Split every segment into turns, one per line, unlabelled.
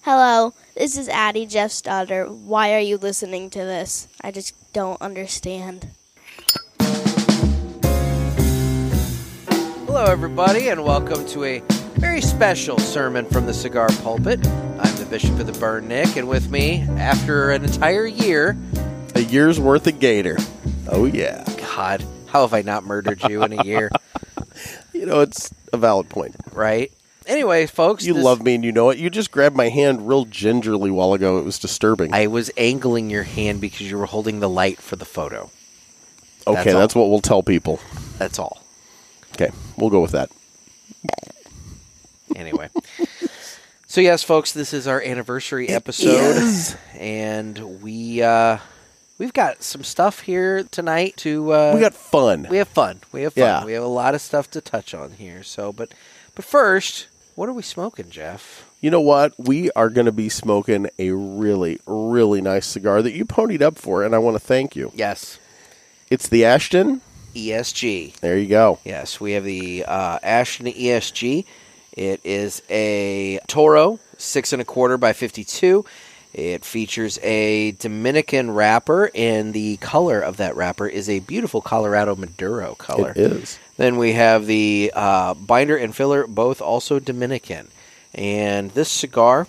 Hello, this is Addie, Jeff's daughter. Why are you listening to this? I just don't understand.
Hello, everybody, and welcome to a very special sermon from the cigar pulpit. I'm the Bishop of the Burn, Nick, and with me, after an entire year,
A year's worth of gator. Oh yeah.
God, how have I not murdered you in a year,
You know, it's a valid point.
right? Anyway, folks,
You
this-
love me and you know it. You just grabbed my hand real gingerly while ago. It was disturbing.
I was angling your hand because you were holding the light for the photo. that's
okay, that's,
all.
what we'll tell people.
That's all.
Okay, we'll go with that.
Anyway. So yes, folks, this is our anniversary episode, and we uh, we've got some stuff here tonight to uh,
We got fun.
we have fun. We have fun.
Yeah.
We have a lot of stuff to touch on here. So, but but first, what are we smoking, Jeff?
you know what? We are going to be smoking a really, really nice cigar that you ponied up for, and I want to thank you.
Yes,
It's the Ashton.
ESG.
There you go.
E Yes, we have the uh, Ashton ESG. It is a Toro six and a quarter by fifty-two. It features a Dominican wrapper, and the color of that wrapper is a beautiful Colorado Maduro color.
It is.
Then we have the uh, binder and filler, both also Dominican. And this cigar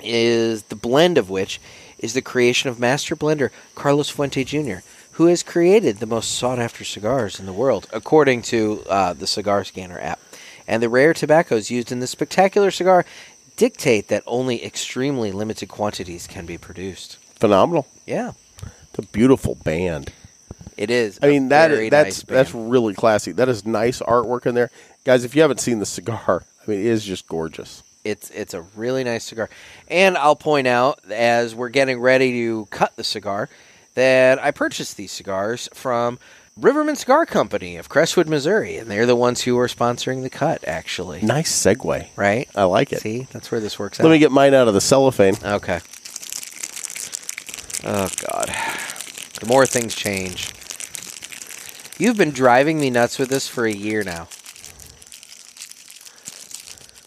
is the blend of which is the creation of master blender Carlos Fuente Jr., who has created the most sought after cigars in the world, according to uh, the Cigar Scanner app. And the rare tobaccos used in this spectacular cigar dictate that only extremely limited quantities can be produced.
Phenomenal.
Yeah,
It's a beautiful band.
it is.
I
a
mean that
very
that's
nice band.
that's really classy. That is nice artwork in there, guys. If you haven't seen the cigar, I mean it is just gorgeous.
It's it's a really nice cigar. And I'll point out as we're getting ready to cut the cigar that I purchased these cigars from Riverman Cigar Company of Crestwood, Missouri, and they're the ones who are sponsoring the cut actually.
Nice segue.
Right?
I like it.
See, that's where this works out.
Let me get mine out of the cellophane.
okay. Oh god. The more things change. You've been driving me nuts with this for a year now.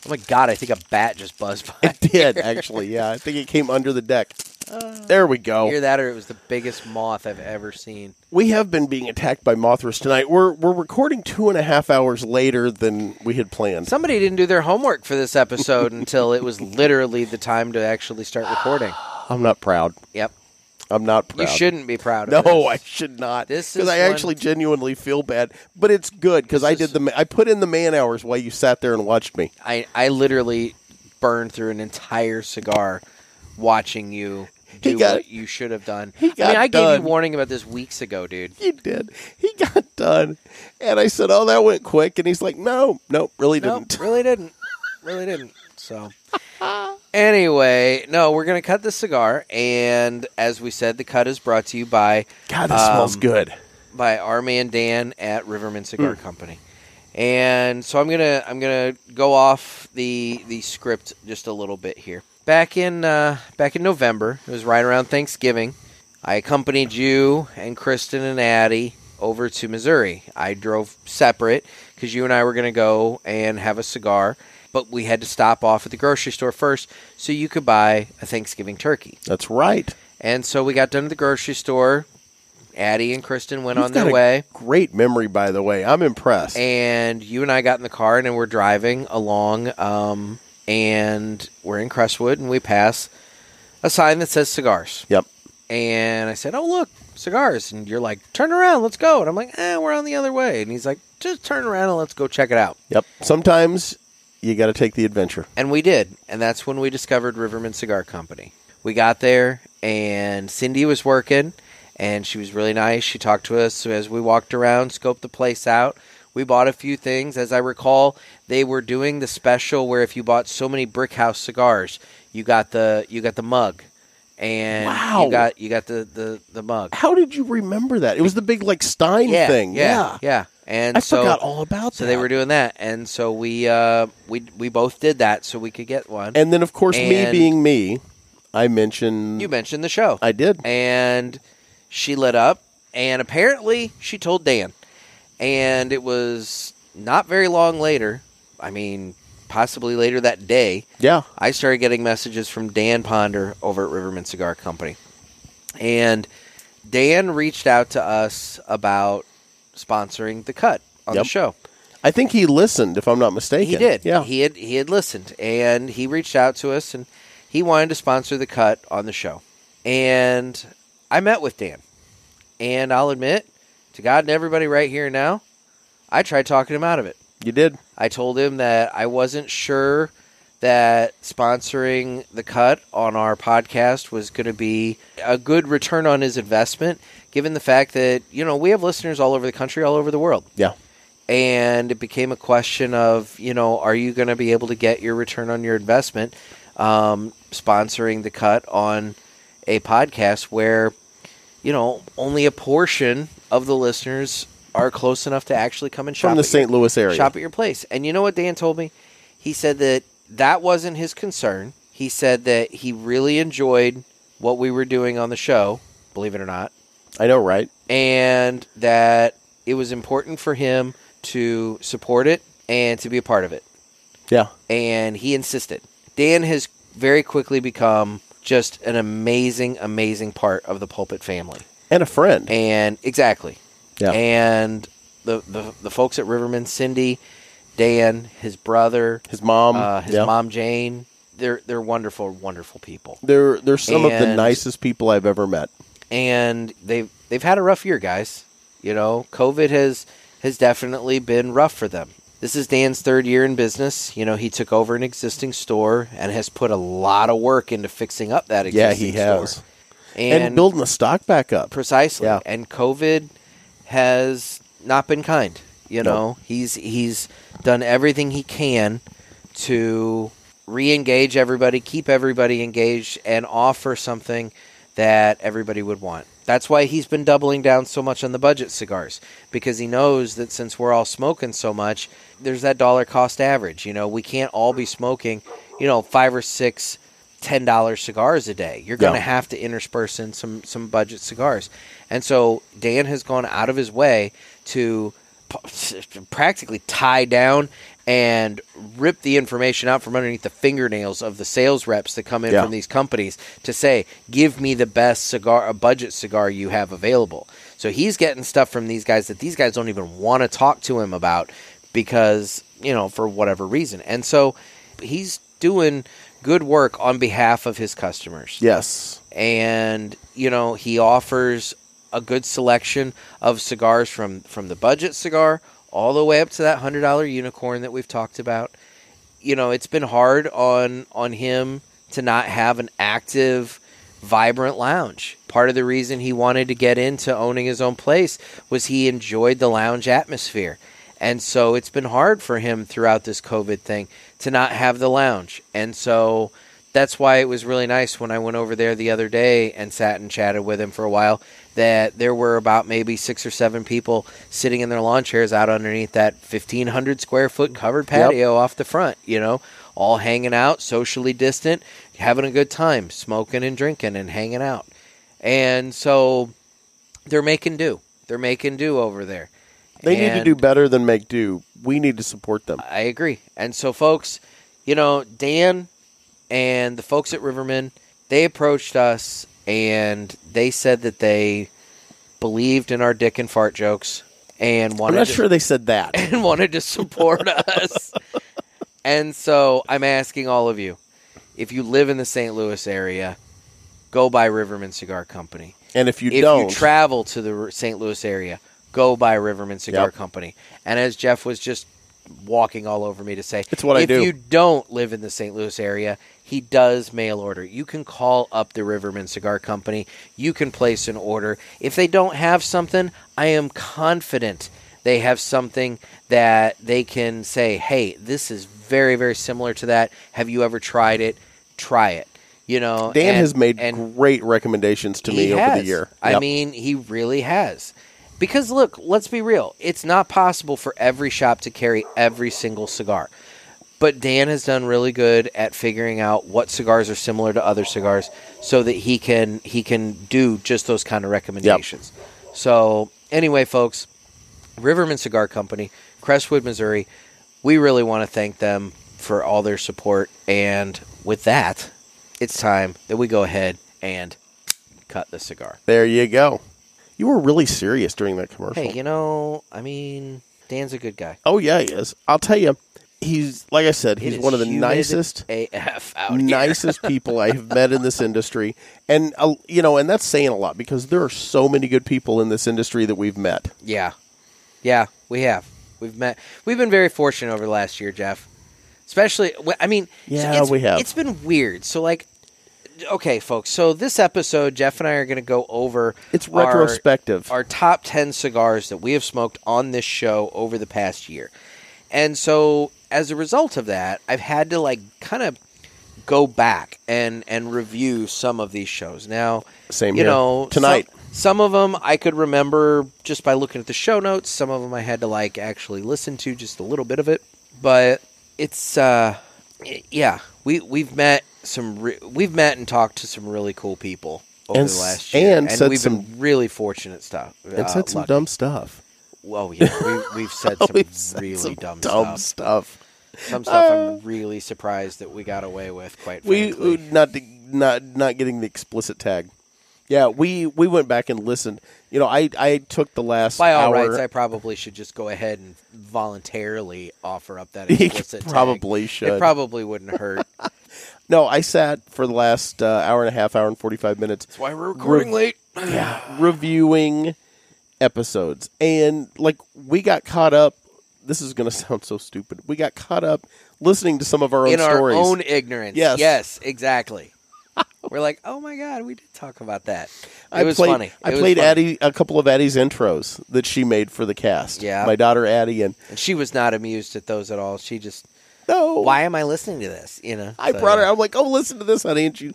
Oh my god, I think a bat just buzzed by.
It did actually. Yeah, I think it came under the deck.
Uh,
There we
Either
go.
that or it was the biggest moth I've ever seen.
We have been being attacked by Mothras tonight. We're we're recording two and a half hours later than we had planned.
Somebody didn't do their homework for this episode until it was literally the time to actually start recording.
I'm not proud.
Yep.
I'm not
You
proud.
shouldn't be proud
No,
of this.
I should not.
This
because
is
I
one-
actually genuinely feel bad, but it's good because I did the ma- I put in the man hours while you sat there and watched me.
I, I literally burned through an entire cigar watching you
He
do
got-
what you should have done.
he
I mean,
got
I gave
done.
you warning about this weeks ago, dude.
He did. He got done, and I said, "Oh, that went quick." And he's like, "No, no, really
No,
didn't."
really didn't. Really didn't. So, anyway, no, we're going to cut the cigar. And as we said, the cut is brought to you by
God, this
Um,
smells good.
by our man Dan at Riverman Cigar Company. And so I'm gonna I'm gonna go off the the script just a little bit here. Back in uh, back in November, it was right around Thanksgiving. I accompanied you and Kristen and Addie over to Missouri. I drove separate because you and I were gonna go and have a cigar, but we had to stop off at the grocery store first so you could buy a Thanksgiving turkey.
That's right.
And so we got done at the grocery store. Addie and Kristen went
You've
on their
got a
way.
Great memory, by the way. I'm impressed.
And you and I got in the car and we're driving along. Um, and we're in Crestwood and we pass a sign that says cigars.
yep.
And I said, Oh, look, cigars. And you're like, Turn around, let's go. And I'm like, Eh, we're on the other way. And he's like, Just turn around and let's go check it out.
Yep. Sometimes you got to take the adventure.
And we did. And that's when we discovered Riverman Cigar Company. We got there, and Cindy was working, and she was really nice. She talked to us as we walked around, scoped the place out. We bought a few things. As I recall, they were doing the special where if you bought so many Brick House cigars, you got the you got the mug, and
Wow.
you got you got the the, the mug.
How did you remember that? It was the big like Stein
Yeah,
thing.
yeah, yeah. And
I
so
forgot all about
so
that.
they were doing that, and so we uh, we we both did that so we could get one.
and then, of course, me
And-
being me, I mentioned.
you mentioned the show.
I did.
and she lit up and apparently she told dan and it was not very long later i mean possibly later that day,
Yeah.
I started getting messages from Dan Ponder over at Riverman Cigar Company. And Dan reached out to us about sponsoring the cut on
Yep.
the show.
I think he listened, if I'm not mistaken.
He did.
Yeah.
He had he had listened and he reached out to us and he wanted to sponsor the cut on the show. And I met with Dan. And I'll admit to God and everybody right here now, I tried talking him out of it.
you did.
I told him that I wasn't sure that sponsoring the cut on our podcast was going to be a good return on his investment, given the fact that, you know, we have listeners all over the country, all over the world.
Yeah.
And it became a question of, you know, are you going to be able to get your return on your investment um, sponsoring the cut on a podcast where, you know, only a portion of the listeners are close enough to actually come and shop
From the
at your-
St. Louis area.
Shop at your place. And you know what Dan told me? He said that that wasn't his concern. He said that he really enjoyed what we were doing on the show, believe it or not,
I know, right?
and that it was important for him to support it and to be a part of it.
Yeah.
And he insisted. Dan has very quickly become just an amazing, amazing part of the pulpit family.
And a friend.
And exactly.
yeah.
And the, the the folks at Riverman, Cindy, Dan, his brother,
his mom.
uh, his
Um, yeah.
mom Jane, they're they're wonderful, wonderful people.
They're, they're some of the
And-
nicest people I've ever met.
And they've they've had a rough year, guys. You know, COVID has has definitely been rough for them. This is Dan's third year in business. You know, he took over an existing store and has put a lot of work into fixing up that
Yeah,
existing
he
store.
has.
And,
And, building the stock back up.
precisely
Yeah.
and covid has not been kind you
Nope.
know he's he's done everything he can to re-engage everybody keep everybody engaged and offer something that everybody would want that's why he's been doubling down so much on the budget cigars because he knows that since we're all smoking so much there's that dollar cost average you know we can't all be smoking you know five or six ten dollar cigars a day you're gonna
Yeah.
have have to intersperse in some some budget cigars. And so Dan has gone out of his way to p- practically tie down and rip the information out from underneath the fingernails of the sales reps that come in
Yeah.
from these companies to say, "Give me the best cigar, a budget cigar you have available." So he's getting stuff from these guys that these guys don't even want to talk to him about because, you know, for whatever reason. And so he's doing good work on behalf of his customers
Yes.
and you know he offers a good selection of cigars from from the budget cigar all the way up to that hundred dollar unicorn that we've talked about. You know it's been hard on on him to not have an active, vibrant lounge. Part of the reason he wanted to get into owning his own place was he enjoyed the lounge atmosphere. And so it's been hard for him throughout this COVID thing to not have the lounge. And so that's why it was really nice when I went over there the other day and sat and chatted with him for a while. That there were about maybe six or seven people sitting in their lawn chairs out underneath that 1,500 square foot covered patio off the front, you know, all hanging out, socially distant, having a good time, smoking and drinking and hanging out. And so they're making do. They're making do over there.
They need to
And-
do better than make do. We need to support them.
I agree. And so, folks, you know, Dan and the folks at Riverman, they approached us and they said that they believed in our dick and fart jokes and
I'm
wanted
not
to,
sure they said that.
and wanted to support us. And so, I'm asking all of you, if you live in the St. Louis area, go buy Riverman Cigar Company
And if you
if
don't,
you travel to the St. Louis area, go buy Riverman Cigar
Yep.
Company. And as Jeff was just walking all over me to say,
It's what I
if
do.
you don't live in the St. Louis area, he does mail order. You can call up the Riverman Cigar Company. You can place an order. If they don't have something, I am confident they have something that they can say, "Hey, this is very very similar to that. Have you ever tried it? Try it." You know,
Dan
and-
has made
and
great recommendations to me
he
over the
has.
year.
I
Yep.
mean, he really has. Because look, let's be real. It's not possible for every shop to carry every single cigar. But Dan has done really good at figuring out what cigars are similar to other cigars so that he can he can do just those kind of recommendations. So, anyway, folks, Riverman Cigar Company, Crestwood, Missouri, we really want to thank them for all their support. And with that, it's time that we go ahead and cut the cigar.
There you go. You were really serious during that commercial.
Hey, you know, I mean, Dan's a good guy.
Oh yeah, he is. I'll tell you, he's like I said, he's
It is
one of the
humid
nicest,
AF out here.
nicest people I have met in this industry, and uh, you know, and that's saying a lot because there are so many good people in this industry that we've met.
Yeah, yeah, we have. We've met. We've been very fortunate over the last year, Jeff. Especially, wh- I mean, so
Yeah,
it's-
we have.
It's been weird. So, like, okay, folks. So this episode, Jeff and I are going to go over
It's
our-
retrospective.
our top ten cigars that we have smoked on this show over the past year, and so as a result of that, I've had to like kind of go back and and review some of these shows now
Same
you
here.
know
Tonight.
some, some of them i could remember just by looking at the show notes some of them i had to like actually listen to just a little bit of it but it's uh y- yeah we we've met some re- we've met and talked to some really cool people over
And
the
s-
last year
and said
we've
some-
been really fortunate stuff
and
uh,
said some
lucky.
dumb stuff.
oh yeah we, we've said some
We've said
really
some
dumb, stuff
dumb stuff.
some stuff i'm really surprised that we got away with quite
We
frankly.
not not not getting the explicit tag. Yeah, we we went back and listened. You know, I I took the last
By all
hour.
rights, I probably should just go ahead and voluntarily offer up that
You
explicit tag.
probably
It
should.
probably wouldn't hurt. That's
no, I sat for the last uh, hour and a half, hour and forty five minutes.
why we're
recording
late.
reviewing episodes and like we got caught up this is going to sound so stupid we got caught up listening to some of our own
In our
stories
own ignorance.
Yes.
Yes, exactly. we're like, oh my god, we did talk about that. It
I
was
played,
funny.
i
It was
played
funny.
addie a couple of addie's intros that she made for the cast
Yeah.
my daughter addie and
and she was not amused at those at all. She just,
no
why am I listening to this? You know,
Oh. i
So,
brought her
yeah.
i'm like oh listen to this honey and you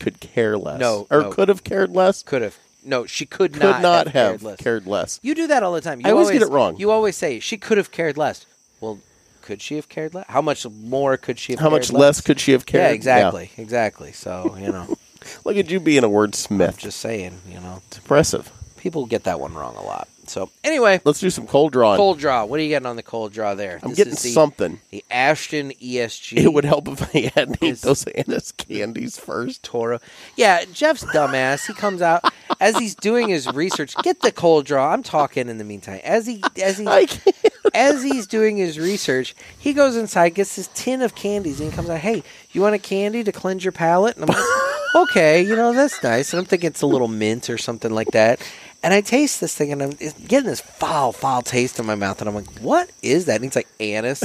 could care less
No,
or
no.
could have cared less
Could have. No, she could,
could not,
not
have
cared less.
cared less
You do that all the time. You
I always get it wrong.
You always say she could have cared less. Well, could she have cared less? How much more could she have?
how
cared
much less could she have cared
Yeah, exactly, exactly. So you know,
Yeah. look at you being a wordsmith
just saying, you know,
it's impressive
people get that one wrong a lot. So anyway,
let's do some cold drawing
cold draw. What are you getting on the cold draw there?
i'm
This
getting
is the,
something
The Ashton E ESG.
It would help if I had eat
Is-
those Anna's candies first.
Toro. Yeah, Jeff's dumbass. He comes out as he's doing his research. Get the cold draw. I'm talking in the meantime. As he as he
I can't.
as he's doing his research, he goes inside, gets this tin of candies, and he comes out, hey, you want a candy to cleanse your palate? And I'm like, okay, you know, that's nice. And I'm thinking it's a little mint or something like that. And I taste this thing, and I'm it's getting this foul, foul taste in my mouth. And I'm like, what is that? And he's like, anise.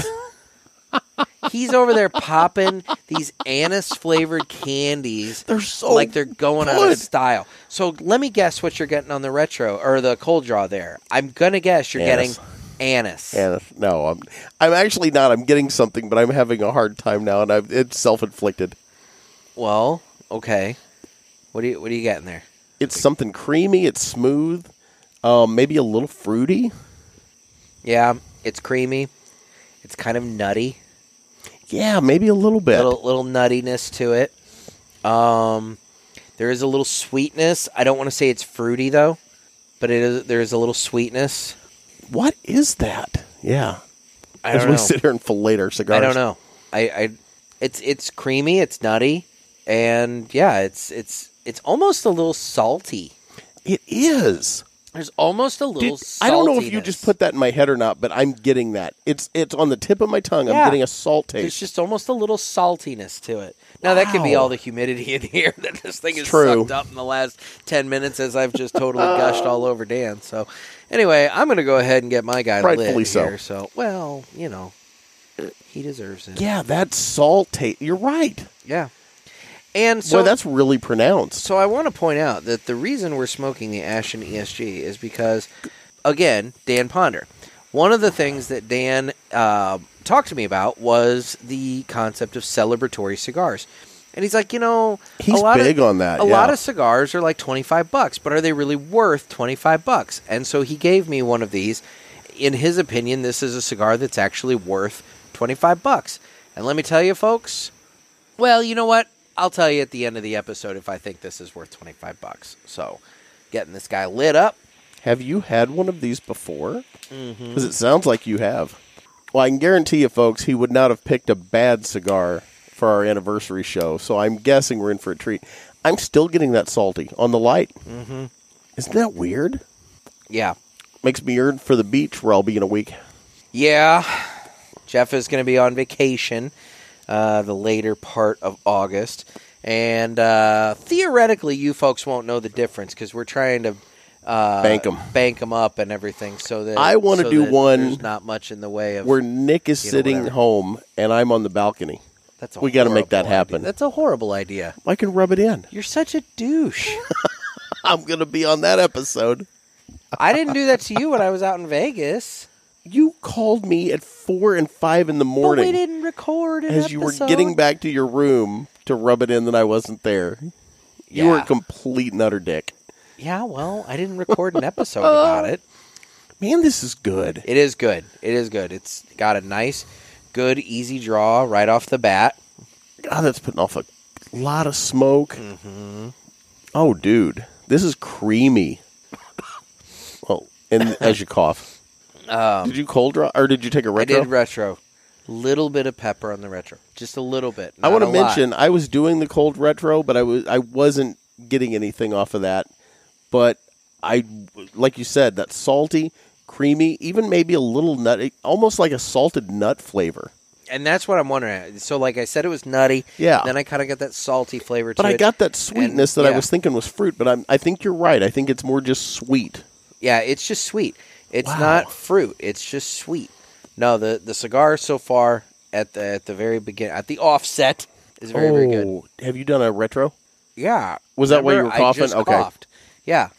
He's over there popping these anise flavored candies
They're so
like they're going out
good.
of style. So let me guess what you're getting on the retro or the cold draw there. I'm gonna guess you're
Anise.
getting anise.
Anna, no, I'm I'm actually not. I'm getting something, but I'm having a hard time now, and I've, it's self inflicted.
Well, okay. What do you what do you getting there?
It's something creamy. It's smooth. Um, maybe a little fruity.
Yeah, it's creamy. It's kind of nutty.
Yeah, maybe a little bit.
Little little nuttiness to it. Um there is a little sweetness. I don't want to say it's fruity though, but it is there is a little sweetness.
What is that? Yeah.
I
As
don't
we
know.
sit here and fillet our cigars,
I don't know. I, I it's it's creamy, it's nutty, and yeah, it's it's it's almost a little salty.
It is.
There's almost a little
Did- I don't know if you
saltiness.
just put that in my head or not, but I'm getting that. It's it's on the tip of my tongue. I'm
Yeah.
getting a salt
There's
taste.
just almost a little saltiness to it. Now that could be
Wow.
all the humidity in here that this thing is
True.
sucked up in the last ten minutes as I've just totally gushed all over Dan. So anyway, I'm gonna go ahead and get my guy
Rightfully
lit
so.
here. So well, you know, he deserves it.
yeah, that salt taste. You're right.
Yeah. And so
Boy, that's really pronounced.
so I want to point out that the reason we're smoking the Ashen ESG is because, again, Dan Ponder. One of the things that Dan uh, talked to me about was the concept of celebratory cigars, and he's like, you know,
He's
a lot
big
of,
on that.
a
Uh, yeah.
lot of cigars are like 25 bucks, but are they really worth 25 bucks? And so he gave me one of these. In his opinion, this is a cigar that's actually worth 25 bucks. And let me tell you folks, well, you know what? I'll tell you at the end of the episode if I think this is worth 25 bucks. So, getting this guy lit up. Mm-hmm.
Have you had one of these before? Because it sounds like you have. Well, I can guarantee you, folks, he would not have picked a bad cigar for our anniversary show. So I'm guessing we're in for a treat. I'm still getting that salty on the light. Mm-hmm. Isn't that weird?
Yeah.
Makes me yearn for the beach where I'll be in a week.
Yeah. Jeff is going to be on vacation uh, the later part of August. And uh, theoretically, you folks won't know the difference because we're trying to uh,
Bank 'em.
bank 'em up and everything. So that
I wanna
so
do
that
one
There's not much in the way of.
Where Nick is
You know,
sitting
whatever.
home and I'm on the balcony.
that's a
we gotta make that
horrible idea.
happen.
That's a horrible idea.
I can rub it in.
You're such a douche.
I'm going to be on that episode.
I didn't do that to you when I was out in Vegas.
You called me at four and five in the morning.
But we didn't record an
as you were
episode.
getting back to your room to rub it in that I wasn't there. You were
Yeah.
a complete and utter dick.
Yeah, well, I didn't record an episode about it.
Man, this is good.
It is good. It is good. It's got a nice, good, easy draw right off the bat.
God, that's putting off a lot of smoke.
Mm-hmm.
Oh, dude, this is creamy. well, and as you cough,
Um,
did you cold draw or did you take a
I
retro?
did retro. Little bit of pepper on the retro, just a little bit.
I
not
want
a
to
lot.
mention I was doing the cold retro, but I was I wasn't getting anything off of that. But I like you said that salty, creamy, even maybe a little nutty, almost like a salted nut flavor.
and that's what I'm wondering. So, like I said, it was nutty.
Yeah.
Then I kind of got that salty flavor.
But
to
I
it.
got that sweetness that I
yeah.
was thinking was fruit. But I'm, I think you're right. I think it's more just sweet.
Yeah, it's just sweet. It's
Wow.
not fruit. It's just sweet. No, the the cigar so far at the at the very beginning at the offset is very very good.
Oh, Have you done a retro?
Yeah.
Was that why you
Remember,
were
I
coughing?
just
Okay.
coughed. Yeah.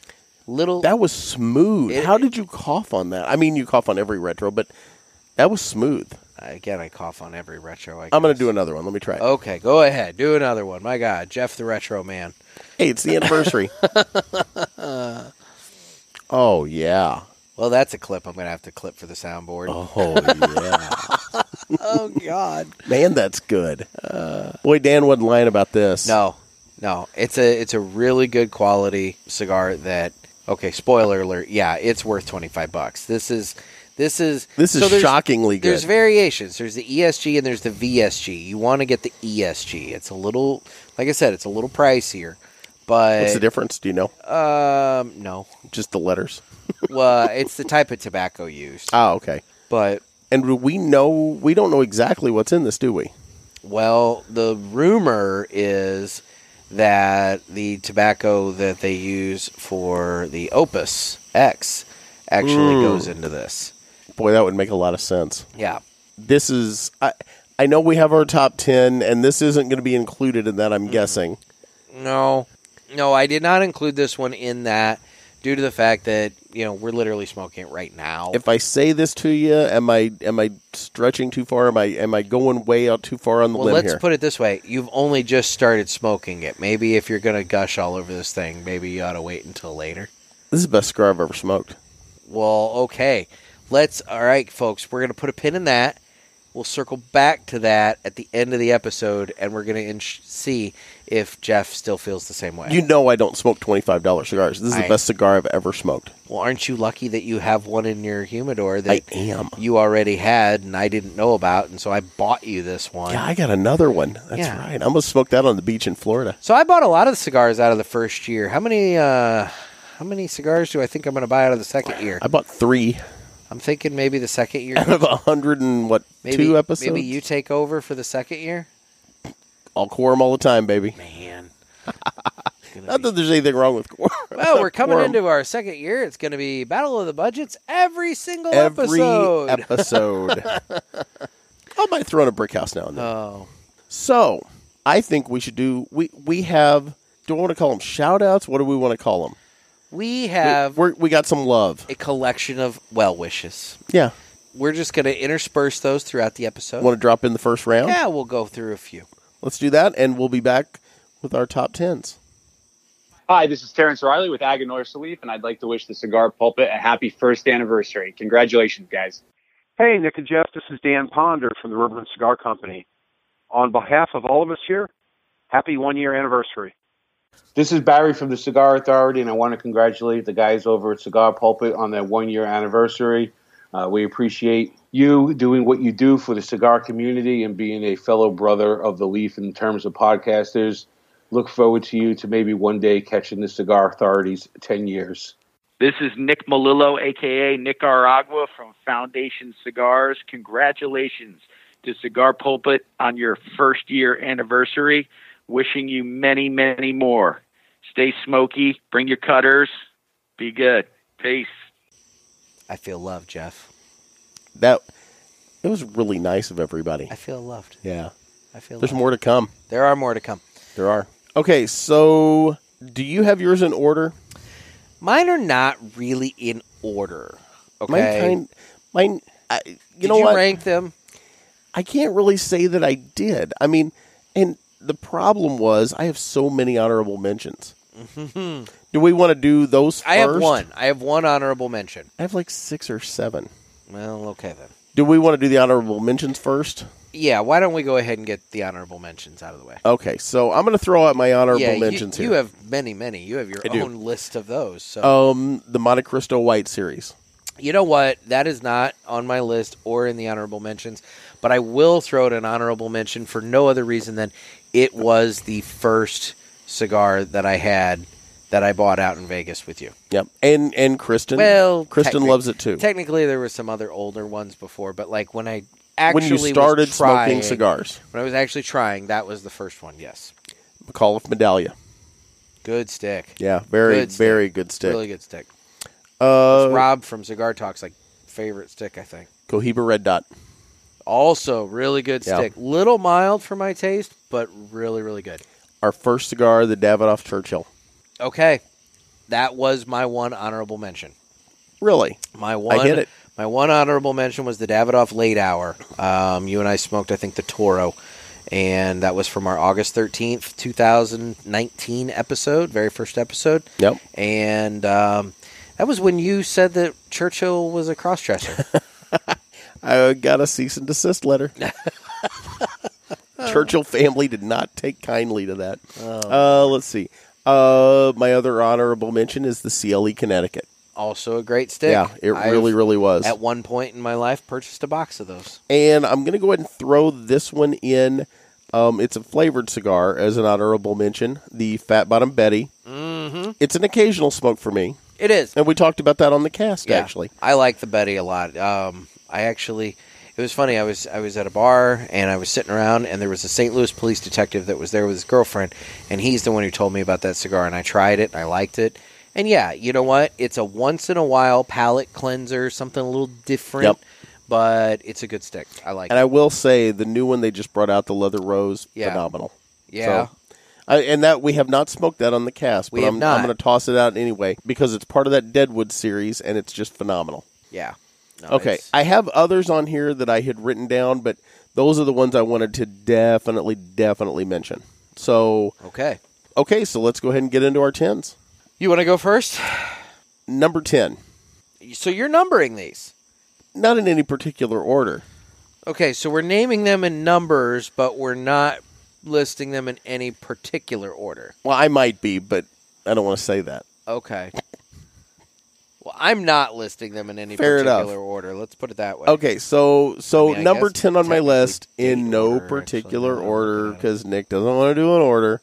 Little.
That was smooth.
It-
How did you cough on that? I mean, you cough on every retro, but that was smooth.
Again, I cough on every retro. I
I'm going to
guess.
do another one. Let me try it.
Okay, go ahead. Do another one. My God, Jeff the Retro Man.
Hey, it's the anniversary. oh yeah.
Well, that's a clip I'm going to have to clip for the soundboard. Oh,
Oh yeah.
God.
Man, that's good. Boy, Dan wasn't lying about this.
No, no. It's a it's a really good quality cigar. That okay. Spoiler alert. Yeah, it's worth twenty five bucks. This is this is
This is
so there's-
shockingly good.
There's variations. There's the ESG and there's the VSG. You want to get the ESG. It's a little, like I said, it's a little pricier. But
What's the difference? Do you know?
Um, no.
Just the letters.
well, it's the type of tobacco used.
Oh, okay.
But
And do we know we don't know exactly what's in this, do we?
well, the rumor is that the tobacco that they use for the Opus X actually goes into this.
Boy, that would make a lot of sense.
Yeah.
This is I I know we have our top ten and this isn't gonna be included in that, I'm
Mm-hmm.
guessing.
No. No, I did not include this one in that due to the fact that, you know, we're literally smoking it right now.
If I say this to you, am I am I stretching too far? Am I am I going way out too far on the
well,
limb
let's
here?
put it this way. You've only just started smoking it. Maybe if you're going to gush all over this thing, maybe you ought to wait until later.
this is the best cigar I've ever smoked.
Well, okay. Let's all right, folks. We're gonna put a pin in that. We'll circle back to that at the end of the episode, and we're gonna in- see if Jeff still feels the same way.
You know I don't smoke twenty five dollar cigars. This is
I-
the best cigar I've ever smoked.
well, aren't you lucky that you have one in your humidor that
I am.
you already had and I didn't know about, and so I bought you this one.
Yeah, I got another one. That's
Yeah.
right. I'm gonna smoke that on the beach in Florida.
so I bought a lot of cigars out of the first year. How many? uh How many cigars do I think I'm gonna buy out of the second year?
I bought three
I'm thinking maybe the second year.
out of a hundred and what
Maybe,
two episodes.
Maybe you take over for the second year.
I'll core 'em all the time, baby.
Man.
Not that there's anything wrong with core.
Well, we're coming
Quorum.
into our second year. It's going to be Battle of the Budgets every single
every
episode.
episode. I might throw in a brick house now and then.
oh,
so I think we should do. We we have. Do I want to call them shout outs? What do we want to call them?
we have
we, we're- we got some love.
a collection of well wishes.
Yeah.
We're just going to intersperse those throughout the episode.
Want to drop in the first round?
yeah, we'll go through a few.
Let's do that, and we'll be back with our top tens.
Hi, this is Terrence Riley with Aganor Salif, and I'd like to wish the Cigar Pulpit a happy first anniversary. Congratulations, guys.
Hey, Nick and Jeff, this is Dan Ponder from the Riverman Cigar Company. On behalf of all of us here, happy one year anniversary.
This is Barry from the Cigar Authority, and I want to congratulate the guys over at Cigar Pulpit on their one year anniversary. Uh, we appreciate you doing what you do for the cigar community and being a fellow brother of the Leaf in terms of podcasters. Look forward to you to maybe one day catching the Cigar Authority's 10 years.
This is Nick Melillo, aka Nicaragua from Foundation Cigars. Congratulations to Cigar Pulpit on your first year anniversary. Wishing you many, many more. Stay smoky, bring your cutters, be good. Peace.
I feel loved, Jeff.
That it was really nice of everybody.
I feel loved.
Yeah.
I feel
There's
loved.
more to come.
There are more to come.
There are. Okay, so do you have yours in order?
Mine are not really in order. Okay.
Mine kind mine I, you
Did
know
you
what?
rank them?
I can't really say that I did. I mean, and the problem was I have so many honorable mentions. do we want to do those first?
Mm-hmm. I have one. I have one honorable mention.
I have like 6 or 7.
Well, okay then.
Do we want to do the honorable mentions first?
Yeah, why don't we go ahead and get the honorable mentions out of the way?
Okay, so I'm going to throw out my honorable
yeah, you-
mentions
you,
here.
have many, many. You have your
I do.
own list of those. So
um, the Monte Cristo White series.
you know what? That is not on my list or in the honorable mentions, but I will throw it an honorable mention for no other reason than it was the first cigar that I had that I bought out in Vegas with you.
Yep, and and Kristen.
Well,
Kristen
technic-
loves it too.
Technically, there were some other older ones before, but like when I actually
when you
was
started
trying-
smoking cigars,
when I was actually trying, that was the first one. Yes,
McAuliffe Medallia.
good stick,
Yeah, very
Good stick.
very good stick.
really good stick.
uh,
Rob from Cigar Talks, like favorite stick, I think.
Cohiba Red Dot.
Also, really good
Yeah.
stick. Little mild for my taste, but really, really good.
Our first cigar, the Davidoff Churchill.
Okay, that was my one honorable mention.
Really,
My one,
get it.
My one honorable mention was the Davidoff Late Hour. Um, you and I smoked, I think, the Toro, and that was from our August thirteenth, two thousand nineteen episode, very first episode.
Yep.
And um, that was when you said that Churchill was a crossdresser.
I got a cease and desist letter. Churchill family did not take kindly to that. uh, let's see. Uh, my other honorable mention is the CLE Connecticut.
also, a great stick.
Yeah, it
I've-
really, really was.
At one point in my life, purchased a box of those.
and I'm going to go ahead and throw this one in. Um, it's a flavored cigar as an honorable mention. The Fat Bottom Betty. Mm-hmm. It's an occasional smoke for me,
It is.
and we talked about that on the cast actually.
I like the Betty a lot. Um, I actually, it was funny. I was I was at a bar and I was sitting around, and there was a St. Louis police detective that was there with his girlfriend, and he's the one who told me about that cigar, and I tried it, and I liked it, and yeah, you know what? It's a once in a while palate cleanser, something a little different,
Yep.
but it's a good stick. I like.
And
it.
I will say the new one they just brought out, the Leather Rose,
Yeah.
phenomenal.
yeah,
So, I, and that we have not smoked that on the cast,
We
but
have
I'm,
not.
I'm going to toss it out anyway because it's part of that Deadwood series, and it's just phenomenal.
yeah. No,
Okay,
Oh, it's-
I have others on here that I had written down, but those are the ones I wanted to definitely, definitely mention. So,
okay.
okay, so let's go ahead and get into our tens.
You want to go first?
Number ten,
So you're numbering these.
not in any particular order.
Okay, so we're naming them in numbers, but we're not listing them in any particular order.
Well, I might be, but I don't want to say that.
Okay. Well, I'm not listing them in any
Fair enough.
particular order. Let's put it that way.
Okay, so so
I mean, I
number
guess
ten on my
technically
list
date
in no
order, actually,
particular
now that I'm
order
looking at it.
because Nick doesn't want to do an order.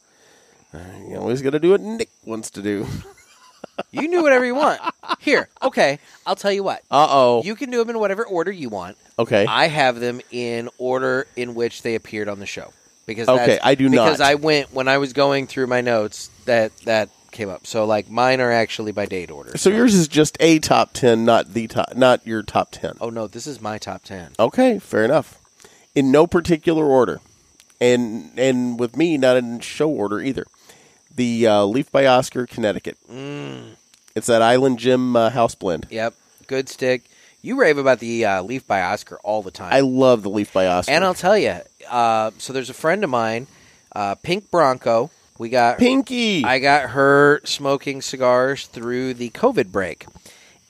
You always got to do what Nick wants to do.
You can do whatever you want. Here. Okay. I'll tell you what.
Uh oh.
You can do them in whatever order you want.
Okay.
I have them in order in which they appeared on the show. Because
Okay,
that's-
I do not.
Because I went when I was going through my notes that that came up. So like mine are actually by date order.
so yours is just a top ten, not the top, not your top ten.
Oh no, this is my top 10.
Okay, fair enough. In no particular order, and and with me not in show order either. The uh, Leaf by Oscar, Connecticut.
Mm.
It's that Island Gym uh, house blend.
Yep. Good stick. You rave about the uh, Leaf by Oscar all the time.
I love the Leaf by Oscar.
And I'll tell you, uh, so there's a friend of mine, uh, Pink Bronco. We got
Pinky.
I got her smoking cigars through the COVID break,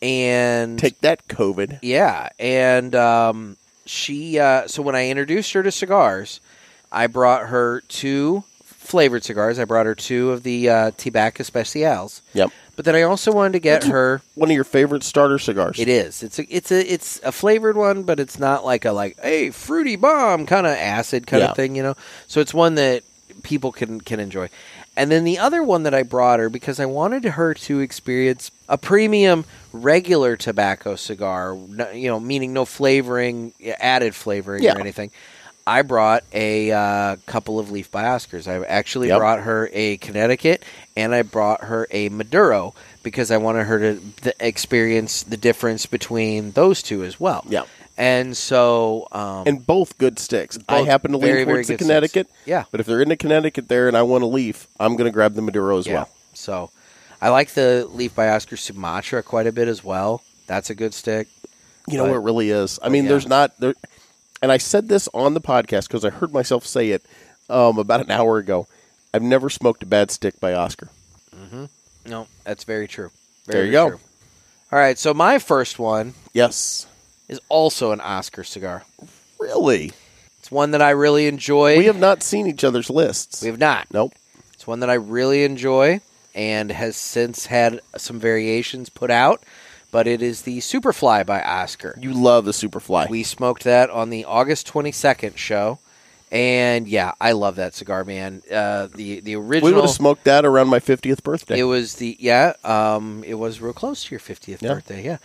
and
Take that, COVID.
yeah, and um, she. Uh, so when I introduced her to cigars, I brought her two flavored cigars. I brought her two of the uh, Tobacco Especials.
Yep.
But then I also wanted to get her.
One of your favorite starter cigars.
It is. It's a it's a it's a flavored one, but it's not like a like hey fruity bomb kind of acid kind
Yeah.
of thing, you know. So it's one that people can can enjoy. And then the other one that I brought her because I wanted her to experience a premium regular tobacco cigar, no- you know, meaning no flavoring, added flavoring
Yeah.
or anything. I brought a uh, couple of Leaf by Oscars. I actually
Yep.
brought her a Connecticut and I brought her a Maduro because I wanted her to th- experience the difference between those two as well.
Yeah.
And so, um,
And both good sticks. I
Both
happen to lean
very, very
towards the
good sticks.
Connecticut,
yeah,
but if they're in the Connecticut there and I want a leaf, I'm going to grab the Maduro as
yeah.
well.
So, I like the Leaf by Oscar Sumatra quite a bit as well. That's a good stick.
You know
But- Oh,
what it really is. I mean,
yeah.
there's not there, and I said this on the podcast because I heard myself say it um, about an hour ago. I've never smoked a bad stick by Oscar.
No, that's very true.
There
Very
you go.
true. All right. So, my first one
Yes,
is also an Oscar cigar.
really.
It's one that I really enjoy.
We have not seen each other's lists.
We have not.
nope.
It's one that I really enjoy and has since had some variations put out, but it is the Superfly by Oscar.
You love the Superfly.
We smoked that on the August 22nd show. And yeah, I love that cigar, man. Uh, the the original
we would have smoked that around my 50th birthday.
it was the yeah. Um, it was real close to your fiftieth
Yeah.
birthday. Yeah,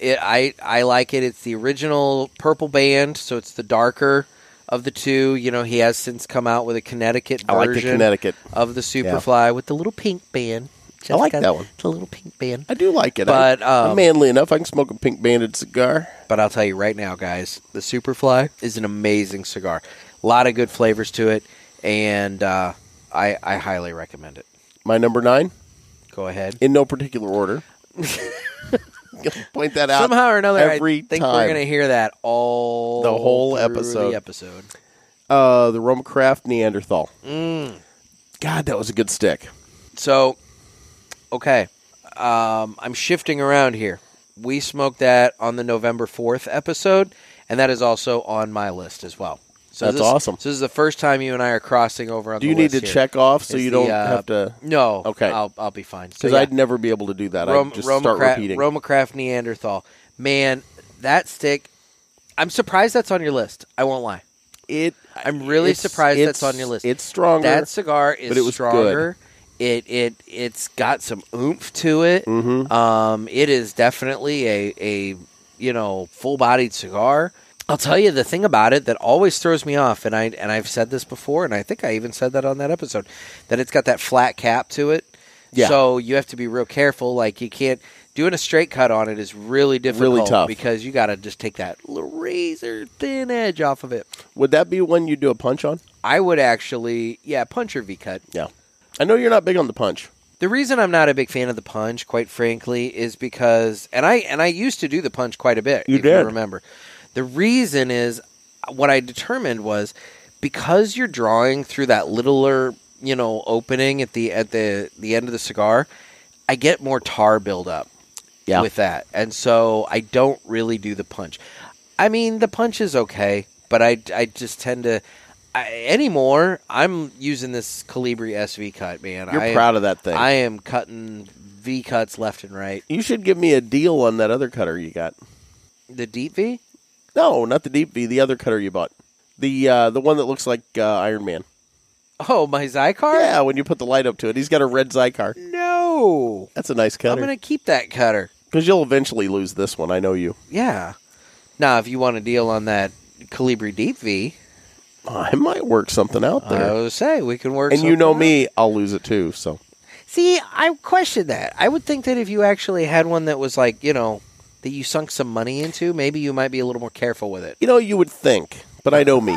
it, I I like it. It's the original purple band, so it's the darker of the two. You know, he has since come out with a Connecticut
I like the
version
Connecticut.
of the Superfly with the little pink band.
I like
Just
that one.
The little pink band.
I do like it.
But,
I,
um,
am manly enough. I can smoke a pink banded cigar.
But I'll tell you right now, guys, the Superfly is an amazing cigar. A lot of good flavors to it, and uh, I I highly recommend it.
My number nine,
Go ahead.
in no particular order. Point that out.
Somehow or another,
every
I think
time.
we're going to hear that all
The whole
through
episode.
The episode.
Uh, the Roma Craft Neanderthal.
Mm.
God, that was a good stick.
So, okay, um, I'm shifting around here. We smoked that on the November 4th episode, and that is also on my list as well. So
That's
this-
awesome.
So this is the first time you and I are crossing over on.
Do
the
you need to
list here.
check off so
Is
you
the,
don't
uh,
have to?
No.
Okay.
I'll I'll be fine. So
Because
yeah.
I'd never be able to do that.
Rom-
I'd just
Roma
start
Cra-
repeating.
Roma Craft Neanderthal. Man, that stick. I'm surprised that's on your list. I won't lie.
it.
I'm really
it's-
surprised that's
it's-
on your list.
It's stronger.
That cigar is
but it was
stronger. It it it's got some oomph to it.
hmm
Um, it is definitely a a you know full bodied cigar. I'll tell you the thing about it that always throws me off, and I and I've said this before, and I think I even said that on that episode that it's got that flat cap to it.
Yeah.
So you have to be real careful. Like you can't doing a straight cut on it is really difficult,
tough.
because you got to just take that little razor thin edge off of it.
Would that be one you do a punch on?
I would actually, yeah, punch or V cut.
I know you're not big on the punch.
The reason I'm not a big fan of the punch, quite frankly, is because and I and I used to do the punch quite a bit.
You
if
did.
you remember. The reason is what I determined was because you're drawing through that littler, you know, opening at the at the the end of the cigar, I get more tar buildup
Yeah.
with that. And so I don't really do the punch. I mean, the punch is okay, but I, I just tend to I, anymore. I'm using this Calibri SV cut, man.
You're
I am-
proud of that thing.
I am cutting V cuts left and right.
you should give me a deal on that other cutter you got.
The deep V?
No, not the deep V. The other cutter you bought. The uh, the one that looks like uh, Iron Man.
Oh, my Zycar?
Yeah, when you put the light up to it, he's got a red Zycar.
No.
That's a nice
I'm
cutter.
going to keep that cutter.
Because you'll eventually lose this one. I know you.
Yeah. Now, if you want a deal on that Calibri Deep V,
I might work something out
I
there.
would say we can work.
and you
something
know
out.
me, I'll lose it too. So
See, I question that. I would think that if you actually had one that was like, you know, that you sunk some money into, maybe you might be a little more careful with it.
you know you would think, but I know me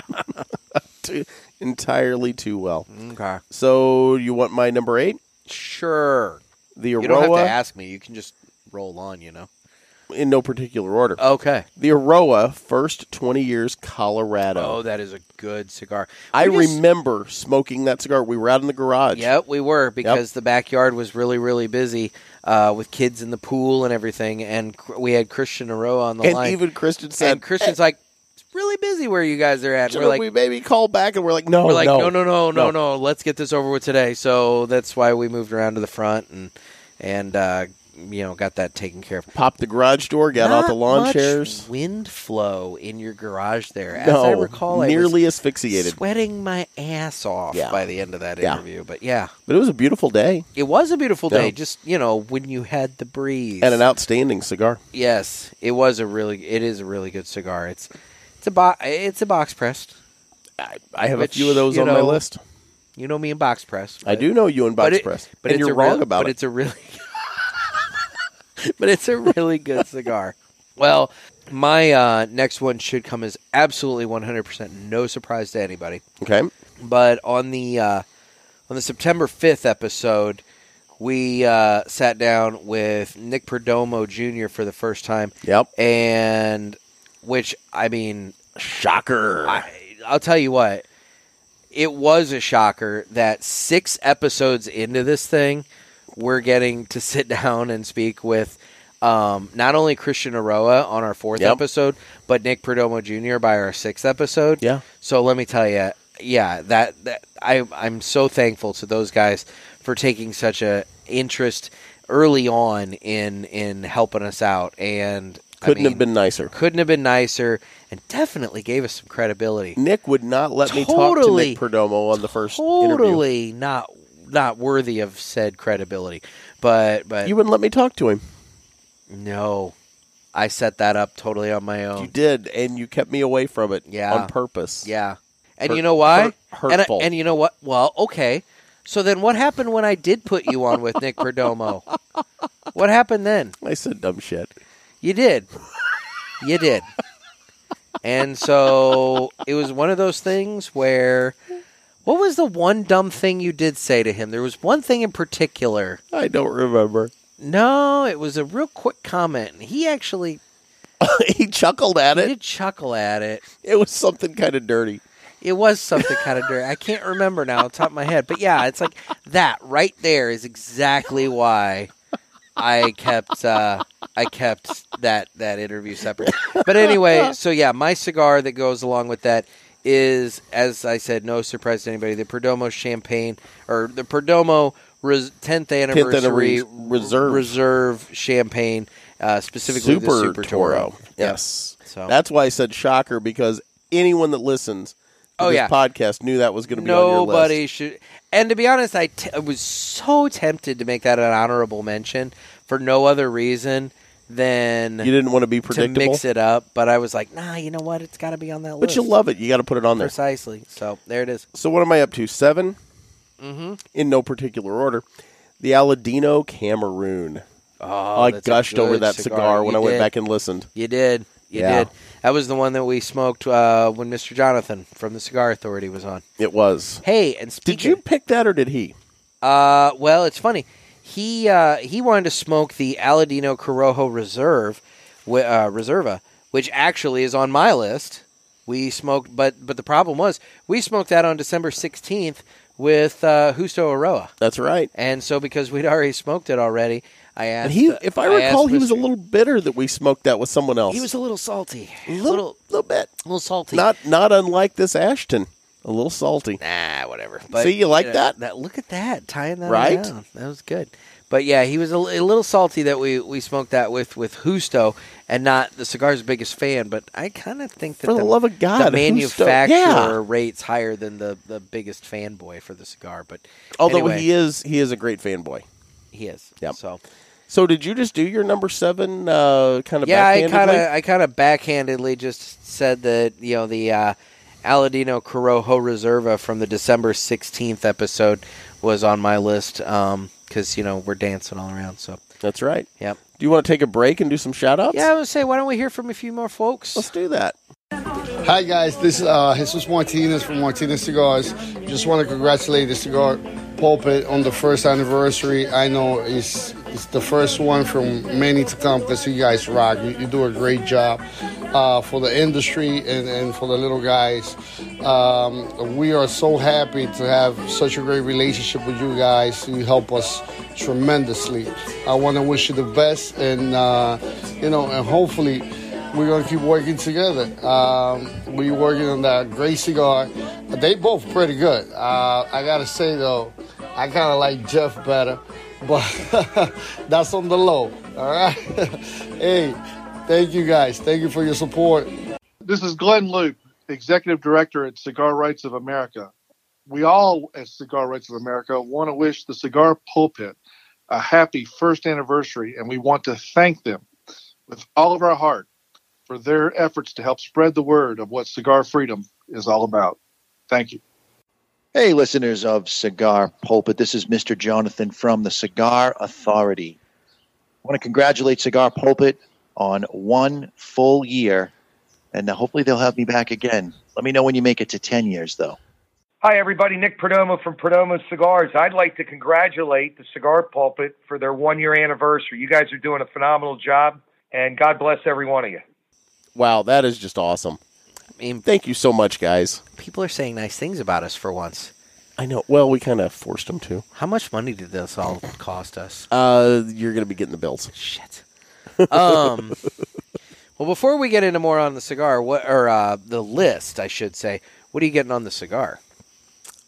too, entirely too well.
Okay.
So you want my number eight,
Sure.
the
You don't have to
Aroa,
ask me. You can just roll on, you know.
in no particular order.
Okay.
The Aroa, first twenty years, Colorado.
Oh, that is a good cigar.
I
We just-
remember smoking that cigar. We were out in the garage.
Yep, we were because the backyard was really, really busy uh, with kids in the pool and everything. And cr- we had Christian Aroa on the
and
line.
even Christian
and
said,
Christian's like, really busy where you guys are at.
Should
We're like,
we maybe call back and we're like, no,
we're like,
Oh, no,
no, no, no, no,
No.
no. Let's get this over with today. So that's why we moved around to the front and and uh, you know got that taken care of.
Popped the garage door, got out
Not
the lawn
much
chairs.
Wind flow in your garage there. As
no,
I recall,
nearly
I was
asphyxiated.
sweating my ass off
Yeah.
by the end of that
Yeah.
interview. But yeah,
But it was a beautiful day
it was a beautiful day.
Yeah.
Just you know when you had the breeze
and an outstanding cigar.
Yes, it was a really. It is a really good cigar. It's it's a bo- it's a box pressed.
I, I have
Which,
a few of those
you
on my
know,
list.
You know me and box press.
I
but-
do know you and
but
Box
it-
Press,
but
and
it's
you're
a
wrong
real-
about
but
it.
it's a really, but it's a really good cigar. Well, my uh, next one should come as absolutely 100% no surprise to anybody.
Okay,
But on the uh, on the September 5th episode, we uh, sat down with Nick Perdomo Jr. for the first time,
yep.
and which I mean,
Shocker.
I, I'll tell you what, it was a shocker that six episodes into this thing, we're getting to sit down and speak with um, not only Christian Aroa on our fourth
Yep.
episode, but Nick Perdomo Jr. by our sixth episode.
Yeah.
So let me tell you, yeah, that, that I I'm so thankful to those guys for taking such a interest early on in in helping us out and I
Couldn't
mean,
have been nicer.
couldn't have been nicer and definitely gave us some credibility.
Nick would not let me talk to
Totally.
Nick Perdomo on the first interview.
Totally not not worthy of said credibility. But but
You wouldn't let me talk to him.
no. I set that up totally on my own.
You did, and you kept me away from it
Oh. Yeah.
on purpose.
yeah. And
Hurt-
you know why?
hurt-
and I-
hurtful.
and you know what? Well, okay. So then what happened when I did put you on with Nick Perdomo? What happened then?
I said dumb shit.
You did. You did. And so it was one of those things where what was the one dumb thing you did say to him? There was one thing in particular.
I don't remember.
No, it was a real quick comment. and He actually
he chuckled at
he
it.
did chuckle at it.
It was something kind of dirty.
It was something kind of dirty. I can't remember now, off the top of my head. But yeah, it's like that right there is exactly why I kept uh, I kept that that interview separate. But anyway, so yeah, my cigar that goes along with that is, as I said, no surprise to anybody, the Perdomo Champagne or the Perdomo Res- 10th anniversary,
anniversary reserve.
reserve champagne, uh, specifically the Super Toro.
Yes.
So
That's why I said shocker because anyone that listens to
Oh,
this
yeah.
podcast knew that was going to be on your
Nobody
list.
should. And to be honest, I, t- I was so tempted to make that an honorable mention for no other reason than
You didn't want to be
to
predictable,
mix it up. But I was like, nah, you know what? It's got to be on that
but
list.
you love it. You got to put it on there.
precisely. So there it is.
So what am I up to? Seven,
Mm-hmm.
in no particular order. The Aladino Cameroon.
Oh,
I
that's a
gushed over
good
that cigar, when
You
I went
did.
back and listened.
You did. You
Yeah.
did. That was the one that we smoked uh, when Mr. Jonathan from the Cigar Authority was on.
It was.
Hey, and
Did
speaking,
you pick that or did he?
Uh, well, it's funny. He uh, he wanted to smoke the Aladino Corojo Reserve, wi- uh, Reserva, which actually is on my list. We smoked, but but the problem was we smoked that on December sixteenth with uh, Justo Aroa,
That's right.
and so because we'd already smoked it already, I asked.
And he, if I recall, he was a little bitter that we smoked that with someone else.
he was a little salty, a
little,
little
little bit.
little salty.
Not not unlike this Ashton. A little salty.
Nah, whatever.
See, you like that?
Look at that tying that
Right?
down. That was good. But yeah, he was a, li- a little salty that we, we smoked that with with Husto and not the cigar's biggest fan. But I kind of think that
For the love of God,
the
who's still-
manufacturer
yeah.
rates higher than the, the biggest fanboy for the cigar. But
Although
anyway,
he is he is a great fanboy.
he is.
Yep.
So
So did you just do your number seven uh, kind of?
yeah, I kind
backhandedly?
of I kind of backhandedly just said that you know the uh, Aladino Corojo Reserva from the December sixteenth episode was on my list because you know we're dancing all around. So
That's right.
Yep.
Do you want to take a break and do some shout outs?
yeah, I would say why don't we hear from a few more folks?
Let's do that.
Hi guys, this is uh, Jesus Martinez from Martinez Cigars. Just want to congratulate the cigar pulpit on the first anniversary. I know it's it's the first one from many to come because you guys rock. You, you do a great job uh, for the industry and, and for the little guys. Um, we are so happy to have such a great relationship with you guys. You help us tremendously. I want to wish you the best and uh, you know and hopefully we're gonna keep working together. Um, we working on that great cigar. They both pretty good. Uh, I gotta say though, I kind of like Jeff better, but that's on the low. All right. hey, thank you guys. Thank you for your support.
This is Glenn Loop, Executive Director at Cigar Rights of America. We all at Cigar Rights of America want to wish the cigar pulpit a happy first anniversary, and we want to thank them with all of our heart for their efforts to help spread the word of what cigar freedom is all about. Thank you.
Hey, listeners of Cigar Pulpit. This is Mr. Jonathan from the Cigar Authority. I want to congratulate Cigar Pulpit on one full year, and uh, hopefully they'll have me back again. Let me know when you make it to 10 years, though.
Hi, everybody. Nick Perdomo from Perdomo Cigars. I'd like to congratulate the Cigar Pulpit for their one year anniversary. You guys are doing a phenomenal job, and God bless every one of you.
Wow, that is just awesome. Thank you so much, guys.
People are saying nice things about us for once.
I know. Well, we kind of forced them to.
How much money did this all cost us?
Uh, you're going to be getting the bills.
Shit. Um, well, before we get into more on the cigar, what or uh, the list, I should say, what are you getting on the cigar?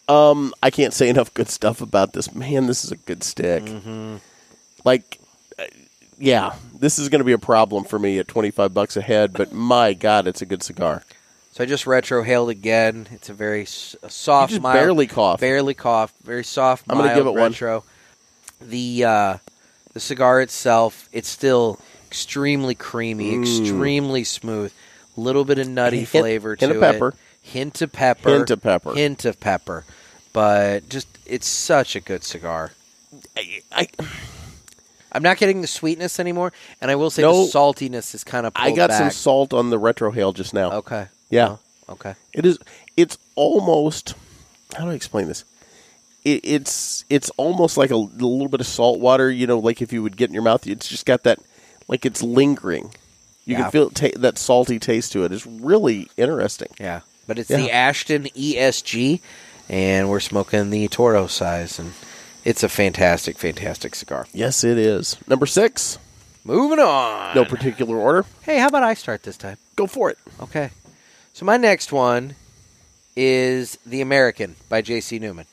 Um, I can't say enough good stuff about this. Man, this is a good stick. Like, uh, yeah, this is going to be a problem for me at 25 bucks a head, but my God, it's a good cigar.
So I just retrohaled again. It's a very s- a soft,
You just
mild,
barely cough.
barely cough, very soft.
I'm gonna
mild
give it one.
retro. The uh, the cigar itself, it's still extremely creamy, extremely smooth. Little bit of nutty
Hint-
flavor
hint
to
of pepper.
it. Hint of pepper.
Hint of pepper.
Hint of pepper. But just, it's such a good cigar.
I, I,
I'm not getting the sweetness anymore, and I will say
No.
the saltiness is kind of.
I got some salt on the retrohale just now.
Okay.
Yeah.
Okay.
It is. It's almost. How do I explain this? It, it's it's almost like a, l- little bit of salt water. You know, like if you would get in your mouth, it's just got that. Like it's lingering. You
Yeah.
can feel it ta- that salty taste to it. It's really interesting.
Yeah. But it's
Yeah.
the Ashton ESG, and we're smoking the Toro size, and it's a fantastic, fantastic cigar.
Yes, it is. Number six.
Moving on.
No particular order.
Hey, how about I start this time?
Go for it.
Okay. So my next one is The American by J.C. Newman.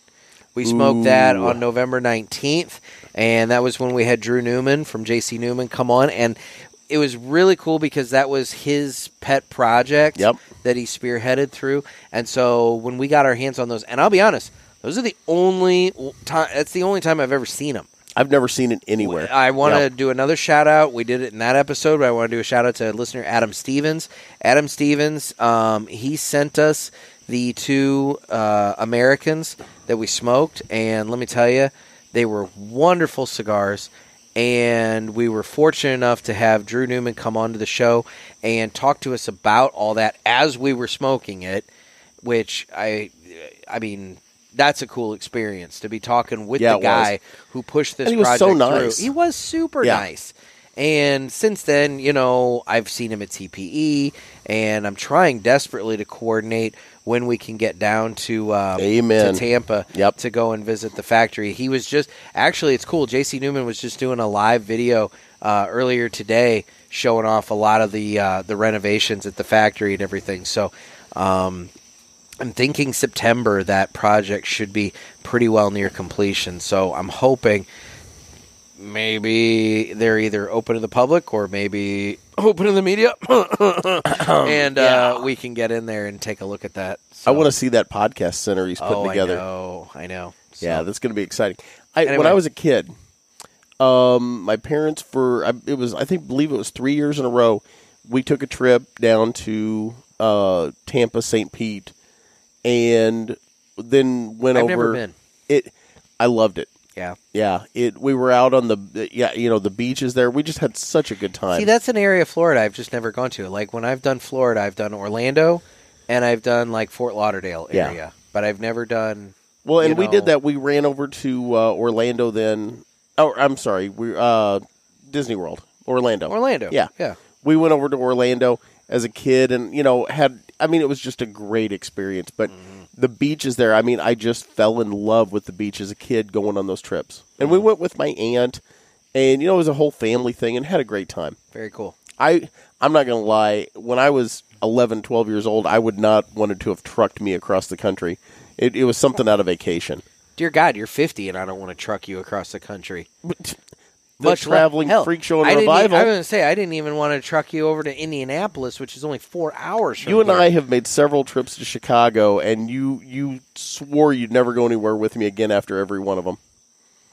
We smoked that
Ooh.
on November 19th, and that was when we had Drew Newman from J.C. Newman come on, and it was really cool because that was his pet project
Yep.
that he spearheaded through, and so when we got our hands on those, and I'll be honest, those are the only time. That's the only time I've ever seen them.
I've never seen it anywhere.
I want to
Yeah.
do another shout out. We did it in that episode, but I want to do a shout out to listener Adam Stevens. Adam Stevens, um, he sent us the two uh, Americans that we smoked, and let me tell you, they were wonderful cigars. And we were fortunate enough to have Drew Newman come onto the show and talk to us about all that as we were smoking it, which I, I mean, that's a cool experience to be talking with
Yeah,
the
it was.
guy who pushed this
And he was
project
so
through.
nice.
He was super
Yeah.
nice. And since then, you know, I've seen him at TPE, and I'm trying desperately to coordinate when we can get down to um,
Amen.
to Tampa
Yep.
to go and visit the factory. He was just actually it's cool. JC Newman was just doing a live video uh, earlier today showing off a lot of the uh, the renovations at the factory and everything. So um, I'm thinking September that project should be pretty well near completion. So I'm hoping maybe they're either open to the public or maybe open to the media, and uh, we can get in there and take a look at that.
I want to see that podcast center he's putting
oh,
together.
I know. I know. So-
Yeah, that's going to be exciting. I, When
Anyway.
I was a kid, um, my parents for I, it was I think believe it was three years in a row. We took a trip down to uh, Tampa, St. Pete, and then went
I've
over.
never been.
It, I loved it.
Yeah.
Yeah, it. We were out on the yeah, you know, the beaches there. We just had such a good time.
See, that's an area of Florida I've just never gone to. Like when I've done Florida, I've done Orlando, and I've done like Fort Lauderdale
Yeah.
area, but I've never done.
Well, and
you
we
know.
did that. We ran over to uh, Orlando then. Oh, I'm sorry. We uh, Disney World, Orlando.
Orlando.
Yeah.
Yeah.
We went over to Orlando as a kid, and you know had. I mean, it was just a great experience. But the beaches there. I mean, I just fell in love with the beach as a kid going on those
Mm-hmm.
trips, and we went with my aunt, and you know it was a whole family thing, and had a great time.
Very cool.
I I'm not going to lie. When I was 11, 12 years old, I would not wanted to have trucked me across the country. It, it was something out of vacation.
Dear God, you're 50, and I don't want to truck you across the country.
The
Much le-
traveling
hell,
freak show and
I didn't e-
revival.
I was gonna say I didn't even want to truck you over to Indianapolis, which is only four hours. From
you and
here.
I have made several trips to Chicago, and you you swore you'd never go anywhere with me again after every one of them.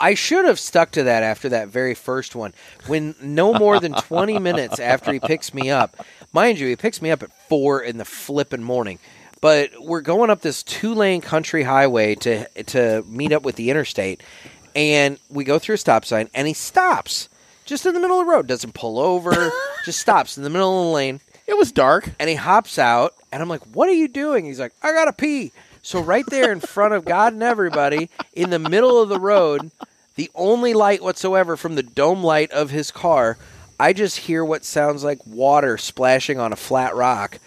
I should have stuck to that after that very first one. When no more than 20 minutes after he picks me up, mind you, he picks me up at four in the flippin' morning. But we're going up this two lane country highway to to meet up with the interstate, and we go through a stop sign, and he stops just in the middle of the road. Doesn't pull over, just stops in the middle of the lane.
It was dark,
and he hops out, and I'm like, "What are you doing?" He's like, "I gotta pee." So right there in front of God and everybody, in the middle of the road, the only light whatsoever from the dome light of his car, I just hear what sounds like water splashing on a flat rock.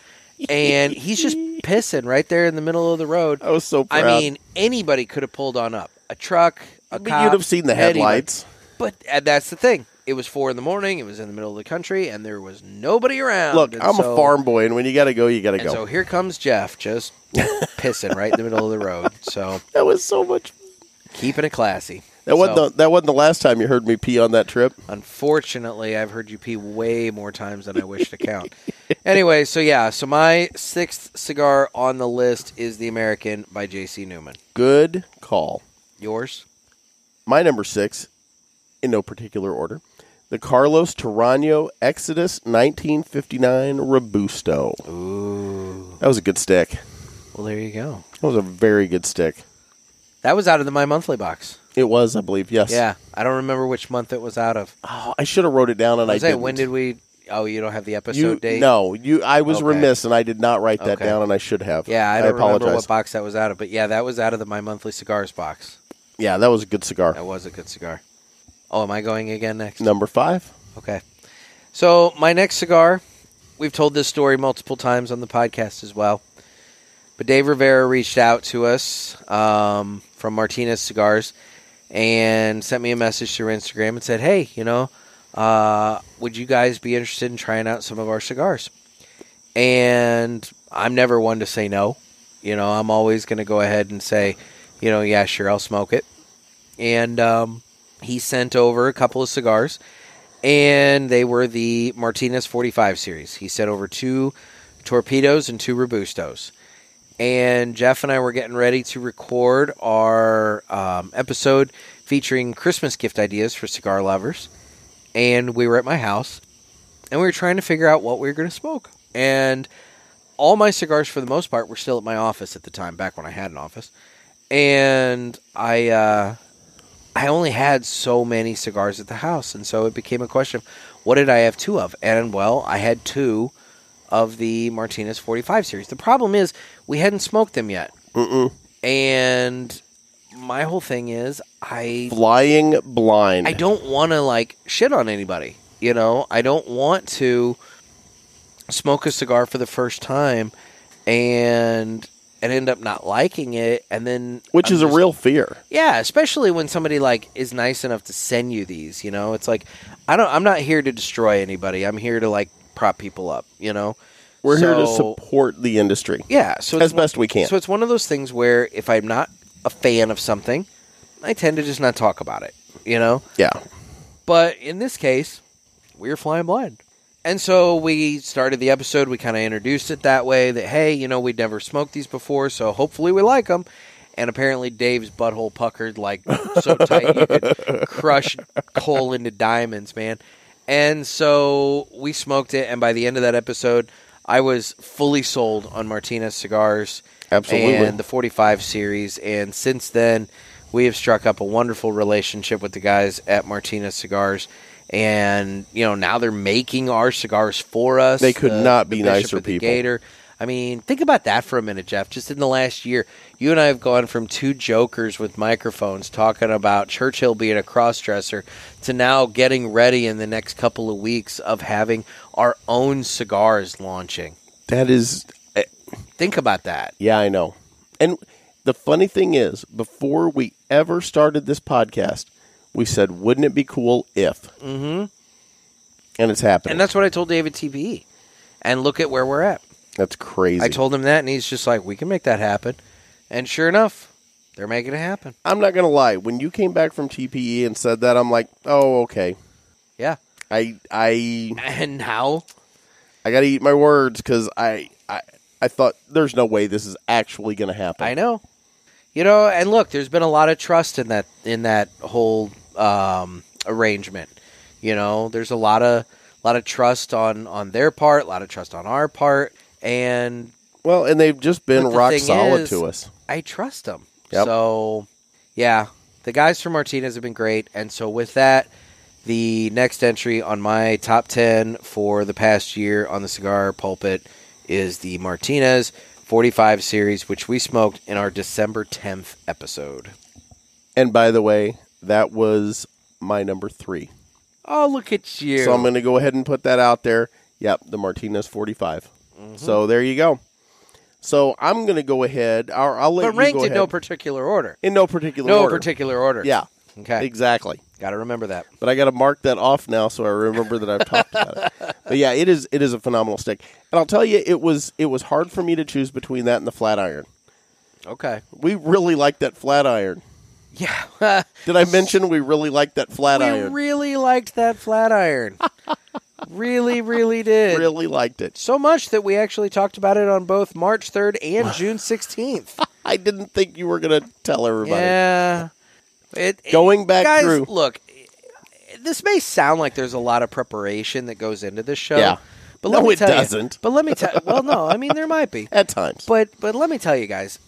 And he's just pissing right there in the middle of the road.
I was so
I
proud.
mean, anybody could have pulled on up. A truck, a
But
cop,
you'd have seen the
anybody.
headlights.
But uh, that's the thing. It was four in the morning. It was in the middle of the country, and there was nobody around.
Look,
And
I'm
so-
a farm boy, and when you got to go, you got to
and
go.
so here comes Jeff, just pissing right in the middle of the road. So
that was so much.
Keeping it classy.
that wasn't
So,
the, that wasn't the last time you heard me pee on that trip.
Fortunately, I've heard you pee way more times than I wish to count. anyway, so yeah, so my sixth cigar on the list is the American by J.C. Newman.
Good call.
Yours?
My number six, in no particular order, the Carlos Tarano Exodus 1959 Robusto.
Ooh.
That was a good stick.
Well, there you go.
That was a very good stick.
That was out of the my monthly box.
It was, I believe. Yes.
Yeah, I don't remember which month it was out of.
Oh, I should have wrote it down, and
Jose,
I didn't.
when did we? Oh, you don't have the episode
you,
date.
No, you. I was
Okay.
remiss, and I did not write that
Okay.
down, and I should have.
Yeah, I don't
apologize.
remember what box that was out of, but yeah, that was out of the my monthly cigars box.
yeah, that was a good cigar.
That was a good cigar. Oh, am I going again next?
Number five.
Okay. So, my next cigar, we've told this story multiple times on the podcast as well. But Dave Rivera reached out to us um, from Martinez Cigars and sent me a message through Instagram and said, Hey, you know, uh, would you guys be interested in trying out some of our cigars? And I'm never one to say no. You know, I'm always going to go ahead and say, you know, yeah, sure, I'll smoke it. And um, he sent over a couple of cigars, and they were the Martinez 45 series. He sent over two torpedoes and two robustos. And Jeff and I were getting ready to record our um, episode featuring Christmas gift ideas for cigar lovers. And we were at my house, and we were trying to figure out what we were going to smoke. And all my cigars, for the most part, were still at my office at the time, back when I had an office. And I, uh, I only had so many cigars at the house, and so it became a question of what did I have two of? And well, I had two of the Martinez 45 series. The problem is we hadn't smoked them yet,
Mm-mm.
and my whole thing is I
Flying blind.
I don't want to like shit on anybody. You know, I don't want to smoke a cigar for the first time and and end up not liking it, and then
Which
I'm
is
just-
a real fear.
yeah, especially when somebody like is nice enough to send you these, you know? It's like I don't I'm not here to destroy anybody. I'm here to like prop people up, you know?
We're here to
So-
support the industry.
Yeah, so
as
it's one-
best we can.
So it's one of those things where if I'm not a fan of something, I tend to just not talk about it, you know?
yeah.
But in this case, we were flying blind. And so we started the episode. We kind of introduced it that way that, hey, you know, we'd never smoked these before, so hopefully we like them. And apparently Dave's butthole puckered like so tight you could crush coal into diamonds, man. And so we smoked it. And by the end of that episode, I was fully sold on Martinez cigars
Absolutely.
and the 45 series. And since then, we have struck up a wonderful relationship with the guys at Martinez Cigars. And, you know, now they're making our cigars for us.
They could
The-
not
the
be
Bishop
nicer
of the
people.
Gator. I mean, think about that for a minute, Jeff. Just in the last year, you and I have gone from two jokers with microphones talking about Churchill being a crossdresser to now getting ready in the next couple of weeks of having our own cigars launching.
That is. eh,
Think about that.
Yeah, I know. And the funny thing is, before we ever started this podcast, we said, "Wouldn't it be cool if?"
Mm-hmm.
and it's happening.
And that's what I told David TPE. And look at where we're at.
That's crazy.
I told him that, and he's just like, we can make that happen. And sure enough, they're making it happen.
I'm not gonna lie. When you came back from TPE and said that, I'm like, oh, okay.
Yeah.
I I
and now
I gotta eat my words because I, I I thought there's no way this is actually gonna happen.
I know. You know, and look, there's been a lot of trust in that in that whole um, arrangement. You know, there's a lot of lot of trust on on their part, a lot of trust on our part, and
well, and they've just been rock solid to us.
I trust them.
Yep.
So, yeah, the guys from Martinez have been great, and so with that, the next entry on my top ten for the past year on the cigar pulpit is the Martinez 45 series, which we smoked in our December 10th episode.
And by the way, that was my number three.
Oh, look at you!
So I'm going to go ahead and put that out there. Yep, the Martinez 45.
Mhm.
So there you go. So I'm going to go ahead. I'll, I'll let
but
you
ranked
go
in no
ahead.
particular order.
in no particular
no
order.
particular order.
Yeah.
Okay.
Exactly.
Got to remember that.
But I got to mark that off now, so I remember that I've talked about it. But yeah, it is it is a phenomenal stick, and I'll tell you, it was it was hard for me to choose between that and the flat iron.
Okay.
We really liked that flat iron.
Yeah.
Did I mention we really liked that flat
we
iron?
really liked that flat iron. really, really did.
Really liked it.
So much that we actually talked about it on both March 3rd and June 16th.
I didn't think you were going to tell everybody.
Yeah. It, it-
Going back
guys,
through.
Look, this may sound like there's a lot of preparation that goes into this show.
Yeah.
But
No,
let me
it
tell you-
doesn't.
but let me tell. Well, no, I mean there might be
at times.
But but let me tell you guys,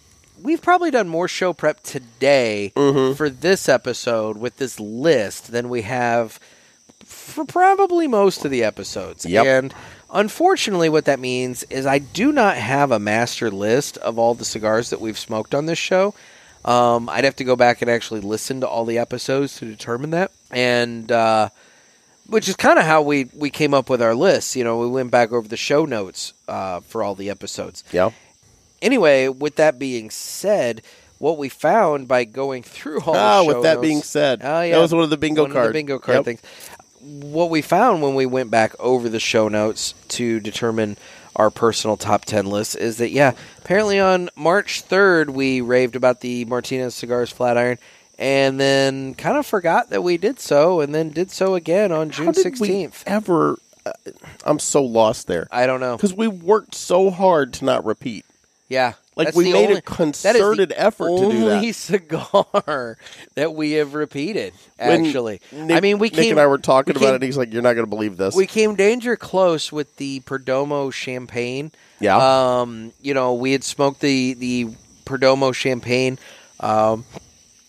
we've probably done more show prep today for this episode with this list than we have for probably most of the episodes.
Yep.
And unfortunately, what that means is I do not have a master list of all the cigars that we've smoked on this show. Um, I'd have to go back and actually listen to all the episodes to determine that. And uh, which is kind of how we we came up with our lists. You know, we went back over the show notes uh, for all the episodes.
Yeah.
Anyway, with that being said, what we found by going through all
Ah,
the show
with that
notes-
being said.
oh, yeah,
That was one of the bingo
one of
card-
bingo card
yep.
things. What we found when we went back over the show notes to determine our personal top ten list is that yeah, apparently on March third we raved about the Martinez cigars flat iron. And then kind of forgot that we did so, and then did so again on June
How did we
sixteenth.
ever? Uh, I'm so lost there
I don't know.
because we worked so hard to not repeat.
Yeah,
Like,
That's
we
the
made a
only-
concerted effort to do that.
Only cigar that we have repeated.
When
Actually,
Nick-
I mean, we
Nick
came,
and I were talking
we
about
came-
it. and He's like, "You're not going to believe this."
We came danger close with the Perdomo champagne.
Yeah.
Um, you know, we had smoked the the Perdomo champagne um,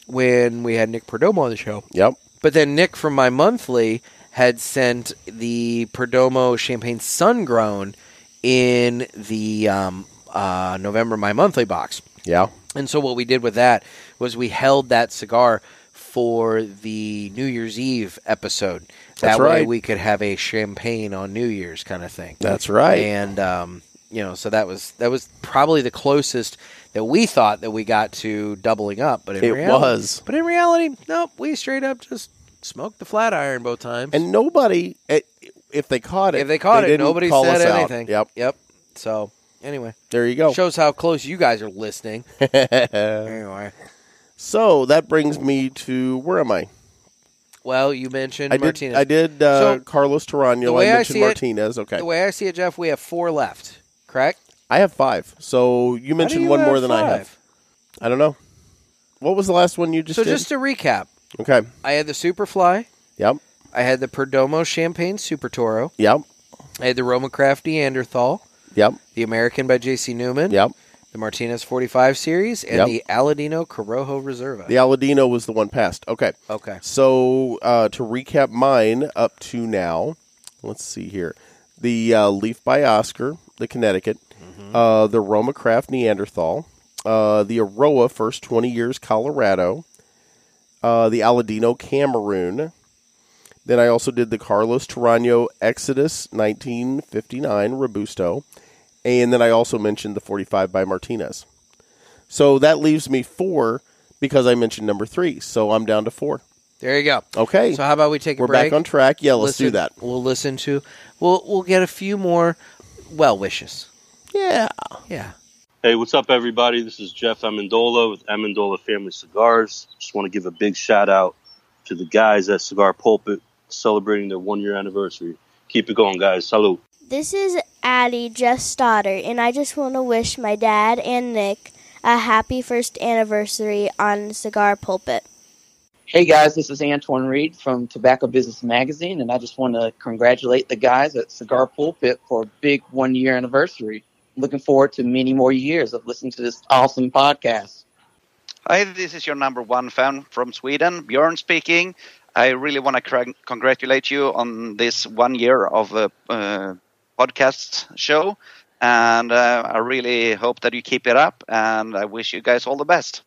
when we had Nick Perdomo on the show.
yep.
But then Nick from my monthly had sent the Perdomo Champagne Sun Grown in the um, uh, November my monthly box.
Yeah.
And so what we did with that was we held that cigar for the New Year's Eve episode.
That's
that way
right.
we could have a champagne on New Year's kind of thing.
That's right.
And um, you know, so that was that was probably the closest that we thought that we got to doubling up, but in
It
reality,
was.
But in reality, nope, we straight up just smoked the flat iron both times.
And nobody, it, if they caught it,
if they caught it,
didn't
nobody
call
said
us out.
anything.
Yep.
Yep. So anyway,
There you go.
shows how close you guys are listening. anyway.
so that brings me to where am I?
Well, you mentioned
I
Martinez.
did. I did uh,
So,
Carlos
the
Tarano.
way
I
I
mentioned
see it-
Martinez. okay.
The way I see it, Jeff, we have four left. Correct?
I have five. So you mentioned
you
one
have
more than I
five?
have. I don't know. What was the last one you just
so
did?
just to recap,
okay.
I had the Superfly.
Yep.
I had the Perdomo Champagne Super Toro.
Yep.
I had the Roma Craft Neanderthal,
Yep.
the American by J.C. Newman,
Yep.
the Martinez 45 series, and
Yep.
the Aladino Corojo Reserva.
The Aladino was the one past. Okay.
Okay.
So uh, to recap mine up to now, let's see here. The uh, Leaf by Oscar, the Connecticut, uh, the Roma Craft Neanderthal, uh, the Aroa First 20 Years Colorado, uh, the Aladino Cameroon. Then I also did the Carlos Tarano Exodus 1959 Robusto. And then I also mentioned the 45 by Martinez. So that leaves me four because I mentioned number three. So I'm down to four.
There you go.
Okay.
So how about we take a
We're
break?
back on track. Yeah, let's
Listen-
do that.
We'll listen to. We'll we'll get a few more well wishes.
Yeah.
Yeah.
Hey, what's up, everybody? This is Jeff Amendola with Amendola Family Cigars. Just want to give a big shout out to the guys at Cigar Pulpit celebrating their one year anniversary. Keep it going, guys. Salute.
This is Addie Jeff's daughter, and I just want to wish my dad and Nick a happy first anniversary on Cigar Pulpit.
Hey guys, this is Antoine Reed from Tobacco Business Magazine, and I just want to congratulate the guys at Cigar Pulpit for a big one year anniversary. Looking forward to many more years of listening to this awesome podcast.
Hi, this is your number one fan from Sweden, Björn speaking. I really want to cra- congratulate you on this one year of a uh, podcast show, and uh, I really hope that you keep it up. And I wish you guys all the best.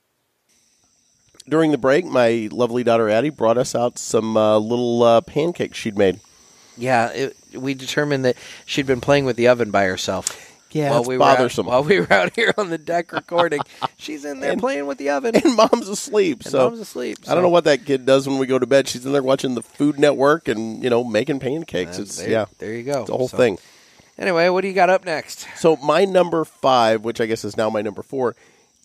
During the break, my lovely daughter Addie brought us out some uh, little uh, pancakes she'd made.
Yeah. It, we determined that she'd been playing with the oven by herself.
Yeah,
While
it's
we
bothersome.
Were out, while we were out here on the deck recording, she's in there
And-
playing with the oven.
And mom's asleep.
And
so
mom's asleep.
I
so-
don't know what that kid does when we go to bed. She's in there watching the Food Network and you know making pancakes.
Uh,
it's
there-
yeah.
there you go.
It's the whole
So-
thing.
Anyway, what do you got up next?
So my number five, which I guess is now my number four,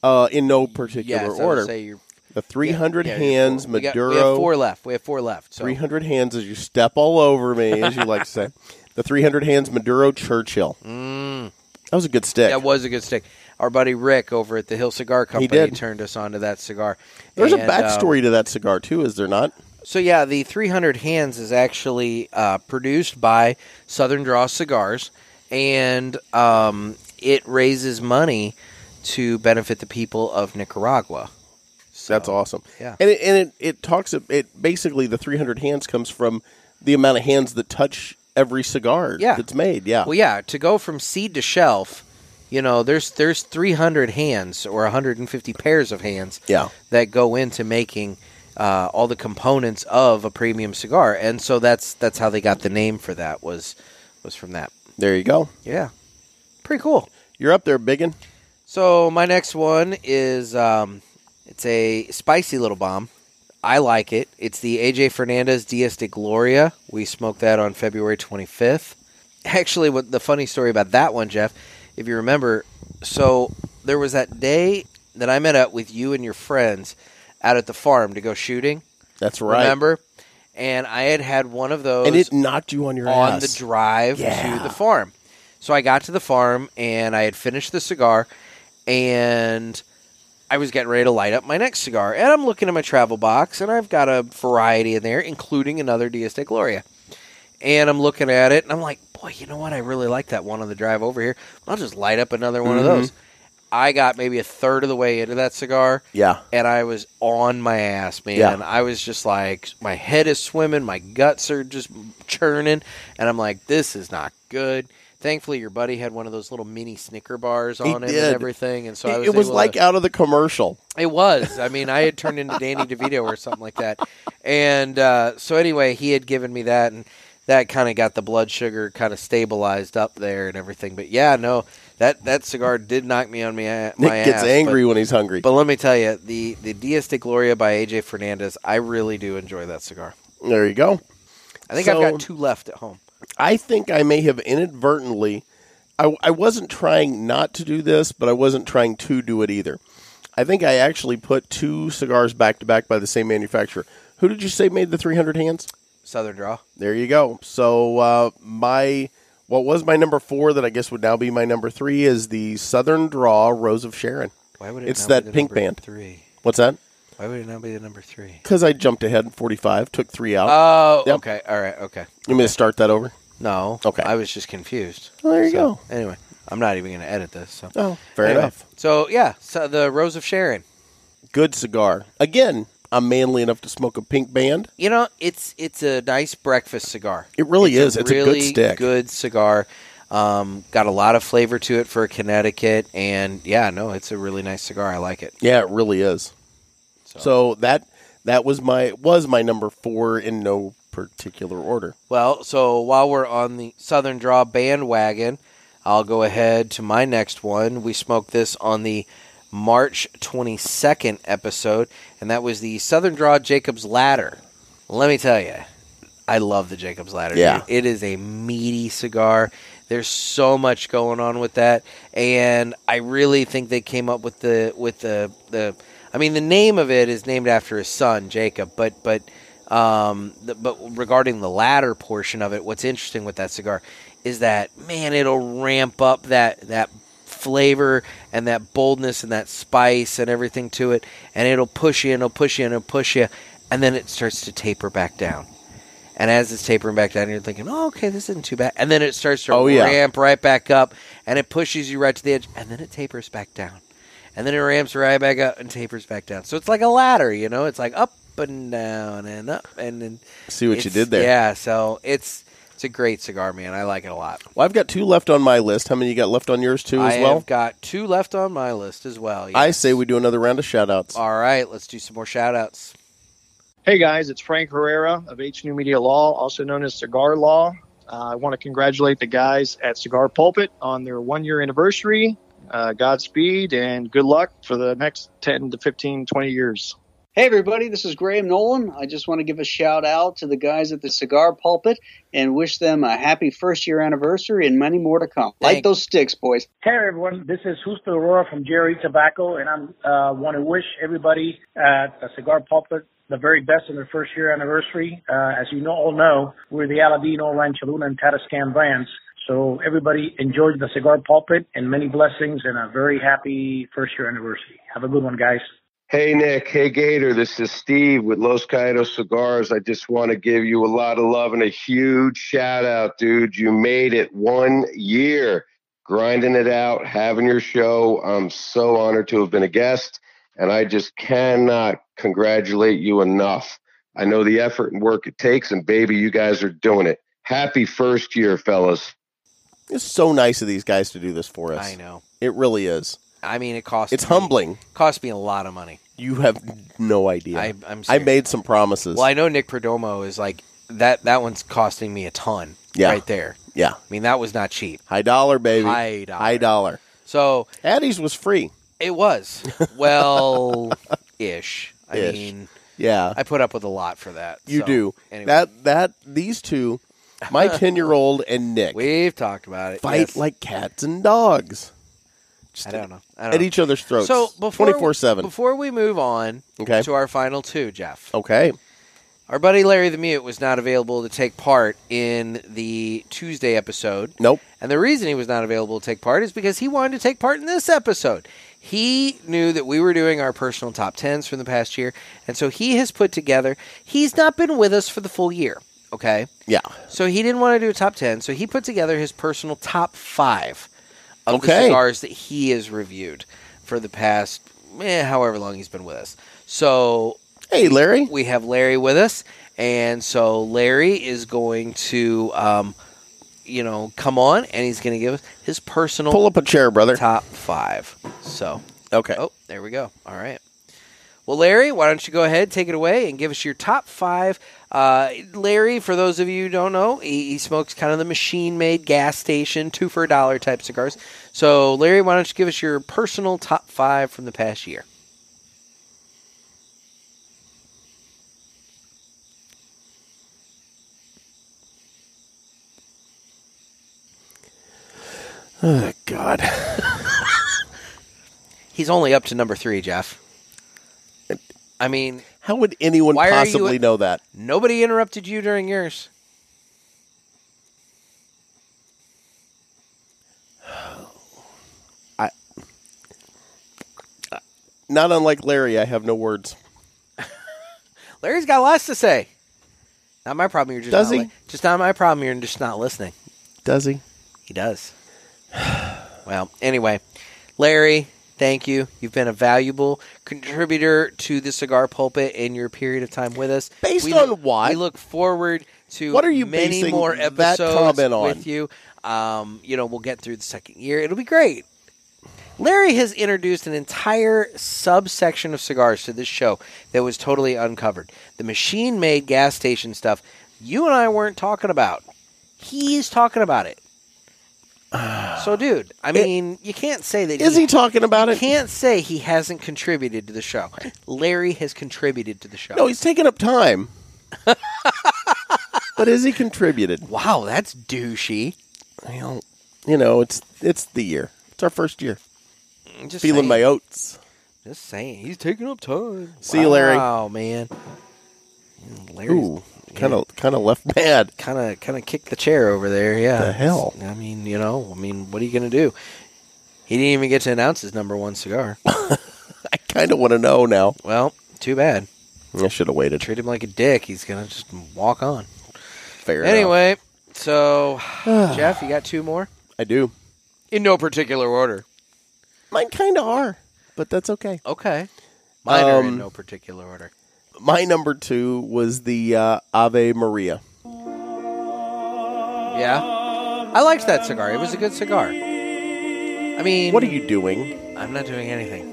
uh, in no particular
Yes, I would
order,
say you're-
the 300
Yeah, yeah, you're
hands
four. We got-
Maduro.
We have four left. We have four left. So
300 hands as you step all over me, as you like to say. The 300 hands Maduro Churchill.
Mm.
That was a good stick.
That was a good stick. Our buddy Rick over at the Hill Cigar Company
did.
turned us onto that cigar.
There's a
And, um,
backstory to that cigar too, is there not?
So yeah, the 300 Hands is actually uh, produced by Southern Draw Cigars, and um, it raises money to benefit the people of Nicaragua.
That's awesome.
yeah.
and it, and it, it talks. It basically the 300 hands comes from the amount of hands that touch every cigar
Yeah.
that's made. Yeah,
Well, yeah, to go from seed to shelf, you know, there's there's 300 hands or 150 pairs of hands
yeah.
that go into making uh, all the components of a premium cigar, and so that's that's how they got the name for that was was from that.
There you go.
Yeah, pretty cool.
You're up there, biggin.
So my next one is um, it's a spicy little bomb. I like it. It's the AJ Fernandez Diaz de Gloria. We smoked that on February 25th. Actually, what the funny story about that one, Jeff, if you remember, so there was that day that I met up with you and your friends out at the farm to go shooting.
That's right.
Remember? And I had had one of those
And it knocked you on your
on
ass.
the drive
Yeah.
to the farm. So I got to the farm and I had finished the cigar and I was getting ready to light up my next cigar. And I'm looking at my travel box and I've got a variety in there, including another Diaz de Gloria. And I'm looking at it and I'm like, boy, you know what? I really like that one on the drive over here. I'll just light up another one
Mhm.
of those. I got maybe a third of the way into that cigar
Yeah,
and I was on my ass, man.
Yeah.
I was just like, my head is swimming, my guts are just churning, and I'm like, this is not good. Thankfully, your buddy had one of those little mini Snicker bars
He
on him
did.
and everything, and so I
it,
was
it was
able
like
to-
out of the commercial.
it was. I mean, I had turned into Danny DeVito or something like that. And uh, so, anyway, he had given me that, and that kind of got the blood sugar kind of stabilized up there and everything. But yeah, no, that that cigar did knock me on me. uh, My
Nick gets
ass,
angry
but-
when he's hungry.
But let me tell you, the the Diaz de Gloria by AJ Fernandez, I really do enjoy that cigar.
There you go.
I think
So-
I've got two left at home.
I think I may have inadvertently. I, I wasn't trying not to do this, but I wasn't trying to do it either. I think I actually put two cigars back to back by the same manufacturer. Who did you say made the 300 hands?
Southern Draw.
There you go. So uh, my what was my number four that I guess would now be my number three is the Southern Draw Rose of Sharon.
Why would it
It's
now
that
be the
pink
number
band.
three?
What's that?
Why would it not be the number three?
Because I jumped ahead 45, took three out.
Oh,
Yep.
okay, all right, okay.
You want me to start that over?
No. Okay. I was just confused.
Well, there you
So, Anyway, I'm not even going to edit this. So.
Oh, fair
Anyway,
enough.
So yeah, so the Rose of Sharon.
Good cigar. Again, I'm manly enough to smoke a pink band.
You know, it's it's a nice breakfast cigar.
It really is. It's a good
really
stick.
good cigar. Um, got a lot of flavor to it for Connecticut, and yeah, no, it's a really nice cigar. I like it.
Yeah, it really is.
So,
that that was my was my number four in no particular order.
Well, so while we're on the Southern Draw bandwagon, I'll go ahead to my next one. We smoked this on the March 22nd episode, and that was the Southern Draw Jacob's Ladder. Let me tell you, I love the Jacob's Ladder.
Yeah.
dude. it is a meaty cigar. There's so much going on with that, and I really think they came up with the with the the. I mean, the name of it is named after his son Jacob, but but um, the, but regarding the latter portion of it, what's interesting with that cigar is that man, it'll ramp up that that flavor and that boldness and that spice and everything to it, and it'll push you and it'll push you and it'll push you, and then it starts to taper back down. And as it's tapering back down, you're thinking, "Oh, okay, this isn't too bad." And then it starts to
Oh, yeah.
ramp right back up, and it pushes you right to the edge, and then it tapers back down, and then it ramps right back up and tapers back down. So it's like a ladder, you know? It's like up and down and up and then.
See what you
it's-
did there.
Yeah, so it's it's a great cigar, man. I like it a lot.
Well, I've got two left on my list. How many you got left on yours too, as
I
well?
have got two left on my list as well.
I say we do another round of shout outs.
All right, let's do some more shout outs.
Hey guys, it's Frank Herrera of H New Media Law, also known as Cigar Law. Uh, I want to congratulate the guys at Cigar Pulpit on their one year anniversary. Uh, Godspeed and good luck for the next 10 to 15, 20 years.
Hey, everybody, this is Graham Nolan. I just want to give a shout out to the guys at the Cigar Pulpit and wish them a happy first year anniversary and many more to come. Light those sticks, boys.
Hey everyone, this is Justo Aurora from Jerry Tobacco, and I am uh, want to wish everybody at the Cigar Pulpit the very best in their first year anniversary. Uh, as you know, all know, we're the Aladino, Ranchaluna, and Tatascan brands. So everybody enjoy the Cigar Pulpit and many blessings and a very happy first year anniversary. Have a good one, guys.
Hey, Nick. Hey, Gator. This is Steve with Los Caídos Cigars. I just want to give you a lot of love and a huge shout out, dude. You made it one year grinding it out, having your show. I'm so honored to have been a guest, and I just cannot congratulate you enough. I know the effort and work it takes, and baby, you guys are doing it. Happy first year, fellas.
It's so nice of these guys to do this for us.
I know.
It really is.
I mean, it costs.
It's
me-
humbling.
Cost me a lot of money.
You have no idea.
I- I'm
I
serious.
made some promises.
Well, I know Nick Perdomo is like that. That one's costing me a ton.
Yeah.
right there.
yeah.
I mean, that was not cheap.
High dollar, baby.
High dollar.
High dollar.
So
Addie's was free.
It was well, ish. I
Ish.
mean,
Yeah.
I put up with a lot for that.
You
So,
do.
Anyway,
That that these two, my ten year old and Nick.
We've talked about it.
Fight
yes.
like cats and dogs. Just
I don't know. I don't
at
know.
each other's throats.
Uh, So before
twenty four seven.
Before we move on
Okay. Oh.
to our final two, Jeff.
Okay.
Our buddy Larry the Mute was not available to take part in the Tuesday episode.
Nope.
And the reason he was not available to take part is because he wanted to take part in this episode. He knew that we were doing our personal top 10s from the past year, and so he has put together, he's not been with us for the full year, okay?
Yeah.
So he didn't want to do a top 10, so he put together his personal top 5 of the
Okay.
cigars that he has reviewed for the past eh, however long he's been with us. So
Hey, Larry.
We have Larry with us, and so Larry is going to, um, you know, come on, and he's going to give us his personal.
Pull up a chair, brother.
Top five. So
Okay.
Oh, there we go. All right. Well, Larry, why don't you go ahead, take it away, and give us your top five? Uh, Larry, for those of you who don't know, he, he smokes kind of the machine-made gas station two for a dollar type cigars. So, Larry, why don't you give us your personal top five from the past year?
Oh God.
He's only up to number three, Jeff. I mean,
how would anyone
why are you-
possibly know that?
Nobody interrupted you during yours.
I not unlike Larry, I have no words.
Larry's got lots to say. Not my problem. You're just
Does
not
he?
li- just not my problem. You're just not listening.
Does he?
He does. well, anyway, Larry, thank you. You've been a valuable contributor to the cigar pulpit in your period of time with us.
Based
we,
on what?
We look forward to
What are you
many
basing
more
that
episodes
comment on?
with you. Um, you know, we'll get through the second year. It'll be great. Larry has introduced an entire subsection of cigars to this show that was totally uncovered. The machine made gas station stuff you and I weren't talking about. He's talking about it. So, dude, I mean, you can't say that.
Is he talking about
you
it?
Can't say he hasn't contributed to the show. Larry has contributed to the show.
No, he's taking up time. but has he contributed?
Wow, that's douchey.
Well, you know, it's it's the year. It's our first year.
I'm just
Feeling
saying.
my oats.
Just saying, he's taking up time.
See you, Larry.
Wow, man. Larry's-
Ooh, kind of kind of left bad.
Kind of kind of kicked the chair over there. Yeah.
The hell?
I mean, you know, I mean, what are you going to do? He didn't even get to announce his number one cigar.
I kind of want to know now.
Well, too bad.
I should have waited.
Treat him like a dick. He's going to just walk on.
Fair enough.
anyway, so Jeff, you got two more
I do.
in no particular order.
Mine kind of are, but that's okay.
Okay. Mine are in
Um,
no particular order.
My number two was the uh, Ave Maria.
Yeah. I liked that cigar. It was a good cigar. I mean,
What are you doing?
I'm not doing anything.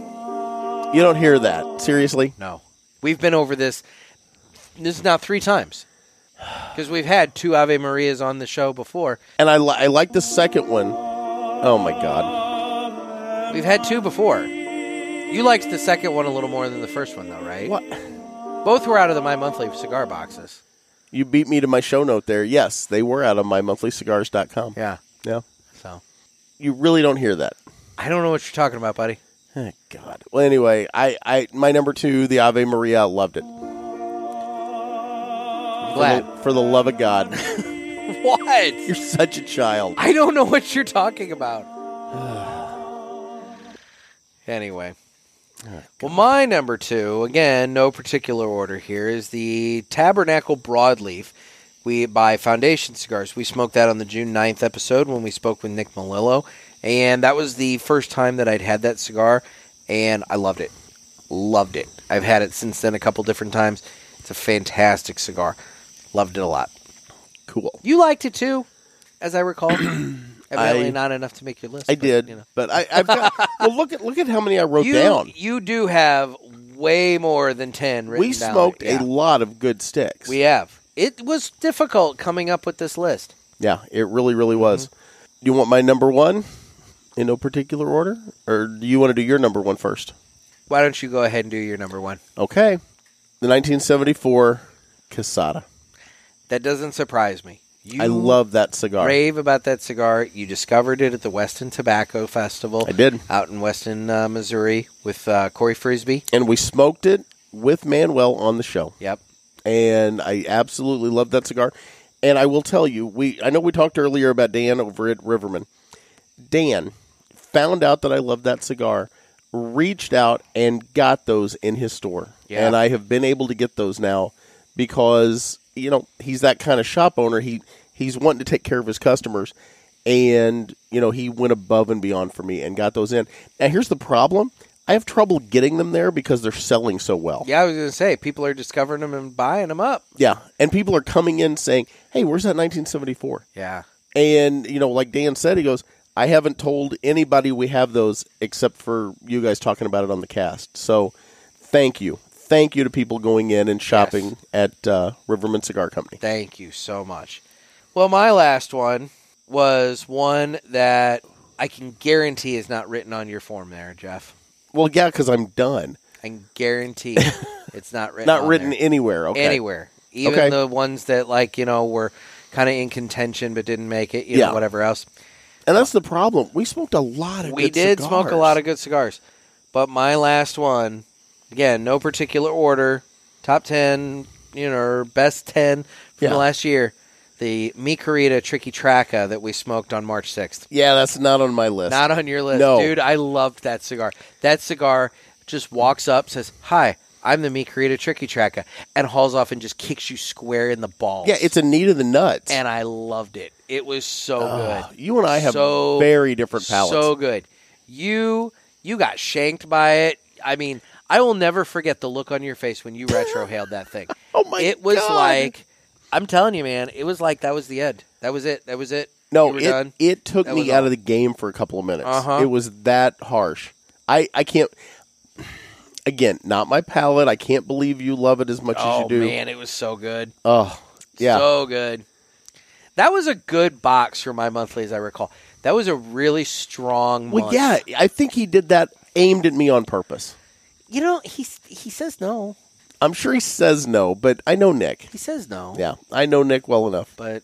You don't hear that seriously?
No, we've been over this. This is now three times because we've had two Ave Marias on the show before.
And I li- I like the second one. Oh my god!
We've had two before. You liked the second one a little more than the first one, though, right?
What?
Both were out of the My Monthly cigar boxes.
You beat me to my show note there. Yes, they were out of mymonthlycigars.com.
Yeah.
Yeah.
So
You really don't hear that.
I don't know what you're talking about, buddy.
Oh, God. Well, anyway, I, I my number two, the Ave Maria, I loved it.
glad.
For the, for the love of God,
What?
you're such a child.
I don't know what you're talking about. Anyway. well, my number two, again, no particular order here, is the Tabernacle Broadleaf we by Foundation Cigars. We smoked that on the June 9th episode when we spoke with Nick Melillo. And that was the first time that I'd had that cigar, and I loved it. Loved it. I've had it since then a couple different times. It's a fantastic cigar. Loved it a lot.
Cool.
You liked it too, as I recall. Evidently
I-
not enough to make your list.
I
but,
did,
you know.
but I, I've got. well, look at look at how many I wrote
you,
down.
You do have way more than ten written
We
down.
smoked
Yeah.
a lot of good sticks.
We have. It was difficult coming up with this list.
yeah, it really, really
Mm-hmm.
was. You want my number one in no particular order, or do you want to do your number one first?
Why don't you go ahead and do your number one?
Okay, the 1974 Casada.
That doesn't surprise me. You
I love that cigar.
rave about that cigar. You discovered it at the Weston Tobacco Festival.
I did.
out in Weston, uh, Missouri, with uh, Corey Frisbee.
and we smoked it with Manuel on the show.
Yep.
And I absolutely love that cigar. And I will tell you, we I know we talked earlier about Dan over at Riverman. Dan found out that I love that cigar, reached out and got those in his store.
Yeah.
And I have been able to get those now because, you know, he's that kind of shop owner. He he's wanting to take care of his customers. And, you know, he went above and beyond for me and got those in. Now here's the problem. I have trouble getting them there because they're selling so well.
Yeah, I was going to say people are discovering them and buying them up.
Yeah, and people are coming in saying, "Hey, where's that 1974?"
Yeah.
And you know, like Dan said, he goes, "I haven't told anybody we have those except for you guys talking about it on the cast." So, thank you, thank you to people going in and shopping at uh, Riverman Cigar Company.
Thank you so much. Well, my last one was one that I can guarantee is not written on your form there, Jeff.
Well, yeah, because I'm done.
I can guarantee it's not written.
Not
on
written
there.
anywhere. Okay.
Anywhere. Even
Okay.
the ones that like, you know, were kind of in contention but didn't make it, you know,
Yeah.
whatever else.
And that's the problem. We smoked a lot of.
We
good
did smoke a
cigars.
lot of good cigars. But my last one, again, no particular order, top 10, you know, or best 10 from
Yeah.
the last year, the Mi Carita Tricky Traca that we smoked on March 6th.
Yeah, that's not on my list.
Not on your list,
No.
dude. I loved that cigar. That cigar just walks up, says, "Hi, I'm the Mi Carita Tricky Tracker," and hauls off and just kicks you square in the balls.
Yeah, it's a need of the nuts.
and I loved it. It was so good.
You and I have
So-
very different palates.
So good. You you got shanked by it. I mean, I will never forget the look on your face when you retrohaled that thing.
oh my!
It was
God.
like I'm telling you, man. It was like that was the end. That was it. That was it. You
No,
were
it,
done.
it took
That was
me out
all.
of the game for a couple of minutes.
Uh-huh.
It was that harsh. I, I can't. Again, not my palate. I can't believe you love it as much as
Oh
you do.
man, it was so good.
Oh yeah,
So good. That was a good box for my monthly, as I recall. That was a really strong
well
month.
yeah. I think he did that aimed at me on purpose.
You know, he he says no.
I'm sure he says no, but I know Nick. He
says no.
Yeah, I know Nick well enough.
But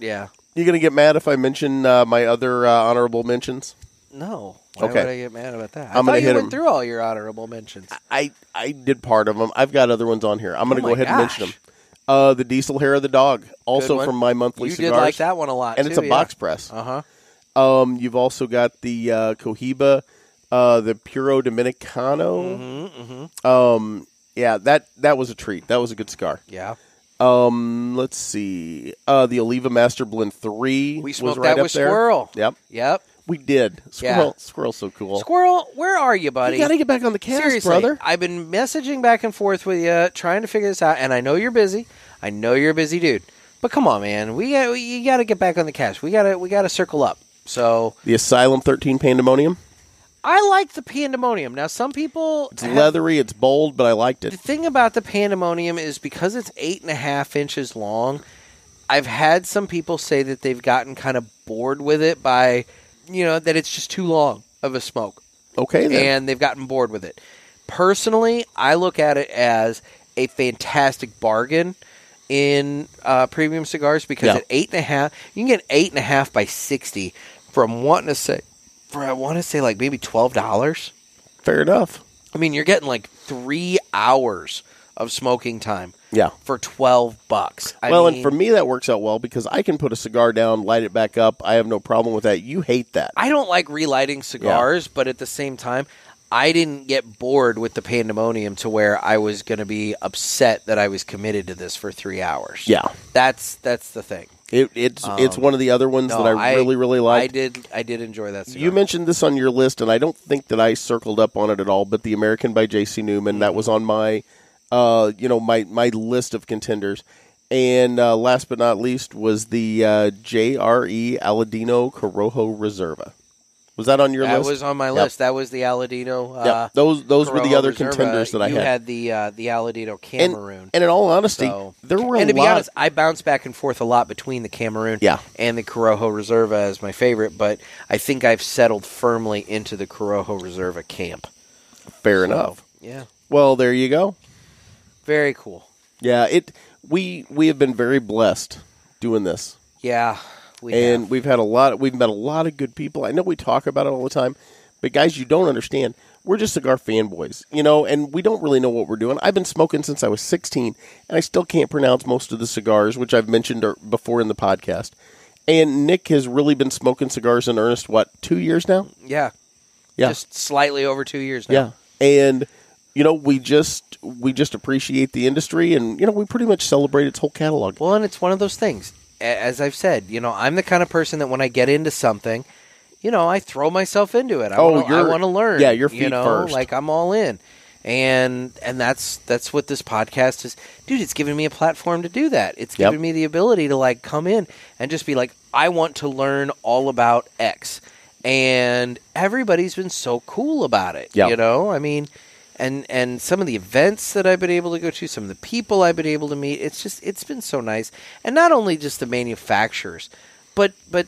yeah,
you gonna get mad if I mention uh, my other uh, honorable mentions?
no. Why
Okay.
would I get mad about that? I
I'm
thought
gonna
you
hit
went
him.
through all your honorable mentions.
I I did part of them. I've got other ones on here. I'm gonna
Oh
go
my
ahead and mention them. Uh, the diesel hair of the dog, also
one.
from my monthly
You did
cigars.
like that one a lot,
and it's
too,
a
yeah.
box press.
Uh-huh.
Um, you've also got the uh, Cohiba, uh, the Puro Dominicano.
Mm-hmm.
Um, yeah, that that was a treat. That was a good cigar.
Yeah.
Um, let's see. Uh, the Oliva Master Blend Three.
We
was
smoked
right
that
up
with
there.
Squirrel.
Yep.
Yep.
We did.
Yeah.
Squirrel. Squirrel's so cool.
Squirrel, where are you, buddy?
You gotta get back on the cast,
Seriously,
brother.
I've been messaging back and forth with you, trying to figure this out, and I know you're busy. I know you're a busy dude, but come on, man. We got we- you got to get back on the cast. We gotta we gotta circle up. So
The Asylum Thirteen Pandemonium.
I like the pandemonium. Now some people
It's
have-
leathery. It's bold, but I liked it.
The thing about the pandemonium is because it's eight and a half inches long, I've had some people say that they've gotten kind of bored with it by, you know, that it's just too long of a smoke.
Okay, then.
And they've gotten bored with it. Personally, I look at it as a fantastic bargain in uh, premium cigars because
Yeah.
at eight and a half, you can get eight and a half by 60 from wanting to say, for I want to say like maybe $12.
Fair enough.
I mean, you're getting like three hours of smoking time
Yeah.
for 12 bucks. I
well,
mean,
and for me that works out well because I can put a cigar down, light it back up. I have no problem with that. You hate that.
I don't like relighting cigars, but at the same time, I didn't get bored with the pandemonium to where I was going to be upset that I was committed to this for three hours.
Yeah.
That's that's the thing.
It, it's it's
Um,
one of the other ones
no,
that I, really really
I
liked.
did I did enjoy that cigar.
You mentioned this on your list, and I don't think that I circled up on it at all. But the American by J.C. Newman that
Mm-hmm.
was on my, uh, you know, my my list of contenders. And uh, last but not least was the uh, J.R.E. Aladino Corojo Reserva. Was that on your
that
list?
was on my
Yep.
list. That was the Aladino. Uh,
Yep. Those- those were the
Corojo
other
Reserva.
contenders that I
you
had.
the uh, the Aladino
And,
Cameroon.
and in all honesty,
So-
there were a
and to
lot.
be honest, I bounce back and forth a lot between the Cameroon
Yeah.
and the Corojo Reserva as my favorite, but I think I've settled firmly into the Corojo Reserva camp.
fair
So,
enough.
Yeah,
Well, there you go.
very cool.
Yeah, it. We we have been very blessed doing this.
Yeah, we
and
have.
we've had a lot. We've met a lot of good people. I know we talk about it all the time, but guys, you don't understand. We're just cigar fanboys, you know, and we don't really know what we're doing. I've been smoking since I was 16, and I still can't pronounce most of the cigars, which I've mentioned er- before in the podcast. And Nick has really been smoking cigars in earnest. What two years now?
yeah,
Yeah,
just slightly over two years now.
yeah. And you know, we just we just appreciate the industry, and you know, we pretty much celebrate its whole catalog.
Well, and it's one of those things. A- As I've said, you know, I'm the kind of person that when I get into something, you know, I throw myself into it. I
Oh,
wanna, I
you're-
want to learn.
yeah, you're
you
feet
know,
first.
like I'm all in, and and that's that's what this podcast is, dude. It's given me a platform to do that. It's
Yep.
given me the ability to like come in and just be like, I want to learn all about X, and everybody's been so cool about it.
Yep.
you know, I mean. And, and some of the events that I've been able to go to, some of the people I've been able to meet, it's just it's been so nice. And not only just the manufacturers, but but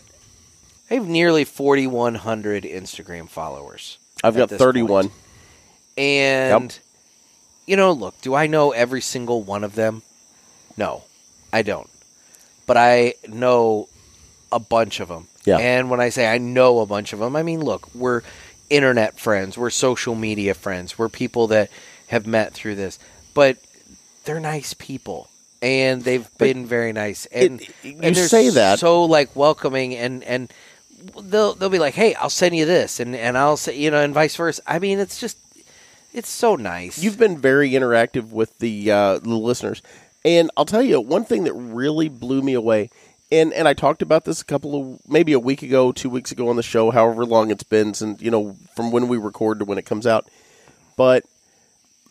I have nearly 4,100 Instagram followers.
I've
at
got
this
31.
point. And, you know, look, do I know every single one of them? No, I don't. But I know a bunch of them.
Yeah.
And when I say I know a bunch of them, I mean, look, we're internet friends, we're social media friends, we're people that have met through this. But they're nice people. And they've been very nice, and, and they're
say that.
so like welcoming, and and they'll they'll be like, "Hey, I'll send you this," and and I'll say, you know, and vice versa. I mean, it's just it's so nice.
You've been very interactive with the uh, the listeners, and I'll tell you one thing that really blew me away. And and I talked about this a couple of maybe a week ago, two weeks ago on the show, however long it's been, since you know from when we record to when it comes out. But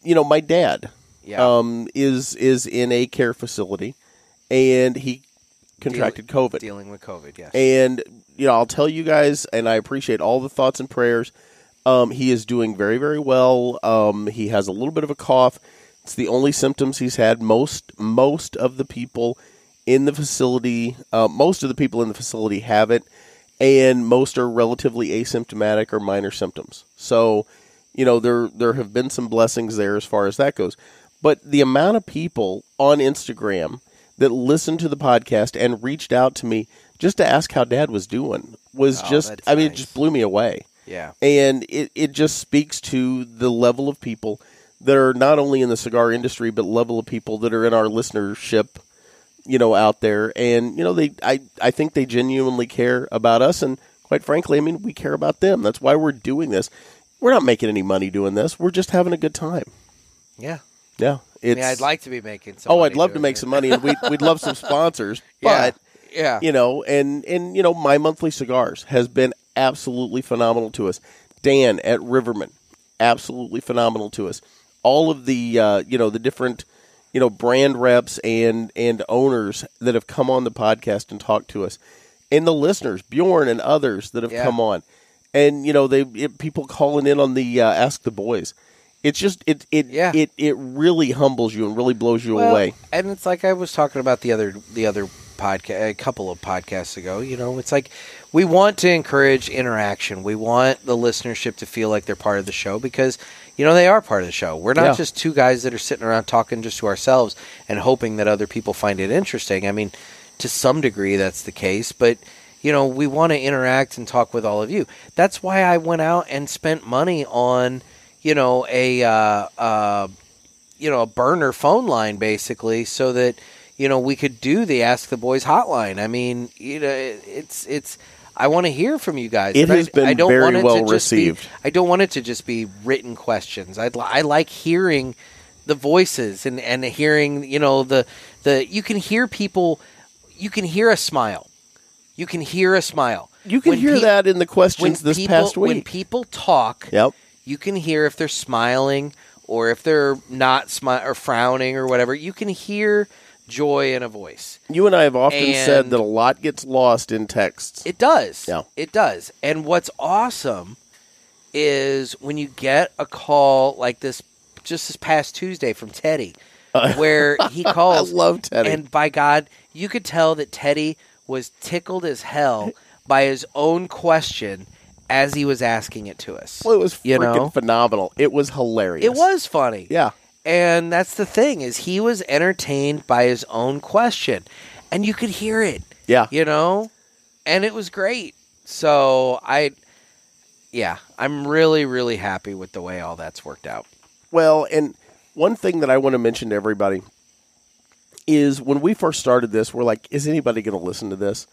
you know, my dad
Yeah.
um, is is in a care facility, and he contracted
Deal-
COVID.
dealing with COVID. Yes,
And you know, I'll tell you guys, and I appreciate all the thoughts and prayers. Um, he is doing very, very well. Um, he has a little bit of a cough. It's the only symptoms he's had. Most most of the people in the facility, uh, most of the people in the facility have it, and most are relatively asymptomatic or minor symptoms. So, you know, there there have been some blessings there as far as that goes. but the amount of people on Instagram that listened to the podcast and reached out to me just to ask how dad was doing was
Oh,
just
that's
I mean it just blew me away.
Yeah.
And it, it just speaks to the level of people that are not only in the cigar industry but level of people that are in our listenership, you know, out there and you know they I I think they genuinely care about us and quite frankly, I mean we care about them. That's why we're doing this. We're not making any money doing this. We're just having a good time.
Yeah.
Yeah.
I mean,
It's
I'd like to be making some
Oh,
money
I'd love to
doing
make
it.
some money, and we'd, we'd love some sponsors.
Yeah,
But
yeah.
you know, and and you know, my monthly cigars has been absolutely phenomenal to us. Dan at Riverman, absolutely phenomenal to us. All of the uh, you know the different you know brand reps and and owners that have come on the podcast and talked to us, and the listeners Bjorn and others that have
Yeah.
come on, and you know they it, people calling in on the uh, Ask the Boys. It's just it it it it really humbles you and really blows you
Well,
away.
And it's like I was talking about the other the other podcast a couple of podcasts ago. You know, it's like we want to encourage interaction. We want the listenership to feel like they're part of the show because you know they are part of the show. We're not
Yeah.
just two guys that are sitting around talking just to ourselves and hoping that other people find it interesting. I mean, to some degree that's the case, but you know, we want to interact and talk with all of you. That's why I went out and spent money on, you know, a uh, uh, you know a burner phone line basically so that you know we could do the ask the boys hotline i mean you know it- it's it's i want to hear from you guys
It
but I-
has been
I don't
very
want it to
well
just be-
received.
i don't want it to just be written questions I'd, li- i like hearing the voices and and hearing you know the the you can hear people you can hear a smile you can hear a smile
You can
When
hear
pe-
that in the
when
questions this
people-
past week.
when people talk
Yep.
you can hear if they're smiling or if they're not smi- or frowning or whatever. You can hear joy in a voice.
You and I have often said
And-
that a lot gets lost in texts.
It does.
Yeah.
It does. And what's awesome is when you get a call like this, just this past Tuesday from Teddy,
Uh,
where he calls.
I love Teddy.
And by God, you could tell that Teddy was tickled as hell by his own question as he was asking it to us.
Well, it was freaking
You know?
phenomenal. It was hilarious.
It was funny.
Yeah.
And that's the thing is he was entertained by his own question and you could hear it.
Yeah.
You know? And it was great. So I yeah, I'm really really happy with the way all that's worked out.
Well, and one thing that I want to mention to everybody is when we first started this, we're like, is anybody going to listen to this?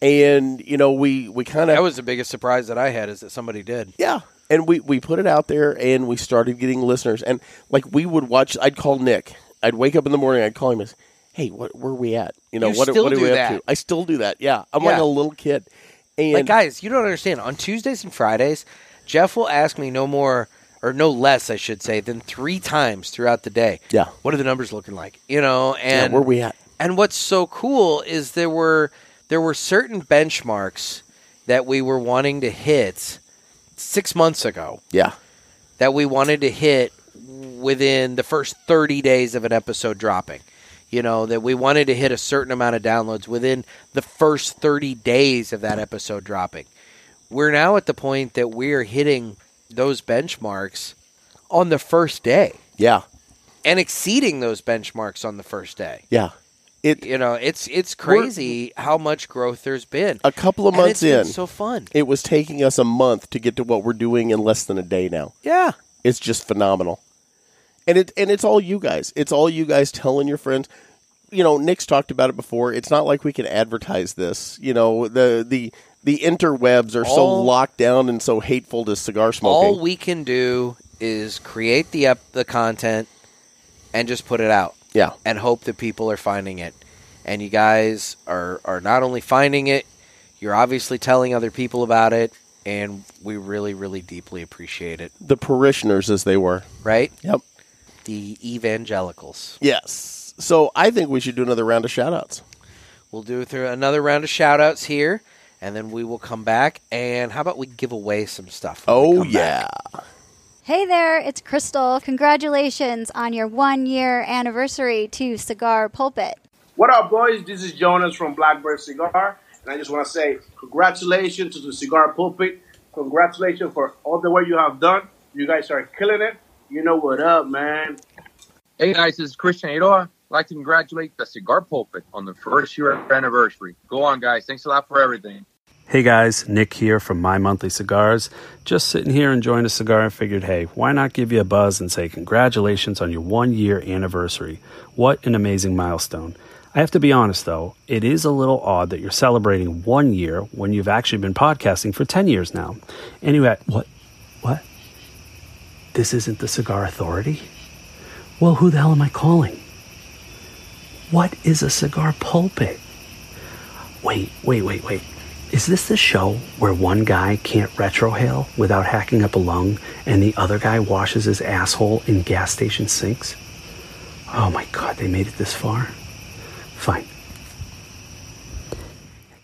And you know, we we kind of
That was the biggest surprise that I had is that somebody did.
Yeah. And we, we put it out there and we started getting listeners. And like we would watch, I'd call Nick. I'd wake up in the morning, I'd call him and say, hey, what, where are we at? You know,
You
what,
still
what are
do
we
that.
up to? I still do that. Yeah. I'm like
Yeah.
a little kid. And
like guys, you don't understand. On Tuesdays and Fridays, Jeff will ask me no more or no less, I should say, than three times throughout the day.
Yeah.
What are the numbers looking like? You know,
Yeah,
and
where we at?
And what's so cool is there were there were certain benchmarks that we were wanting to hit six months ago
Yeah.
that we wanted to hit within the first 30 days of an episode dropping. You know, that we wanted to hit a certain amount of downloads within the first 30 days of that episode dropping. We're now at the point that we're hitting those benchmarks on the first day
Yeah.
and exceeding those benchmarks on the first day.
Yeah. It,
you know, it's it's crazy how much growth there's been.
A couple of
And
months
it's been
in.
so fun.
It was taking us a month to get to what we're doing in less than a day now.
Yeah.
It's just phenomenal. And it and it's all you guys. It's all you guys telling your friends. You know, Nick's talked about it before. It's not like we can advertise this. You know, the the the interwebs are so
All-
locked down and so hateful to cigar smoking.
All we can do is create the up the content and just put it out.
Yeah.
And hope that people are finding it. And you guys are are not only finding it, you're obviously telling other people about it and we really really deeply appreciate it,
the parishioners as they were.
right?
Yep.
The evangelicals.
Yes. So I think we should do another round of shout outs.
We'll do through another round of shout outs here and then we will come back and how about we give away some stuff? when we
Oh
come back?
yeah.
Hey there, it's Crystal. Congratulations on your one year anniversary to Cigar Pulpit.
What up, boys? This is Jonas from Blackbird Cigar, and I just want to say congratulations to the Cigar Pulpit. Congratulations for all the work you have done. You guys are killing it. You know what up, man.
Hey guys, this is Christian Ador. I'd like to congratulate the Cigar Pulpit on the first year anniversary. Go on, guys. Thanks a lot for everything.
Hey guys, Nick here from My Monthly Cigars. Just sitting here enjoying a cigar and figured, hey, why not give you a buzz and say congratulations on your one year anniversary? What an amazing milestone. I have to be honest though, it is a little odd that you're celebrating one year when you've actually been podcasting for 10 years now. Anyway, what? What? This isn't the Cigar Authority? Well, who the hell am I calling? What is a cigar pulpit? Wait, wait, wait, wait. Is this the show where one guy can't retrohale without hacking up a lung and the other guy washes his asshole in gas station sinks? Oh my god, they made it this far? Fine.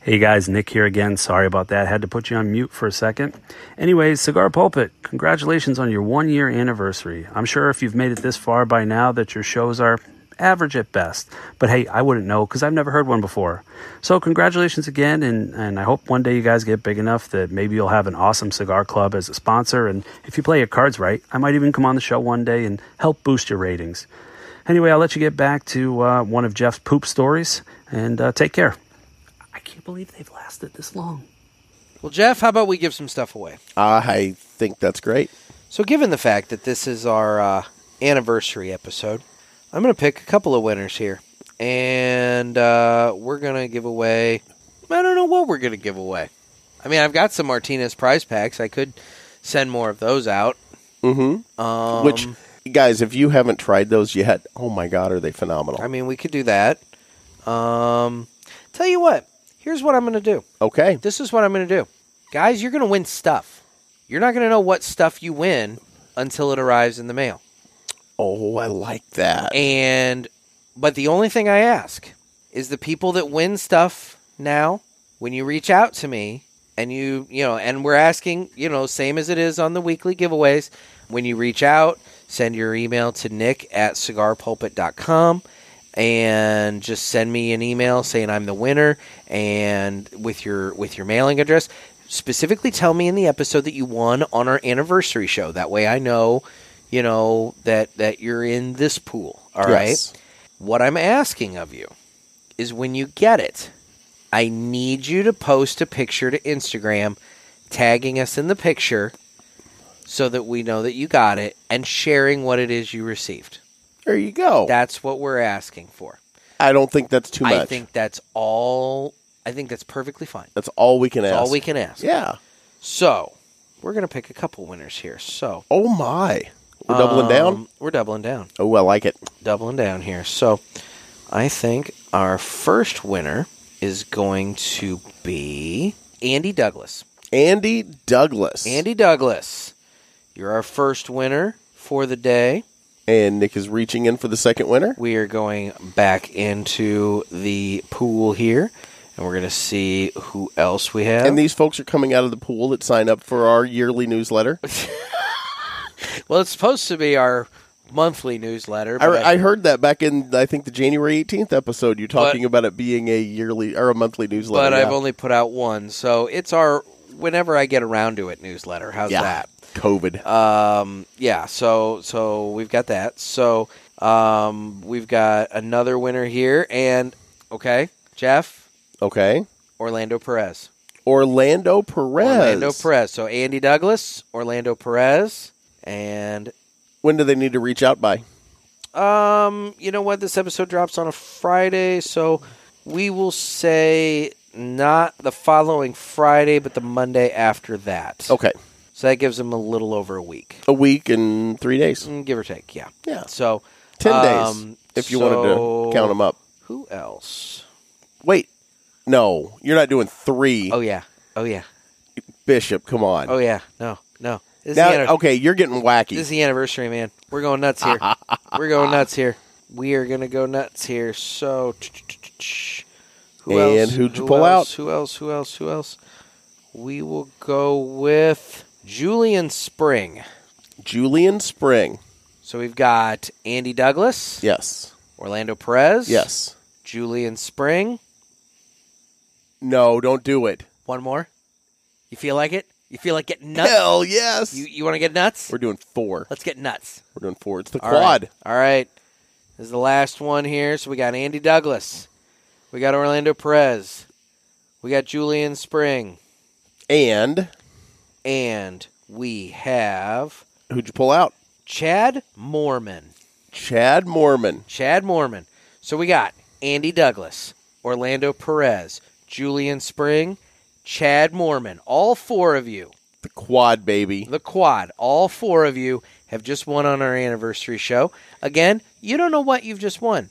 Hey guys, Nick here again. Sorry about that. Had to put you on mute for a second. Anyways, Cigar Pulpit, congratulations on your one year anniversary. I'm sure if you've made it this far by now that your shows are average at best. But hey, I wouldn't know because I've never heard one before. So congratulations again, and, and I hope one day you guys get big enough that maybe you'll have an awesome cigar club as a sponsor. And if you play your cards right, I might even come on the show one day and help boost your ratings. Anyway, I'll let you get back to uh, one of Jeff's poop stories and uh, take care. I can't believe they've lasted this long.
Well, Jeff, how about we give some stuff away?
I think that's great.
So, given the fact that this is our uh, anniversary episode, I'm going to pick a couple of winners here. And uh, we're going to give away. I don't know what we're going to give away. I mean, I've got some Martinez prize packs. I could send more of those out.
Mm-hmm.
Um,
Which, guys, if you haven't tried those yet, oh my God, are they phenomenal?
I mean, we could do that. Um, tell you what, here's what I'm going to do.
Okay.
This is what I'm going to do. Guys, you're going to win stuff. You're not going to know what stuff you win until it arrives in the mail.
Oh, I like that.
And but the only thing I ask is the people that win stuff now, when you reach out to me and you you know, and we're asking, you know, same as it is on the weekly giveaways, when you reach out, send your email to Nick at cigarpulpit.com and just send me an email saying I'm the winner and with your with your mailing address. Specifically tell me in the episode that you won on our anniversary show. That way I know you know that that you're in this pool all right
Yes.
what i'm asking of you is when you get it i need you to post a picture to instagram tagging us in the picture so that we know that you got it and sharing what it is you received
there you go
that's what we're asking for
I don't think that's too much.
i think that's all i think that's perfectly fine
that's all we can
That's
ask.
all we can ask
Yeah.
so we're gonna pick a couple winners here so
Oh my. We're doubling down.
um, we're doubling down
Oh, I like it.
doubling down here. So I think our first winner is going to be Andy Douglas.
Andy Douglas.
Andy Douglas. You're our first winner for the day.
And Nick is reaching in for the second winner.
We are going back into the pool here, and we're going to see who else we have.
And these folks are coming out of the pool that sign up for our yearly newsletter.
well, it's supposed to be our monthly newsletter.
I,
but
I heard that back in I think the January 18th episode. You're talking
But-
about it being a yearly or a monthly newsletter.
but I've
yeah.
only put out one, so it's our whenever I get around to it newsletter. How's
Yeah.
that?
COVID.
Um, yeah. So so we've got that. So um, we've got another winner here, and okay, Jeff
Okay.
Orlando Perez.
Orlando Perez.
Orlando Perez. So Andy Douglas, Orlando Perez, and
When do they need to reach out by?
um, you know what? This episode drops on a Friday, so we will say not the following Friday, but the Monday after that.
Okay.
So that gives them a little over a week,
A week and three days.
Mm, give or take. Yeah.
Yeah.
So
Ten
um,
days if you wanted to count them up.
Who else?
Wait. No, you're not doing three.
Oh, yeah. Oh, yeah.
Bishop, come on.
Oh yeah, no, no. This is
Now- oh,
the anniv-
okay, you're getting wacky.
This is the anniversary, man. We're going nuts here. We're going nuts here. We are gonna go nuts here. So, who
And
else?
who'd you
Who
pull
else? Who else? Who else? Who else? We will go with Julian Spring.
Julian Spring.
So we've got Andy Douglas,
Yes.
Orlando Perez,
Yes.
Julian Spring.
No, don't do it.
One more. You feel like it? You feel like getting nuts?
Hell yes.
You you want to get nuts?
We're doing four.
Let's get nuts.
We're doing four. It's the
All
quad.
right. All right. This is the last one here. So we got Andy Douglas. We got Orlando Perez. We got Julian Spring.
And
and we have
who'd you pull out?
Chad Mormon.
Chad Mormon.
Chad Mormon. So we got Andy Douglas, Orlando Perez, Julian Spring, Chad Mormon. All four of you.
The quad baby.
The quad. All four of you have just won on our anniversary show. Again, you don't know what you've just won,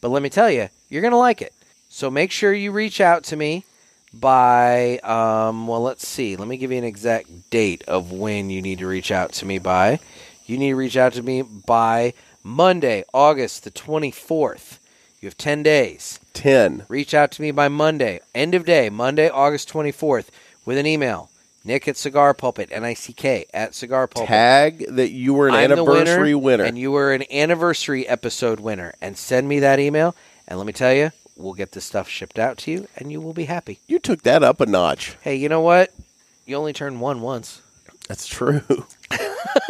but let me tell you, you're going to like it. So make sure you reach out to me by, um, well, let's see. Let me give you an exact date of when you need to reach out to me by. You need to reach out to me by Monday, August the 24th. You have 10 days.
10.
Reach out to me by Monday, end of day, Monday, August 24th, with an email. Nick at Cigar Pulpit, N I C K at Cigar Pulpit.
Tag that you were an
I'm the
anniversary winner.
And you were an anniversary episode winner. And send me that email. And let me tell you, we'll get this stuff shipped out to you and you will be happy.
You took that up a notch.
Hey, you know what? You only turn one once.
That's true.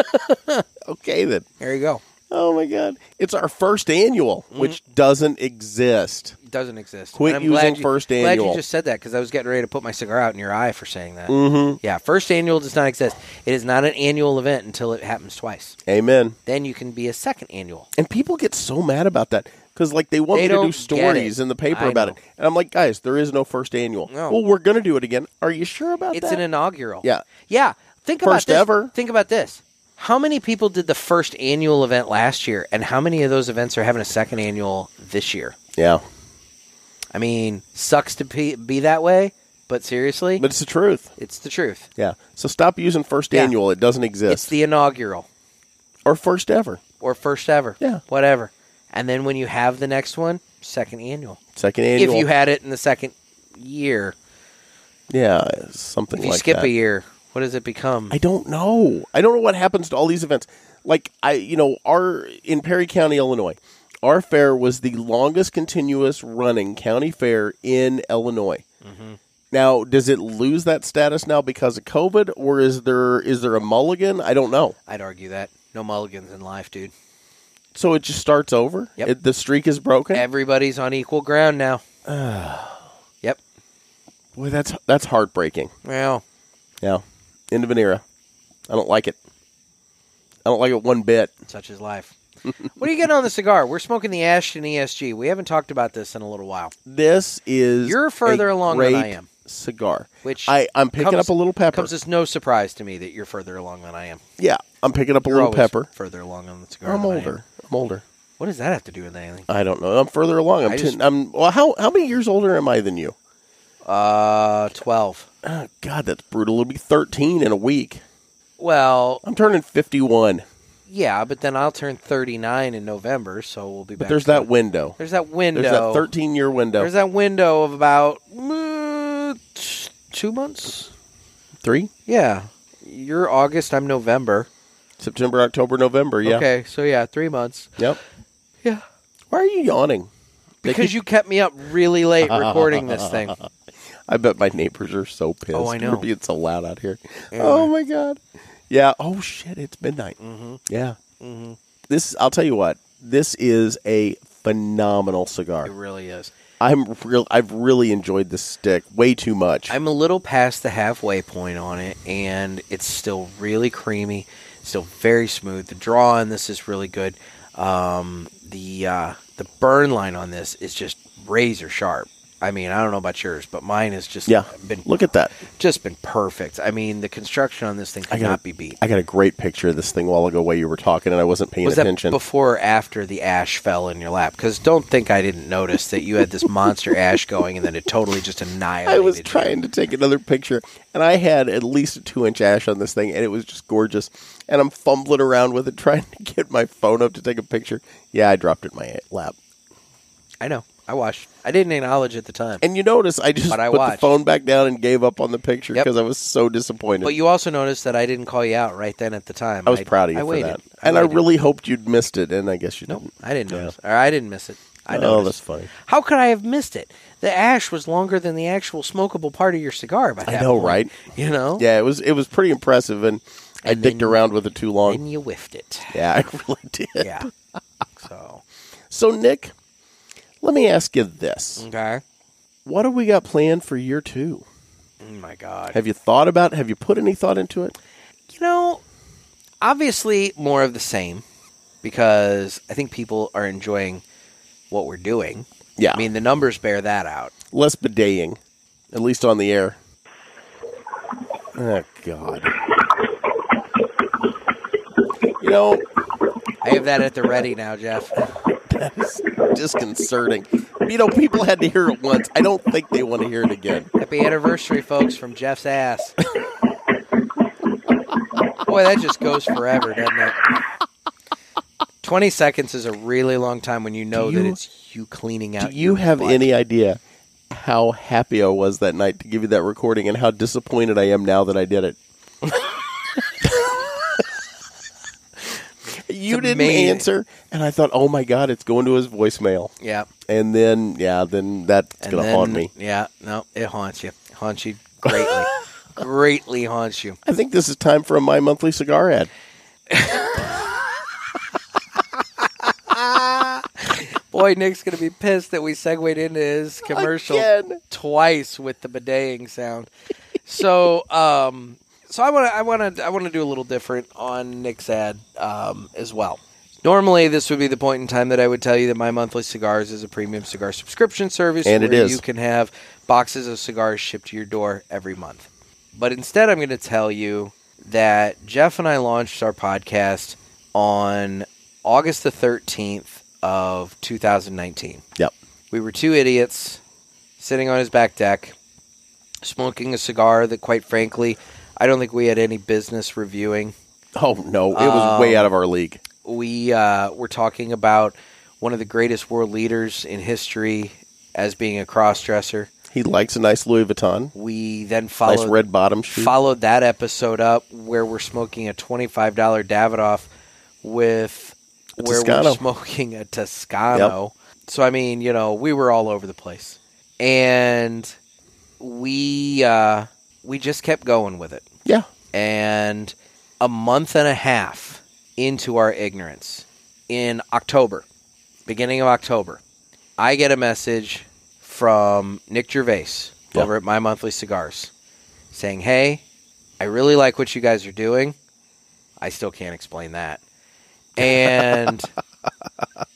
okay, then.
There you go.
Oh, my God. It's our first annual,
Mhm.
which doesn't exist.
It doesn't exist.
Quit
And I'm
using
glad you-
first
Glad
annual.
you just said that because I was getting ready to put my cigar out in your eye for saying that.
Mhm.
Yeah, first annual does not exist. It is not an annual event until it happens twice.
Amen.
Then you can be a second annual.
And people get so mad about that because, like, they want
They
me to
don't
do
get
stories
it.
in the paper
I
about
know.
it. And I'm like, guys, there is no first annual.
No.
Well, we're going to do it again. Are you sure about
It's
that?
an inaugural.
Yeah.
Yeah. Think
First
about this.
ever.
Think about this. How many people did the first annual event last year, and how many of those events are having a second annual this year?
Yeah.
I mean, sucks to be, be that way, but seriously,
But it's the truth.
It's the truth.
Yeah. So stop using first
Yeah.
annual. It doesn't
it's
exist.
the inaugural
or first ever.
or first ever.
Yeah.
Whatever. And then when you have the next one, second annual.
Second annual.
If you had it in the second year,
Yeah, something
if you
like
skip
that.
a year, what does it become?
I don't know. I don't know what happens to all these events. Like I, you know, our in Perry County, Illinois, our fair was the longest continuous running county fair in Illinois.
Mm-hmm.
Now, does it lose that status now because of COVID, or is there is there a mulligan? I don't know.
I'd argue that no mulligans in life, dude.
So it just starts over.
Yep.
It, the streak is broken.
Everybody's on equal ground now. yep.
Boy, that's that's heartbreaking.
Well,
Yeah, end of an era. I don't like it. I don't like it one bit.
such is life. what are you getting on the cigar? We're smoking the Ashton ESG. We haven't talked about this in a little while.
This is
You're further
a
along than I
great
am.
Cigar,
Which
I I'm picking
comes-
up a little pepper.
Comes as no surprise to me that you're further along than I am.
yeah, I'm picking up a
You're
little
always
pepper.
Further along on the cigar.
I'm
than I am.
older. I'm older.
What does that have to do with anything?
I don't know. I'm further along. I'm
I
ten,
just-
I'm well. How how many years older am I than you?
Uh, twelve.
Oh, God, that's brutal. It'll be 13 in a week.
Well,
I'm turning 51,
yeah, but then I'll turn thirty-nine in November, so we'll be
but
back.
there's
to
that
it.
window.
There's that window.
There's that 13 year window.
There's that window of about mm, t- two months.
Three
Yeah, you're August. I'm November.
September, October, November. Yeah.
Okay, so yeah, three months.
Yep.
Yeah.
Why are you yawning?
Because you kept me up really late recording this thing.
I bet my neighbors are so pissed.
Oh, I know.
We're being so loud out here.
Yeah.
Oh my god. Yeah. Oh shit. It's midnight.
Mhm.
Yeah.
Mhm.
This. I'll tell you what. This is a phenomenal
It
cigar.
really is.
I'm real. I've really enjoyed this stick way too much.
I'm a little past the halfway point on it, and it's still really creamy, still very smooth. The draw on this is really good. Um, the uh, the burn line on this is just razor sharp. I mean, I don't know about yours, but mine has just
yeah.
been
Look at that.
just been perfect. I mean, the construction on this thing
I
could
got
not
a-
be beat.
I got a great picture of this thing while ago while you were talking, and I wasn't paying
Was that
attention.
before or after the ash fell in your lap? Because don't think I didn't notice that you had this monster ash going, and then it totally just annihilated.
I was trying to take another picture, and I had at least a two inch ash on this thing, and it was just gorgeous. And I'm fumbling around with it, trying to get my phone up to take a picture. Yeah, I dropped it in my lap.
I know. I watched. I didn't acknowledge at the time.
And you notice I just
But I
put the
watched.
phone back down and gave up on the picture because I was so disappointed.
But you also noticed that I didn't call you out right then at the time.
I was proud of you
I
for
waited.
that.
I
and I
waited.
really hoped you'd missed it, and I guess you didn't.
I didn't notice. Or I didn't miss it. I
know.
know.
Oh, that's funny.
How could I have missed it? The ash was longer than the actual smokable part of your cigar. By that
I know,
point.
right?
You know?
Yeah, it was it was pretty impressive, and, I dicked around with it too long.
And you whiffed it.
Yeah, I really did.
Yeah. So
So, Nick, let me ask you this.
Okay.
What do we got planned for year two?
Oh my God.
Have you thought about? Have you put any thought into it?
You know, obviously more of the same because I think people are enjoying what we're doing.
Yeah.
I mean, the numbers bear that out.
Less bedaying, at least on the air. Oh God. You know,
I have that at the ready now, Jeff.
that is disconcerting. You know, people had to hear it once. I don't think they want to hear it again.
Happy anniversary, folks, from Jeff's ass. Boy, that just goes forever, doesn't it? 20 seconds is a really long time when you know
Do
that
you-
it's you cleaning out.
Do you
your
have
butt.
any idea how happy I was that night to give you that recording and how disappointed I am now that I did it? you didn't
amazing.
answer, and I thought, oh my God, it's going to his voicemail.
Yeah.
And then, yeah, then that's
And
going to
then-
haunt me.
Yeah, no, it haunts you. It haunts you greatly. greatly haunts you.
I think this is time for a My Monthly Cigar ad.
Boy, Nick's going to be pissed that we segued into his commercial
Again.
twice with the bedaying sound. So, um, so I want to, I want to, I want to do a little different on Nick's ad um, as well. Normally, this would be the point in time that I would tell you that my monthly cigars is a premium cigar subscription service,
And it
where
is.
you can have boxes of cigars shipped to your door every month. But instead, I'm going to tell you that Jeff and I launched our podcast on August the 13th of 2019.
Yep.
We were two idiots sitting on his back deck, smoking a cigar that, quite frankly, I don't think we had any business reviewing.
Oh, no. It was
Um,
way out of our league.
We uh, were talking about one of the greatest world leaders in history as being a crossdresser.
He likes a nice Louis Vuitton,
We then followed
nice red bottom shoe.
followed that episode up where we're smoking a twenty-five dollar Davidoff with
A
where
Toscano.
we're smoking a Toscano. So I mean, you know, we were all over the place, and we uh, we just kept going with it.
Yeah.
And a month and a half into our ignorance, in October, beginning of October, I get a message from Nick Gervais over at My Monthly Cigars saying, Hey, I really like what you guys are doing. I still can't explain that. And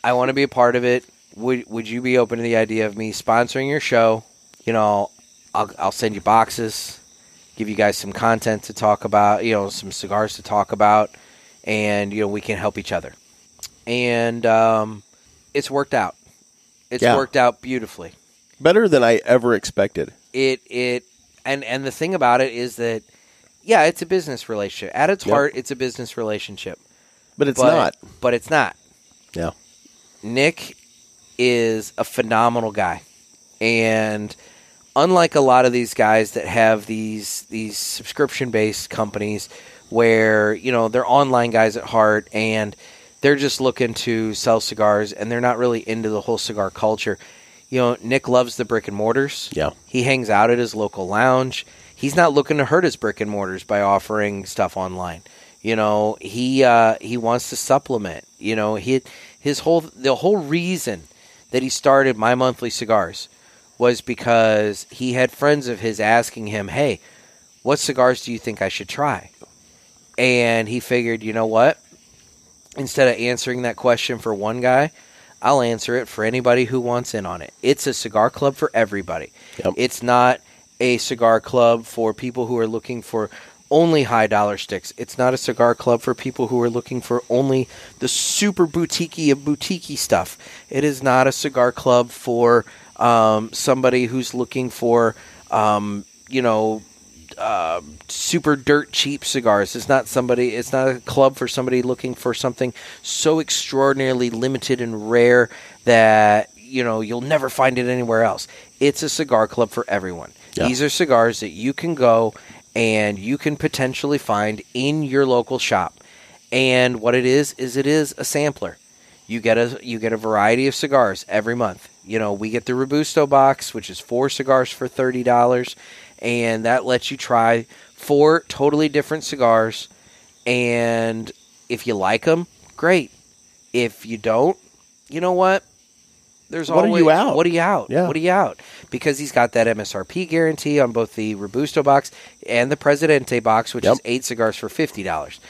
I want to be a part of it. Would, would you be open to the idea of me sponsoring your show? You know, I'll, I'll send you boxes, give you guys some content to talk about, you know, some cigars to talk about, and, you know, we can help each other. And um, it's worked out. It's
Yeah.
worked out beautifully
Better than I ever expected.
it it and and the thing about it is that yeah it's a business relationship at its
Yep.
heart it's a business relationship
But it's not.
but it's not
Yeah.
nick is a phenomenal guy and unlike a lot of these guys that have these these subscription based companies where you know they're online guys at heart and they're just looking to sell cigars and they're not really into the whole cigar culture you know nick loves the brick and mortars
Yeah.
he hangs out at his local lounge. He's not looking to hurt his brick and mortars by offering stuff online. You know, he uh, he wants to supplement. You know, he his whole the whole reason that he started my monthly cigars was because he had friends of his asking him, "Hey, what cigars do you think I should try?" And he figured, you know what? Instead of answering that question for one guy, I'll answer it for anybody who wants in on it. It's a cigar club for everybody. It's not a cigar club for people who are looking for only high dollar sticks. It's not a cigar club for people who are looking for only the super boutiquey of boutiquey stuff. It is not a cigar club for um, somebody who's looking for, um, you know, uh, super dirt cheap cigars. It's not somebody. It's not a club for somebody looking for something so extraordinarily limited and rare that you know you'll never find it anywhere else. It's a cigar club for everyone.
Yeah.
These are cigars that you can go and you can potentially find in your local shop. And what it is is it is a sampler. You get a you get a variety of cigars every month. You know, we get the Robusto box, which is four cigars for thirty dollars, and that lets you try four totally different cigars. And if you like them, great. If you don't, you know what? There's
What are
always
you out?
What are you out?
Yeah.
What are you out? Because he's got that MSRP guarantee on both the Robusto box and the Presidente box, which is eight cigars for fifty dollars.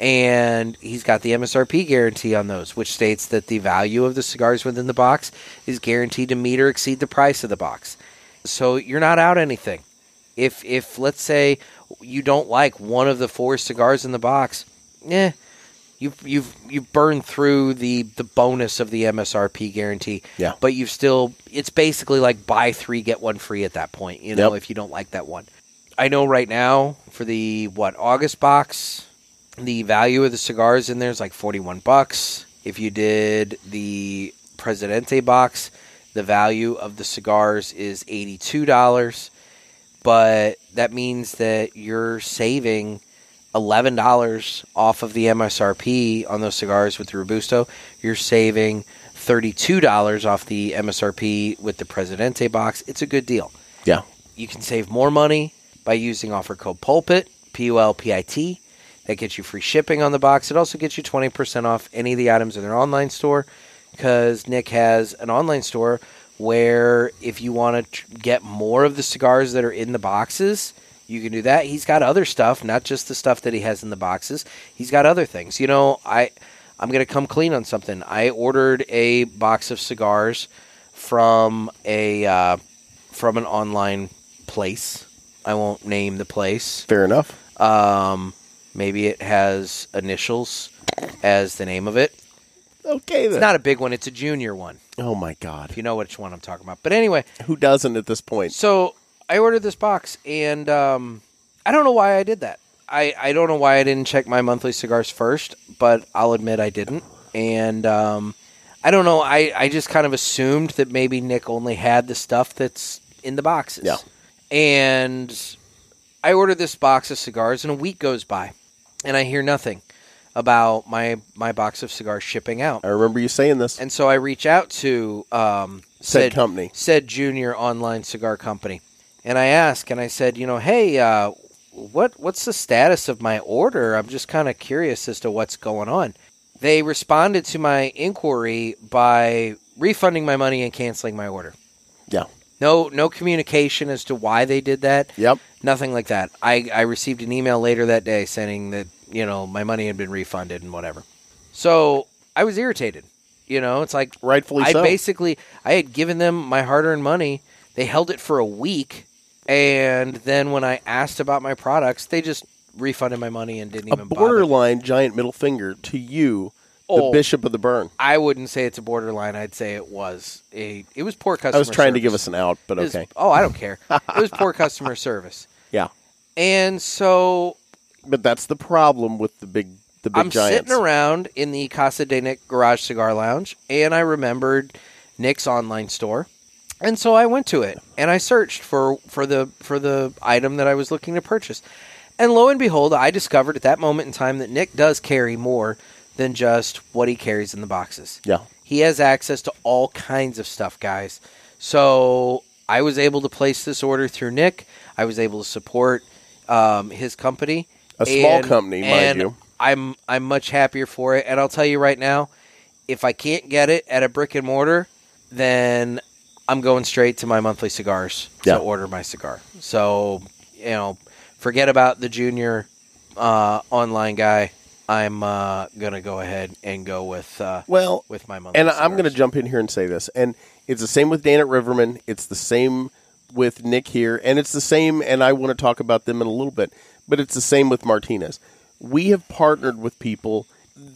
And he's got the MSRP guarantee on those, which states that the value of the cigars within the box is guaranteed to meet or exceed the price of the box. So you're not out anything. If if let's say you don't like one of the four cigars in the box, eh, you've you've you've burned through the the bonus of the MSRP guarantee.
Yeah.
But you've still it's basically like buy three get one free at that point. You know,
Yep.
if you don't like that one. I know right now for the what August box, the value of the cigars in there is like forty one bucks. If you did the Presidente box, the value of the cigars is eighty two dollars. But that means that you're saving eleven dollars off of the MSRP on those cigars with the Robusto. You're saving thirty-two dollars off the MSRP with the Presidente box. It's a good deal.
Yeah.
You can save more money by using offer code Pulpit P U L P I T. That gets you free shipping on the box. It also gets you twenty percent off any of the items in their online store because Nick has an online store where if you want to tr- get more of the cigars that are in the boxes, you can do that. He's got other stuff, not just the stuff that he has in the boxes. He's got other things. You know, I I'm going to come clean on something. I ordered a box of cigars from a uh, from an online place. I won't name the place.
Fair enough.
Um, maybe it has initials as the name of it.
Okay,
It's
then.
not a big one. It's a junior one.
Oh my god. If
you know which one I'm talking about. But anyway,
who doesn't at this point?
So I ordered this box, and um, I don't know why I did that. I, I don't know why I didn't check my monthly cigars first, but I'll admit I didn't. And um, I don't know. I, I just kind of assumed that maybe Nick only had the stuff that's in the boxes.
Yeah.
And I ordered this box of cigars, and a week goes by, and I hear nothing about my my box of cigars shipping out.
I remember you saying this.
And so I reach out to um,
Said company.
said Junior Online Cigar Company, and I ask, and I said, you know, hey, uh, what what's the status of my order? I'm just kind of curious as to what's going on. They responded to my inquiry by refunding my money and canceling my order.
Yeah.
No, no communication as to why they did that.
Yep.
Nothing like that. I, I received an email later that day saying that you know my money had been refunded and whatever. So I was irritated. You know, it's like
rightfully
I
so.
basically I had given them my hard-earned money. They held it for a week, and then when I asked about my products, they just refunded my money and didn't
A
even bother.
borderline giant middle finger to you,
Oh.
the bishop of the burn.
I wouldn't say it's a borderline. I'd say it was a it was poor customer.
I was trying to give
service.
us an out, but
It was-
okay.
oh, I don't care. It was poor customer service.
Yeah.
And so
But that's the problem with the big the big
I'm
giants.
sitting around in the Casa de Nick Garage Cigar Lounge, and I remembered Nick's online store, and so I went to it and I searched for for the for the item that I was looking to purchase, and lo and behold, I discovered at that moment in time that Nick does carry more than just what he carries in the boxes.
Yeah.
He has access to all kinds of stuff, guys. So I was able to place this order through Nick. I was able to support um, his company,
A small company, mind
and
you.
I'm I'm much happier for it. And I'll tell you right now, if I can't get it at a brick and mortar, then I'm going straight to my monthly cigars
Yeah.
to order my cigar. So you know, forget about the junior uh, online guy. I'm uh, gonna go ahead and go with uh,
well
with my monthly.
and
cigars.
I'm going to jump in here and say this, and it's the same with Dan at Riverman. It's the same with Nick here, and it's the same. And I want to talk about them in a little bit, but it's the same with Martinez. We have partnered with people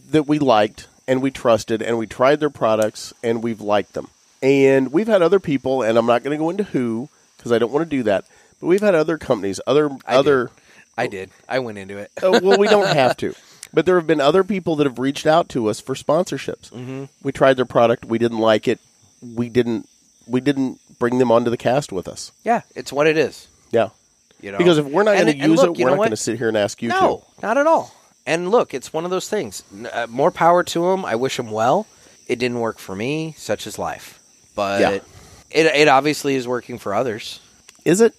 that we liked and we trusted, and we tried their products and we've liked them. And we've had other people, and I'm not going to go into who because I don't want to do that. But we've had other companies, other other.
I did. I went into it.
Uh, well, we don't have to. But there have been other people that have reached out to us for sponsorships.
Mhm.
We tried their product, we didn't like it. We didn't we didn't bring them onto the cast with us.
Yeah, it's what it is.
Yeah.
You know?
Because if we're not
And-
going to
and
use
look,
it,
you
we're
know
not
what?
going to sit here and ask you
no, not at all. And look, it's one of those things. N- Uh, more power to him. I wish him well. It didn't work for me. Such is life. But
Yeah.
it, it obviously is working for others.
to. Is it?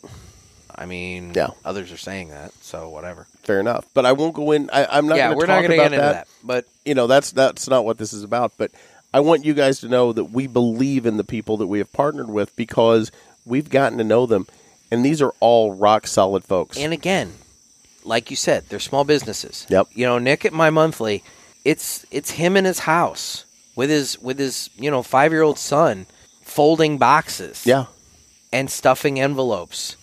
I mean,
Yeah.
others are saying that, so whatever.
Fair enough. But I won't go in I, I'm not
Yeah,
going
we're
to
not
talk
gonna
about
get into that, But
you know, that's that's not what this is about. But I want you guys to know that we believe in the people that we have partnered with because we've gotten to know them, and these are all rock solid folks.
And again, like you said, they're small businesses.
Yep.
You know, Nick at my monthly, it's it's him in his house with his with his, you know, 5-year-old son folding boxes.
Yeah.
And stuffing envelopes.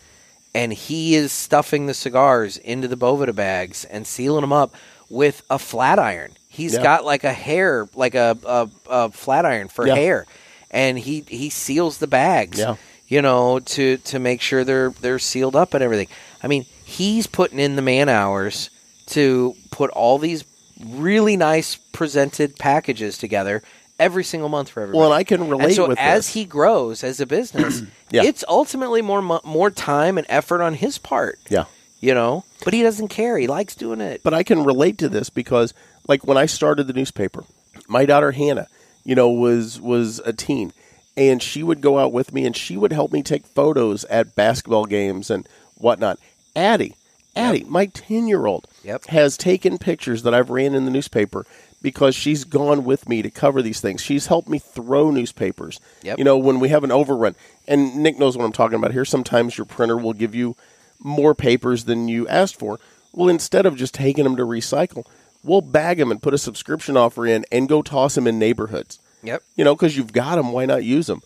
And he is stuffing the cigars into the Bovita bags and sealing them up with a flat iron. He's
Yeah.
got like a hair, like a, a, a flat iron for
Yeah.
hair. And he he seals the bags.
Yeah.
You know, to to make sure they're they're sealed up and everything. I mean, he's putting in the man hours to put all these really nice presented packages together every single month for everybody.
Well, and I can relate
so
with
as
this.
he grows as a business,
Yeah.
it's ultimately more mo- more time and effort on his part.
Yeah.
You know, but he doesn't care. He likes doing it.
But I can relate to this because, like, when I started the newspaper, my daughter Hannah, you know, was was a teen, and she would go out with me, and she would help me take photos at basketball games and whatnot. Addie, Addie, my ten year old,
Yep.
has taken pictures that I've ran in the newspaper because she's gone with me to cover these things. She's helped me throw newspapers.
Yep.
You know, when we have an overrun, and Nick knows what I'm talking about here. Sometimes your printer will give you more papers than you asked for. Well, instead of just taking them to recycle, we'll bag them and put a subscription offer in and go toss them in neighborhoods.
Yep.
You know, because you've got them, why not use them?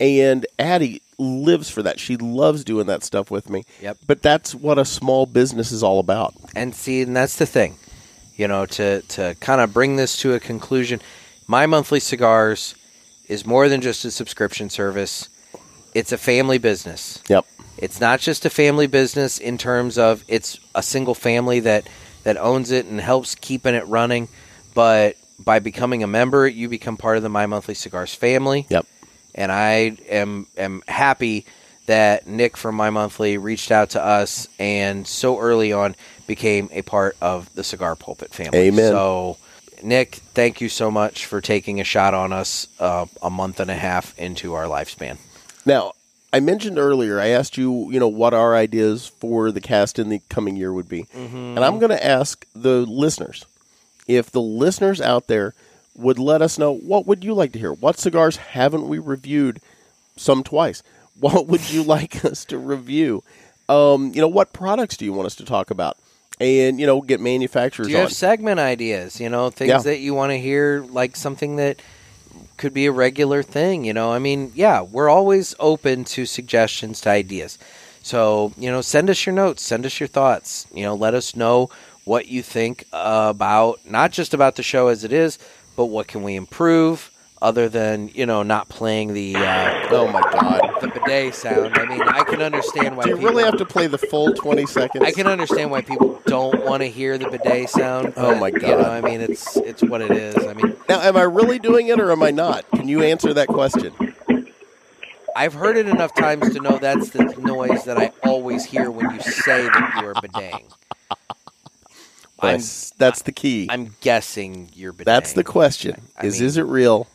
And Addie lives for that. She loves doing that stuff with me.
Yep.
But that's what a small business is all about.
And see, and that's the thing, you know, to to kind of bring this to a conclusion. My monthly cigars is more than just a subscription service. It's a family business.
Yep.
It's not just a family business in terms of it's a single family that that owns it and helps keeping it running, but by becoming a member, you become part of the My Monthly Cigars family.
Yep.
And I am am happy that Nick from My Monthly reached out to us and so early on became a part of the Cigar Pulpit family.
Amen.
So, Nick, thank you so much for taking a shot on us uh, a month and a half into our lifespan.
Now, I mentioned earlier, I asked you, you know, what our ideas for the cast in the coming year would be.
Mhm.
And I'm going to ask the listeners if the listeners out there would let us know what would you like to hear? What cigars haven't we reviewed some twice? What would you like us to review? Um, you know, what products do you want us to talk about? And, you know, get manufacturers
Do you
on.
have segment ideas? You know, things
Yeah.
that you want to hear, like something that could be a regular thing. You know, I mean, yeah, we're always open to suggestions, to ideas. So, you know, send us your notes, send us your thoughts. You know, let us know what you think about not just about the show as it is, but what can we improve other than you know not playing the uh,
oh my god
the bidet sound. I mean, I can understand why
do you
people
really have to play the full 20 seconds?
I can understand why people don't want to hear the bidet sound.
Oh
but,
my
You know,
God.
I mean, it's it's what it is. I mean,
Now, am I really doing it or am I not? Can you answer that question?
I've heard it enough times to know that's the noise that I always hear when you say that you are bidetting. I'm-
Yes, that's the key.
I'm guessing you're bidetting.
That's the question:
I
is
mean-
is it real,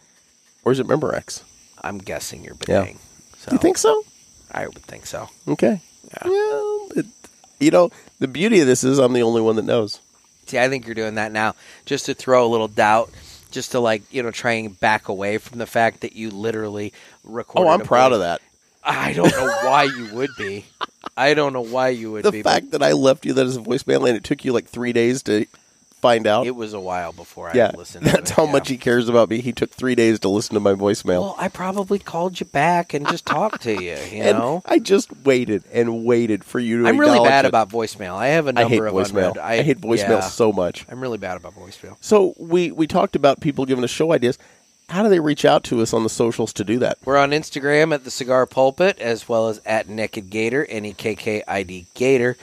or is it Memorex?
I'm guessing you're
Yeah.
bidetting. So
You think so?
I would think so.
Okay. Well, it, you know the beauty of this is I'm the only one that knows.
See, I think you're doing that now just to throw a little doubt, just to like you know try and back away from the fact that you literally recorded.
oh, I'm
a
proud of
voice.
that.
I don't know why you would be. I don't know why you would
The
be. but
fact that I left you that as a voicemail and it took you like three days to find out.
It was a while before I
Oh. yeah,
listened. to
that's
it,
how
yeah.
much he cares about me. He took three days to listen to my voicemail.
Well, I probably called you back and just talked to you. You
and
know,
I just waited and waited for you to.
I'm really
acknowledge
bad
it.
about voicemail. I have a
I
number
hate
of
voicemail.
unread-
I, hate voicemail
yeah.
so much.
I'm really bad about voicemail.
So we we talked about people giving us show ideas. How do they reach out to us on the socials to do that?
We're on Instagram at the Cigar Pulpit as well as at Naked Gator, N E K K I D Gator.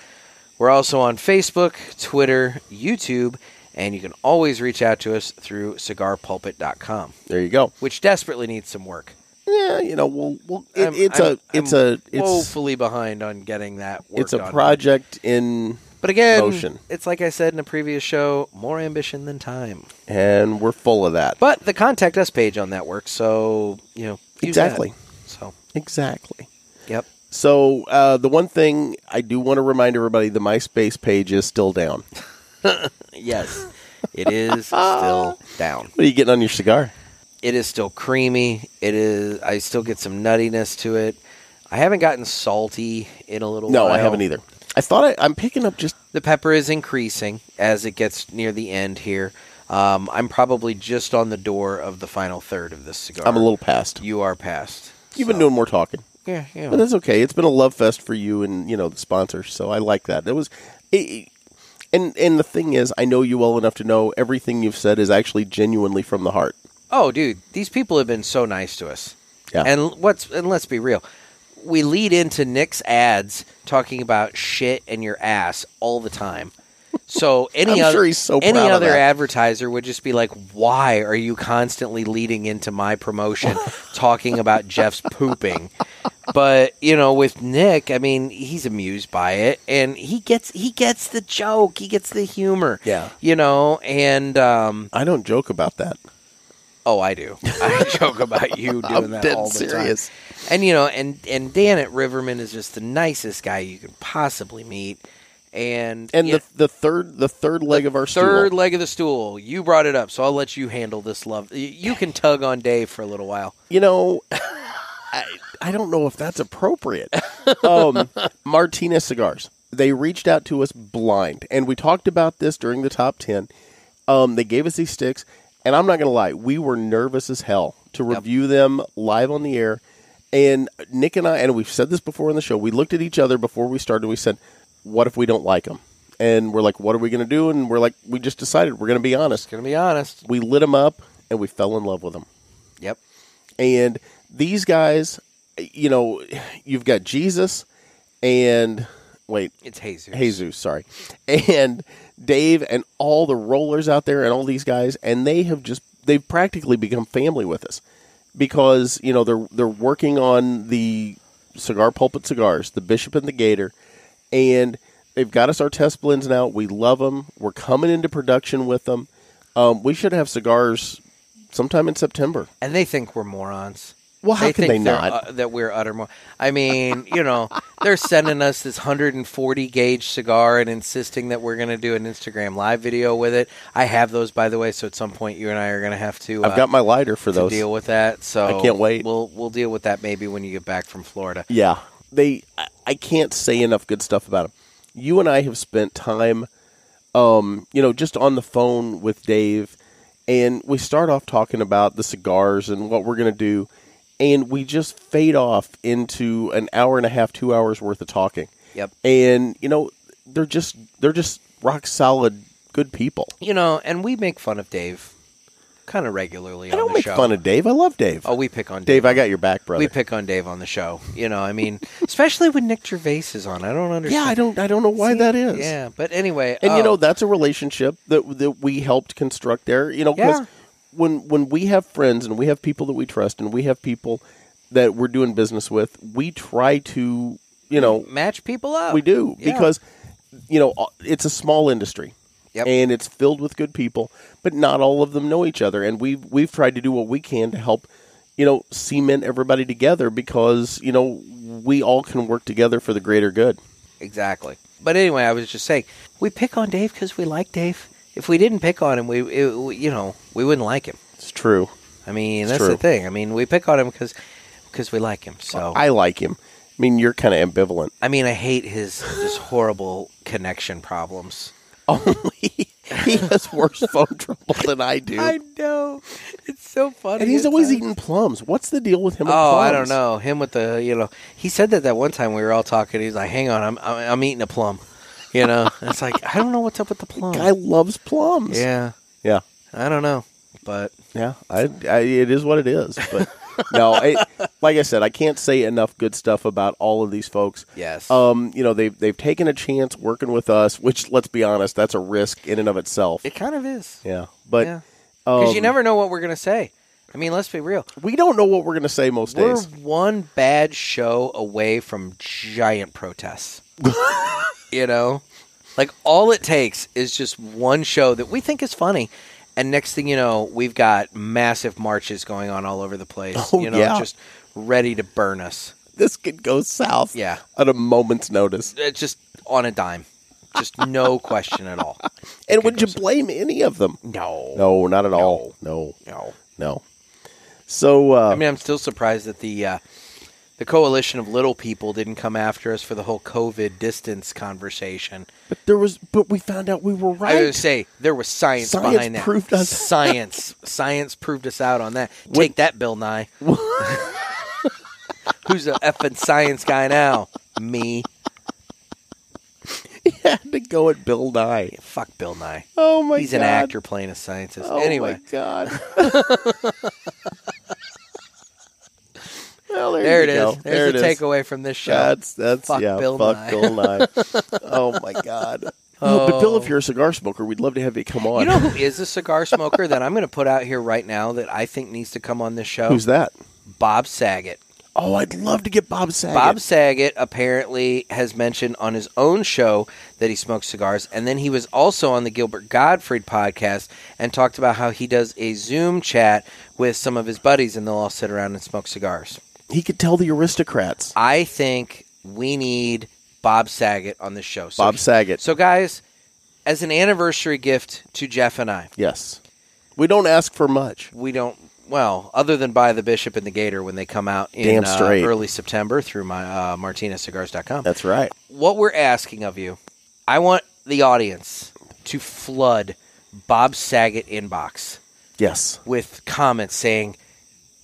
We're also on Facebook, Twitter, YouTube, and you can always reach out to us through cigarpulpit.com,
There you go.
which desperately needs some work.
Yeah, you know, we'll, we'll it,
I'm-
it's
I'm-
a it's
I'm
a it's
woefully behind on getting that. Work
it's a
on.
project in
But again,
motion,
it's like I said in a previous show, more ambition than time.
and we're full of that.
But the contact us page on that works, so you know use that.
Exactly.
So
Exactly.
Yep.
So uh, the one thing I do want to remind everybody: the MySpace page is still down.
yes, it is still down.
What are you getting on your cigar?
It is still creamy. It is. I still get some nuttiness to it. I haven't gotten salty in a little.
No,
while.
I haven't either. I thought I, I'm picking up just
the pepper is increasing as it gets near the end here. Um, I'm probably just on the door of the final third of this cigar.
I'm a little past.
You are past.
You've been doing more talking.
Yeah, yeah.
But that's okay. It's been a love fest for you and you know the sponsors, so I like that. It was, it, it- and and the thing is, I know you well enough to know everything you've said is actually genuinely from the heart.
Oh, dude, these people have been so nice to us.
Yeah.
And what's and let's be real, we lead into Nick's ads talking about shit and your ass all the time. So any
I'm
other
sure he's so
any
proud of
other
that.
advertiser would just be like, "Why are you constantly leading into my promotion, talking about Jeff's pooping?" But you know, with Nick, I mean, he's amused by it, and he gets he gets the joke, he gets the humor.
Yeah.
you know, and um,
I don't joke about that.
Oh, I do. I joke about you doing
I'm
that
dead
all the
serious.
time. And you know, and and Dan at Riverman is just the nicest guy you could possibly meet. And
And
you know,
the the third the third leg of our
third
stool.
leg of the stool, you brought it up, so I'll let you handle this love. y- You can tug on Dave for a little while.
You know, I, I don't know if that's appropriate. um, Martinez cigars. They reached out to us blind, and we talked about this during the top ten. Um, they gave us these sticks, and I'm not gonna lie, we were nervous as hell to review them live on the air. And Nick and I, and we've said this before in the show, we looked at each other before we started. We said, "What if we don't like them?" And we're like, "What are we gonna do?" And we're like, we just decided we're gonna be honest.
Gonna be honest.
We lit them up, and we fell in love with them.
Yep.
And these guys, you know, you've got Jesus and wait,
it's Jesus.
Jesus, sorry. And Dave and all the rollers out there and all these guys and they have just they've practically become family with us because, you know, they're they're working on the cigar pulpit cigars, the Bishop and the Gator and they've got us our test blends now. We love them. We're coming into production with them. Um, we should have cigars sometime in September.
And they think we're morons.
Well, how can
think
they
they're,
not?
uh, that we're utter mor- I mean, you know, they're sending us this 140 gauge cigar and insisting that we're going to do an Instagram live video with it. I have those, by the way. So at some point, you and I are going to have to. uh,
I've got my lighter for
to
those.
Deal with that. So
I can't wait.
We'll we'll deal with that maybe when you get back from Florida.
Yeah, they. I, I can't say enough good stuff about them. You and I have spent time, um, you know, just on the phone with Dave, and we start off talking about the cigars and what we're gonna do, and we just fade off into an hour and a half, two hours worth of talking.
Yep.
And you know, they're just they're just rock solid good people.
You know, and we make fun of Dave kind of regularly.
I
on
don't
the
make
show.
fun of Dave. I love Dave.
Oh, we pick on Dave.
Dave, I got your back, brother.
We pick on Dave on the show. You know, I mean, especially when Nick Gervais is on. I don't
yeah,
understand.
I don't I don't know why that is.
Yeah, but anyway,
And
oh,
you know that's a relationship that that we helped construct there. You know, 'cause
Yeah.
when when we have friends and we have people that we trust and we have people that we're doing business with, we try to you know
match people up.
we do
Yeah.
because you know it's a small industry.
Yep.
And it's filled with good people, but not all of them know each other. And we've we've tried to do what we can to help, you know, cement everybody together because you know we all can work together for the greater good.
exactly. But anyway, I was just saying we pick on Dave because we like Dave. If we didn't pick on him, we, it, we you know we wouldn't like him.
It's true.
I mean,
It's
that's the
true.
thing. I mean, we pick on him because we like him. So
I like him. I mean, you're kind of ambivalent.
I mean, I hate his just horrible connection problems.
he has worse phone trouble than I do.
know. It's so funny.
and he's
It's
always
like-
eating plums. What's the deal with him?
oh,
and
I don't
plums?
know him with the you know. He said that that one time we were all talking. He's like, "Hang on, I'm I'm, I'm eating a plum," you know. And it's like I don't know what's up with the plum.
Guy loves plums.
Yeah,
yeah.
I don't know, but
Yeah, I, I, it is what it is. But no, I, like I said, I can't say enough good stuff about all of these folks.
Yes.
Um, you know they've they've taken a chance working with us, which let's be honest, that's a risk in and of itself.
it kind of is
Yeah, but
Yeah. because you
um,
never know what we're gonna say. I mean, let's be real.
we don't know what we're going to say most
We're
days.
one bad show away from giant protests. you know? Like all it takes is just one show that we think is funny. And next thing you know, we've got massive marches going on all over the place.
Oh,
you know,
yeah.
just ready to burn us.
This could go south.
Yeah.
At a moment's notice.
Uh, Just on a dime. Just no question at all.
And would you blame any of them?
No.
No, not at all. No.
No.
No. So uh,
I mean, I'm still surprised that the uh, the coalition of little people didn't come after us for the whole COVID distance conversation.
but there was, but we found out we were right.
I would say there was science,
Science
behind that.
proved us-
Science, science proved us out on that. Take that, Bill Nye. Who's the effing science guy now? Me.
he had to go at Bill Nye.
Fuck Bill Nye.
Oh my
He's
god.
an actor playing a scientist.
Oh
anyway,
my god. well,
there,
there,
it
you
is.
go.
There's
there
the
it is.
takeaway from this show.
That's that's
fuck
yeah.
Bill
fuck
Nye. Oh.
Bill Nye. oh my god. No, but Bill, if you're a cigar smoker, we'd love to have you come on.
You know who is a cigar smoker that I'm going to put out here right now that I think needs to come on this show?
Who's that?
Bob Saget.
Oh, I'd love to get Bob Saget.
Bob Saget apparently has mentioned on his own show that he smokes cigars, and then he was also on the Gilbert Gottfried podcast and talked about how he does a Zoom chat with some of his buddies, and they'll all sit around and smoke cigars.
he could tell the aristocrats.
I think we need Bob Saget on this show. So
Bob Saget.
So, guys, as an anniversary gift to Jeff and I,
Yes. We don't ask for much.
we don't. Well, other than buy the Bishop and the Gator when they come out in
Damn
uh,
straight.
early September through my uh, martinezcigars.com.
That's right.
What we're asking of you, I want the audience to flood Bob Saget inbox
Yes.
with comments saying,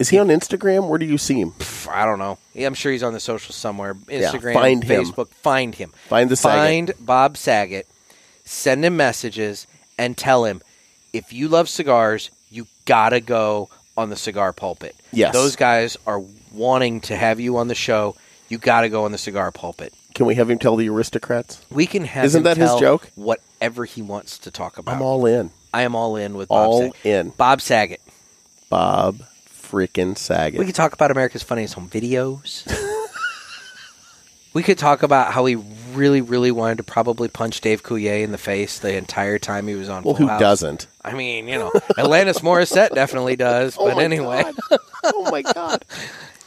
Is he on Instagram? Where do you see him?
"Pff, I don't know. Yeah, I'm sure he's on the social somewhere.
Yeah,
Instagram,
find him.
Facebook. Find him.
Find the Saget.
Find Bob Saget. Send him messages and tell him if you love cigars, you gotta go on the cigar pulpit.
Yes.
Those guys are wanting to have you on the show. You gotta go on the cigar pulpit.
Can we have him tell the aristocrats?
We can have
Isn't
him
that his
tell
joke?
Whatever he wants to talk about.
I'm all in.
I am all in with Bob
All
Saget.
in.
Bob Saget.
Bob freaking Saget.
We could talk about America's Funniest Home Videos. we could talk about how he really, really wanted to probably punch Dave Coulier in the face the entire time he was on.
well,
Full
who
House.
doesn't?
I mean, you know, Alanis Morissette definitely does.
Oh
But
my
anyway,
Oh my god.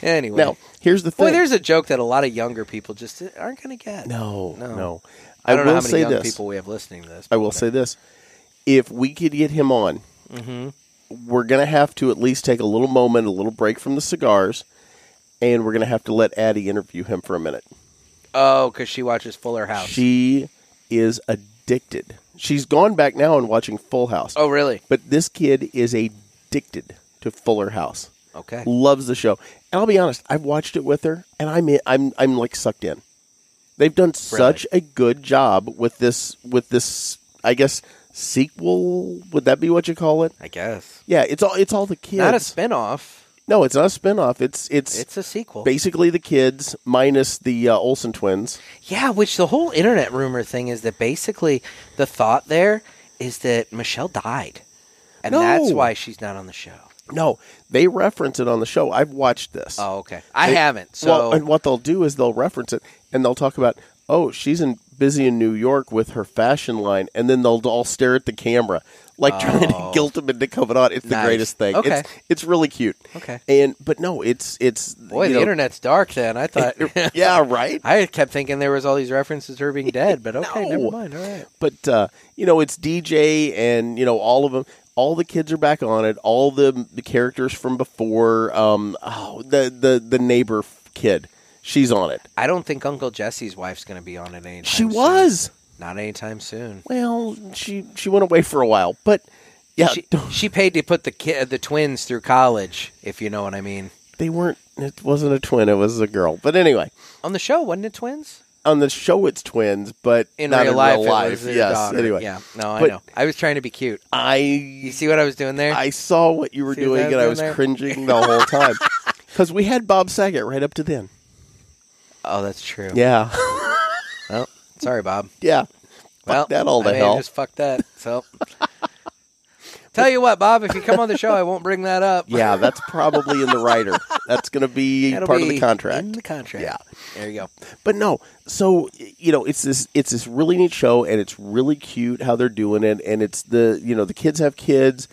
anyway.
Now, here's the
Boy,
thing.
there's a joke that a lot of younger people just aren't going to get.
No,
No.
no.
I don't
will
know how many
say
young
this.
people we have listening to this.
I will say this: if we could get him on,
Mm-hmm.
we're going to have to at least take a little moment, a little break from the cigars, and we're going to have to let Addie interview him for a minute.
Oh, because she watches Fuller House.
She is addicted. She's gone back now and watching Full House.
Oh, really?
But this kid is addicted to Fuller House.
Okay.
Loves the show. And I'll be honest, I've watched it with her and I'm in, I'm I'm like sucked in. They've done such a good job with this with this I guess sequel, would that be what you call it?
I guess.
Yeah, it's all it's all the kids.
Not a spinoff.
no, it's not a spin-off. It's it's
It's a sequel.
Basically the kids minus the uh, Olsen twins.
Yeah, which the whole internet rumor thing is that basically the thought there is that Michelle died. And that's
No.
why she's not on the show.
No, they reference it on the show. I've watched this.
Oh, okay. I
They-
haven't. So
well, and what they'll do is they'll reference it and they'll talk about, oh, she's in busy in New York with her fashion line, and then they'll all stare at the camera, like trying to
Oh.
guilt them into coming on. It's
Nice.
the greatest thing.
Okay.
It's, it's really cute.
Okay.
And but no, it's it's
boy,
you
the
know,
internet's dark then. I thought
yeah, right.
I kept thinking there was all these references to her being dead, but okay, never mind. All right.
But uh, you know, it's DJ and you know all of them. All the kids are back on it. All the the characters from before. Um, oh, the the the neighbor f- kid, she's on it.
I don't think Uncle Jesse's wife's gonna be on it anytime
She
soon.
was.
Not anytime soon.
Well, she she went away for a while, but yeah,
She, she paid to put the kid, the twins through college, if you know what I mean.
they weren't. It wasn't a twin. It was a girl. But anyway,
On the show, wasn't it twins?
on the show it's twins, but
in
not
real
in
life,
real
it
life.
was their
yes.
daughter.
Anyway,
yeah. No, I
But
know. I was trying to be cute.
I. You
see what I was doing there?
I saw what you were
See what
doing,
I was
and I
doing
was
there?
cringing the whole time because we had Bob Saget right up to then.
Oh, that's true.
Yeah.
Well, sorry, Bob.
Yeah.
Well,
Fuck that all
I
to
mean,
hell.
Just fuck that. So, tell you what, Bob, if you come on the show, I won't bring that up.
yeah, that's probably in the writer. That's going to be
That'll
part of
be
the contract.
In the contract. Yeah. There you go.
But no, so you know, it's this it's this really neat show, and it's really cute how they're doing it, and it's the you know the kids have kids,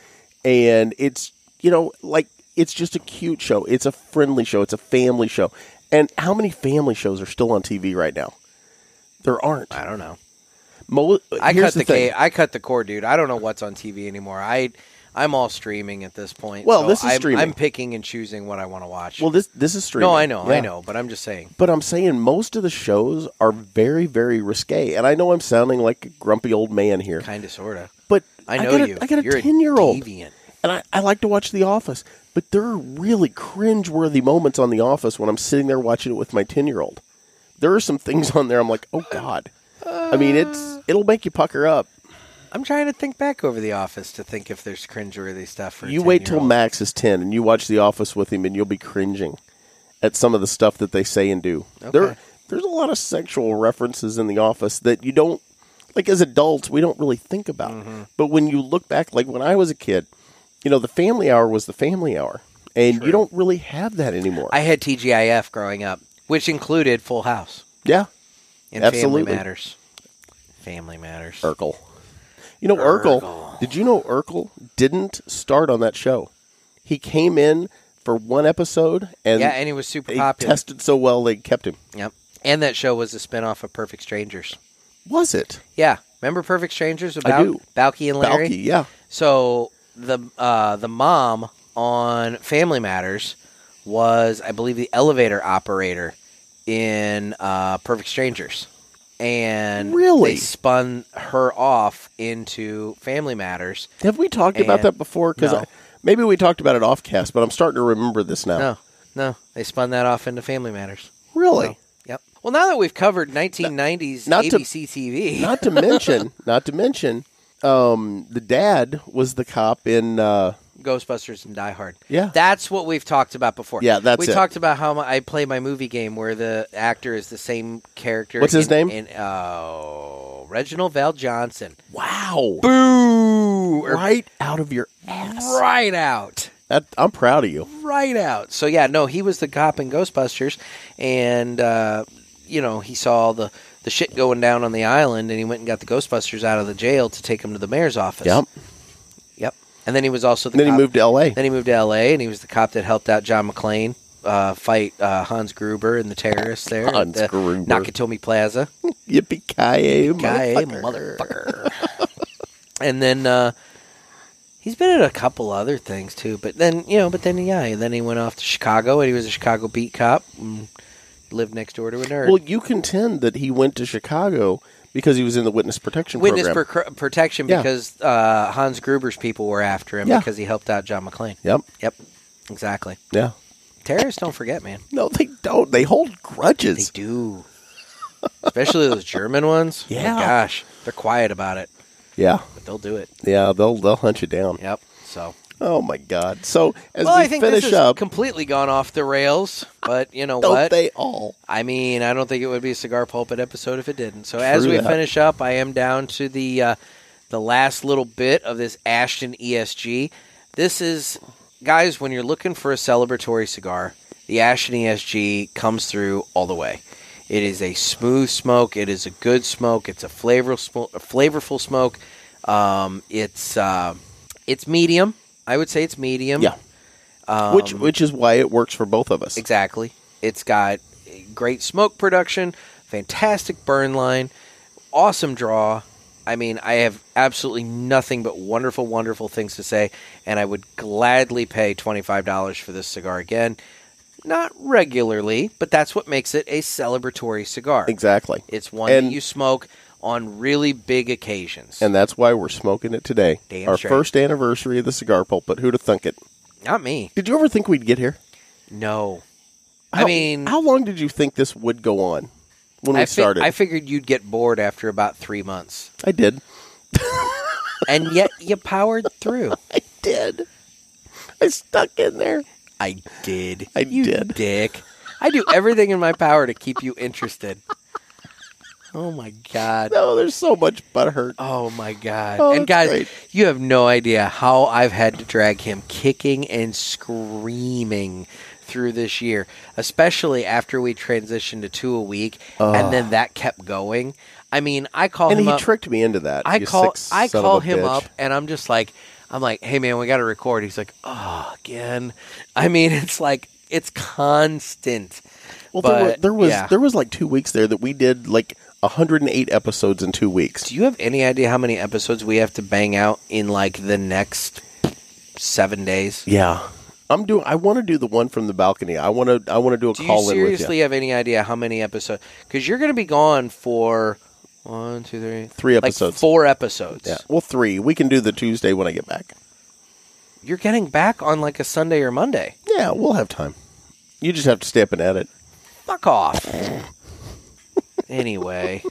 and it's you know like it's just a cute show. It's a friendly show. It's a family show. And how many family shows are still on TV right now? There aren't. I
don't know.
Mo- uh,
I cut
here's
the,
thing.
ca- I cut the core, dude. I don't know what's on TV anymore. I I'm all streaming at this point.
Well,
so
this is
I'm,
streaming.
I'm picking and choosing what I want to watch.
Well, this this is streaming.
No, I know, I
Yeah.
know, but I'm just saying.
But I'm saying most of the shows are very, very risque, and I know I'm sounding like a grumpy old man here.
Kind of, sort of.
But
I
I
know
got a,
you.
I got a
You're a
ten year old,
deviant.
and I, I like to watch The Office. But there are really cringe-worthy moments on The Office when I'm sitting there watching it with my ten year old. There are some things on there I'm like, oh god. I mean, it's it'll make you pucker up.
I'm trying to think back over the office to think if there's cringeworthy stuff. For a
You wait till
10-year-old.
Max is ten and you watch The Office with him, and you'll be cringing at some of the stuff that they say and do. There,
Okay.
there's a lot of sexual references in The Office that you don't like as adults. We don't really think about,
Mm-hmm.
but when you look back, like when I was a kid, you know, the Family Hour was the Family Hour, and you don't really have that anymore.
I had TGIF growing up, which included Full House
yeah,
and
Absolutely. Er,
Family Matters. Family Matters.
Urkel. You know Urkel, Did you know Urkel didn't start on that show? He came in for one episode, and
yeah, and he was super
they
popular.
tested so well they kept him.
Yep. And that show was a spinoff of Perfect Strangers.
Was it?
Yeah. Remember Perfect Strangers with
I
Bal-
do.
Balky and Larry?
Balky, yeah.
So the uh, the mom on Family Matters was, I believe, the elevator operator in uh, Perfect Strangers. And
Really?
they spun her off into Family Matters.
Have we talked about
And-
that before? Because
No.
maybe we talked about it off cast, but I'm starting to remember this now.
No, no, they spun that off into Family Matters.
Really?
So, yep. Well, now that we've covered 1990s
Not to-
ABC TV,
not to mention, not to mention, um, the dad was the cop in. Uh,
Ghostbusters and Die Hard.
Yeah.
that's what we've talked about before.
Yeah, that's
we
it.
talked about how my, I play my movie game where the actor is the same character.
What's his
in-
name?
In, oh, Reginald Val Johnson.
Wow.
Boo!
Right out of your ass.
Right out.
That, I'm proud of you.
Right out. So yeah, no, he was the cop in Ghostbusters, and uh, you know he saw the the shit going down on the island, and he went and got the Ghostbusters out of the jail to take him to the mayor's office.
Yep.
Yep. And then he was also the
Then he
cop-
moved to L.A.
Then he moved to L.A. and he was the cop that helped out John McClane uh, fight uh, Hans Gruber and the terrorists there at
Hans
the
Gruber.
Nakatomi Plaza.
Yippee ki
motherfucker. and then uh, he's been in a couple other things too. But then you know, but then yeah, then he went off to Chicago and he was a Chicago beat cop. And lived next door to a nerd.
Well, you contend that he went to Chicago because he was in the witness protection
Witness
program.
pro- protection
Yeah.
because uh, Hans Gruber's people were after him
Yeah.
because he helped out John McClane.
Yep.
Yep. Exactly.
Yeah.
Terrorists don't forget, man.
No, they don't. They hold grudges.
They do. Especially those German ones.
Yeah.
Oh, gosh, they're quiet about it,
Yeah.
but they'll do it.
Yeah, they'll they'll hunt you down.
Yep. So.
Oh my God. So as
well,
we
I think
finish
this has
up,
completely gone off the rails, but you know
Don't
what?
they all?
I mean, I don't think it would be a cigar pulpit episode if it didn't. So
True
as we
that.
finish up, I am down to the uh, the last little bit of this Ashton ESG. This is guys when you're looking for a celebratory cigar, the Ashton ESG comes through all the way. It is a smooth smoke. It is a good smoke. It's a flavorful, a flavorful smoke. Um, it's uh, it's medium. I would say it's medium.
Yeah.
Um,
which which is why it works for both of us.
Exactly. It's got great smoke production, fantastic burn line, awesome draw. I mean, I have absolutely nothing but wonderful, wonderful things to say, and I would gladly pay $25 for this cigar again. Not regularly, but that's what makes it a celebratory cigar.
Exactly.
It's one
And-
that you smoke on really big occasions.
And that's why we're smoking it today.
Damn
Our
straight.
first anniversary of the cigar pulpit. Who'd have thunk it?
Not me.
Did you ever think we'd get here?
No.
How-
I mean,
how long did you think this would go on when we
I fi-
started?
I figured you'd get bored after about three months.
I did.
and yet you powered through.
I did. I stuck in there.
I did.
I
you
did.
Dick. I do everything in my power to keep you interested. Oh my god.
No, there's so much butthurt.
Oh my god.
Oh,
and
that's
guys,
great.
you have no idea how I've had to drag him kicking and screaming through this year, especially after we transitioned to two a week
Ugh.
and then that kept going. I mean, I call
and
him
he
up-
tricked me into that.
I
you
call
sick
I
son of
call
a
him
bitch.
up and I'm just like I'm like, hey man, we got to record. He's like, oh again. I mean, it's like it's constant.
Well,
but,
there, were, there was
yeah.
there was like two weeks there that we did like 108 episodes in two weeks.
Do you have any idea how many episodes we have to bang out in like the next seven days.
Yeah. I'm doing. I want to do the one from the balcony. I want to. I want to do a
Do you
call in with
seriously
you.
have any idea how many episodes? Because you're going to be gone for one, two, three,
Three
like
episodes.
four episodes.
Yeah. Well, three. We can do the Tuesday when I get back.
You're getting back on like a Sunday or Monday.
Yeah, we'll have time. You just have to stay up and at it.
Fuck off. anyway,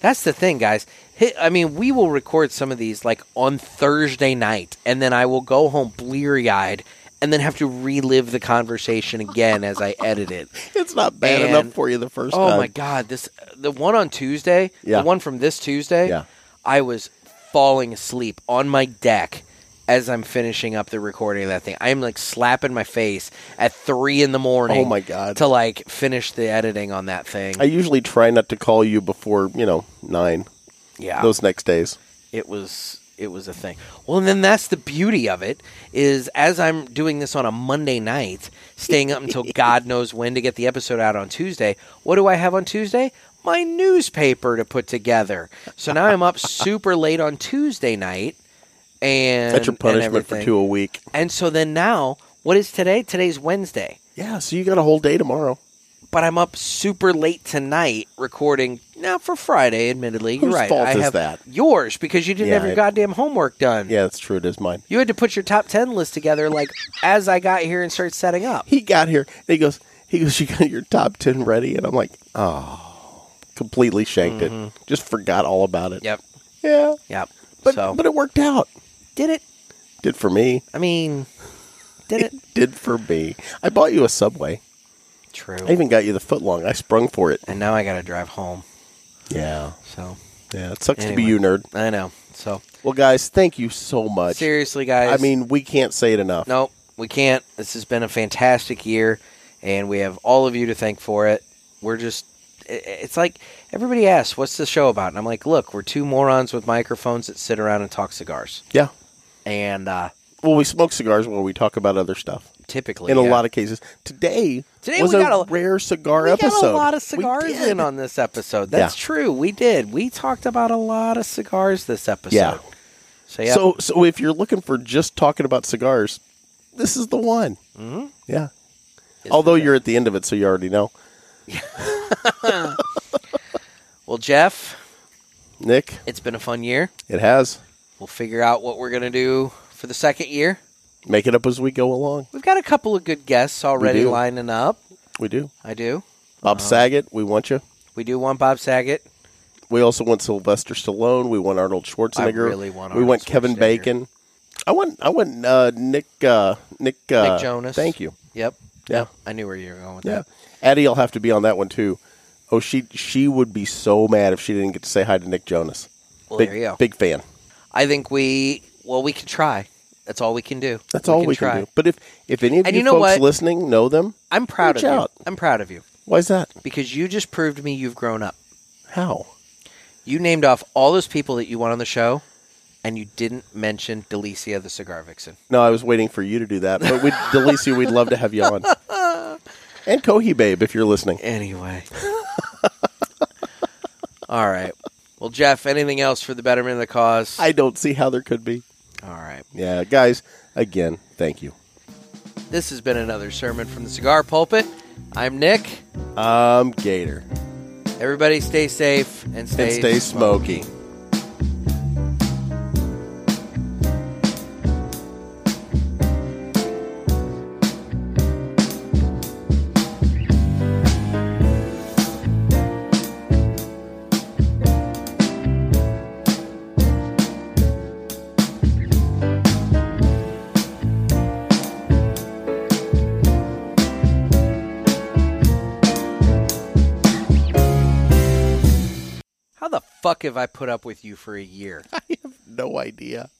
that's the thing, guys. Hi- I mean, we will record some of these like on Thursday night, and then I will go home bleary eyed and then have to relive the conversation again as I edit it.
It's not bad
And-
enough for you the first
oh
time.
my god, this the one on Tuesday,
Uh, Yeah.
the one from this Tuesday, I was falling asleep on my deck as I'm finishing up the recording of that thing. I am like slapping my face at three in the morning.
Oh, my God.
To like finish the editing on that thing.
I usually try not to call you before you know nine.
Yeah.
Those next days.
it was it was a thing. Well, and then that's the beauty of it is as I'm doing this on a Monday night, staying up until God knows when to get the episode out on Tuesday. What do I have on Tuesday? My newspaper to put together. So now I'm up super late on Tuesday night, and
That's your
and
punishment for
everything.
two a week.
And so then now, what is today? Today's Wednesday.
Yeah. So you got a whole day tomorrow.
But I'm up super late tonight recording now for Friday. Admittedly, you're
Whose
right.
fault
I
is
have
that?
Yours because you didn't
Yeah,
have your
it-
goddamn homework done.
Yeah, that's true. It is mine.
You had to put your top ten list together like as I got here and started setting up.
He got here. And he goes. He goes. You got your top ten ready, and I'm like, oh, completely shanked
Mhm.
it. Just forgot all about it.
Yep.
Yeah.
Yep.
But
so
but it worked out.
Did it?
Did for me.
I mean, did it?
did for me. I bought you a subway.
True.
I even got you the footlong. I sprung for it.
And now I got to drive home.
Yeah.
So.
Yeah, it sucks to be
Anyway.
you, nerd.
I know. So.
Well, guys, thank you so much.
Seriously, guys.
I mean, we can't say it enough.
Nope, we can't. This has been a fantastic year, and we have all of you to thank for it. We're just, i- it's like everybody asks, what's the show about? And I'm like, look, we're two morons with microphones that sit around and talk cigars.
Yeah.
And uh,
Well, we smoke cigars while we talk about other stuff.
typically, uh,
In a
yeah.
lot of cases, today
Today
was
we
a
got a-
rare cigar
we
episode.
got a lot of cigars in on this episode. That's
Yeah.
true. We did. We talked about a lot of cigars this episode.
Yeah.
So yeah.
So, so if you're looking for just talking about cigars, this is the one.
hmm
Yeah. Although you're at the end of it, so you already know.
well, Jeff,
Nick,
it's been a fun year.
it has.
We'll figure out what we're gonna do for the second year.
Make it up as we go along.
We've got a couple of good guests already
do.
lining up.
We do.
I do.
Bob
Uh-huh.
Saget, we want you.
We do want Bob Saget.
We also want Sylvester Stallone. We want Arnold Schwarzenegger.
really want
we want
Arnold
Kevin
Schwarzenegger.
Bacon. I want I want uh, Nick uh, Nick uh,
Nick Jonas.
Thank you.
Yep.
Yeah.
Yep. I knew where you were going with
Yeah,
that.
Addie will have to be on that one too. Oh, she she would be so mad if she didn't get to say hi to Nick Jonas.
Well,
big,
there you go.
Big fan.
I think we well we can try. That's all we can do.
That's all we
try.
can do. But if if any of
And
you,
you know
folks
what?
listening know them,
I'm proud
reach
of
out.
you. I'm proud of you
Why is that?
because you just proved to me you've grown up.
How?
You named off all those people that you want on the show, and you didn't mention Delicia the cigar vixen.
No, I was waiting for you to do that. But we, Delicia, we'd love to have you on. And Kohi Babe, if you're listening.
Anyway. All right. Well, Jeff, anything else for the betterment of the cause?
I don't see how there could be.
All right.
Yeah, guys, again, thank you.
This has been another sermon from the cigar pulpit. I'm Nick.
Um, Gator.
Everybody stay safe and stay,
and stay smoky.
How the fuck have I put up with you for a year?
No idea.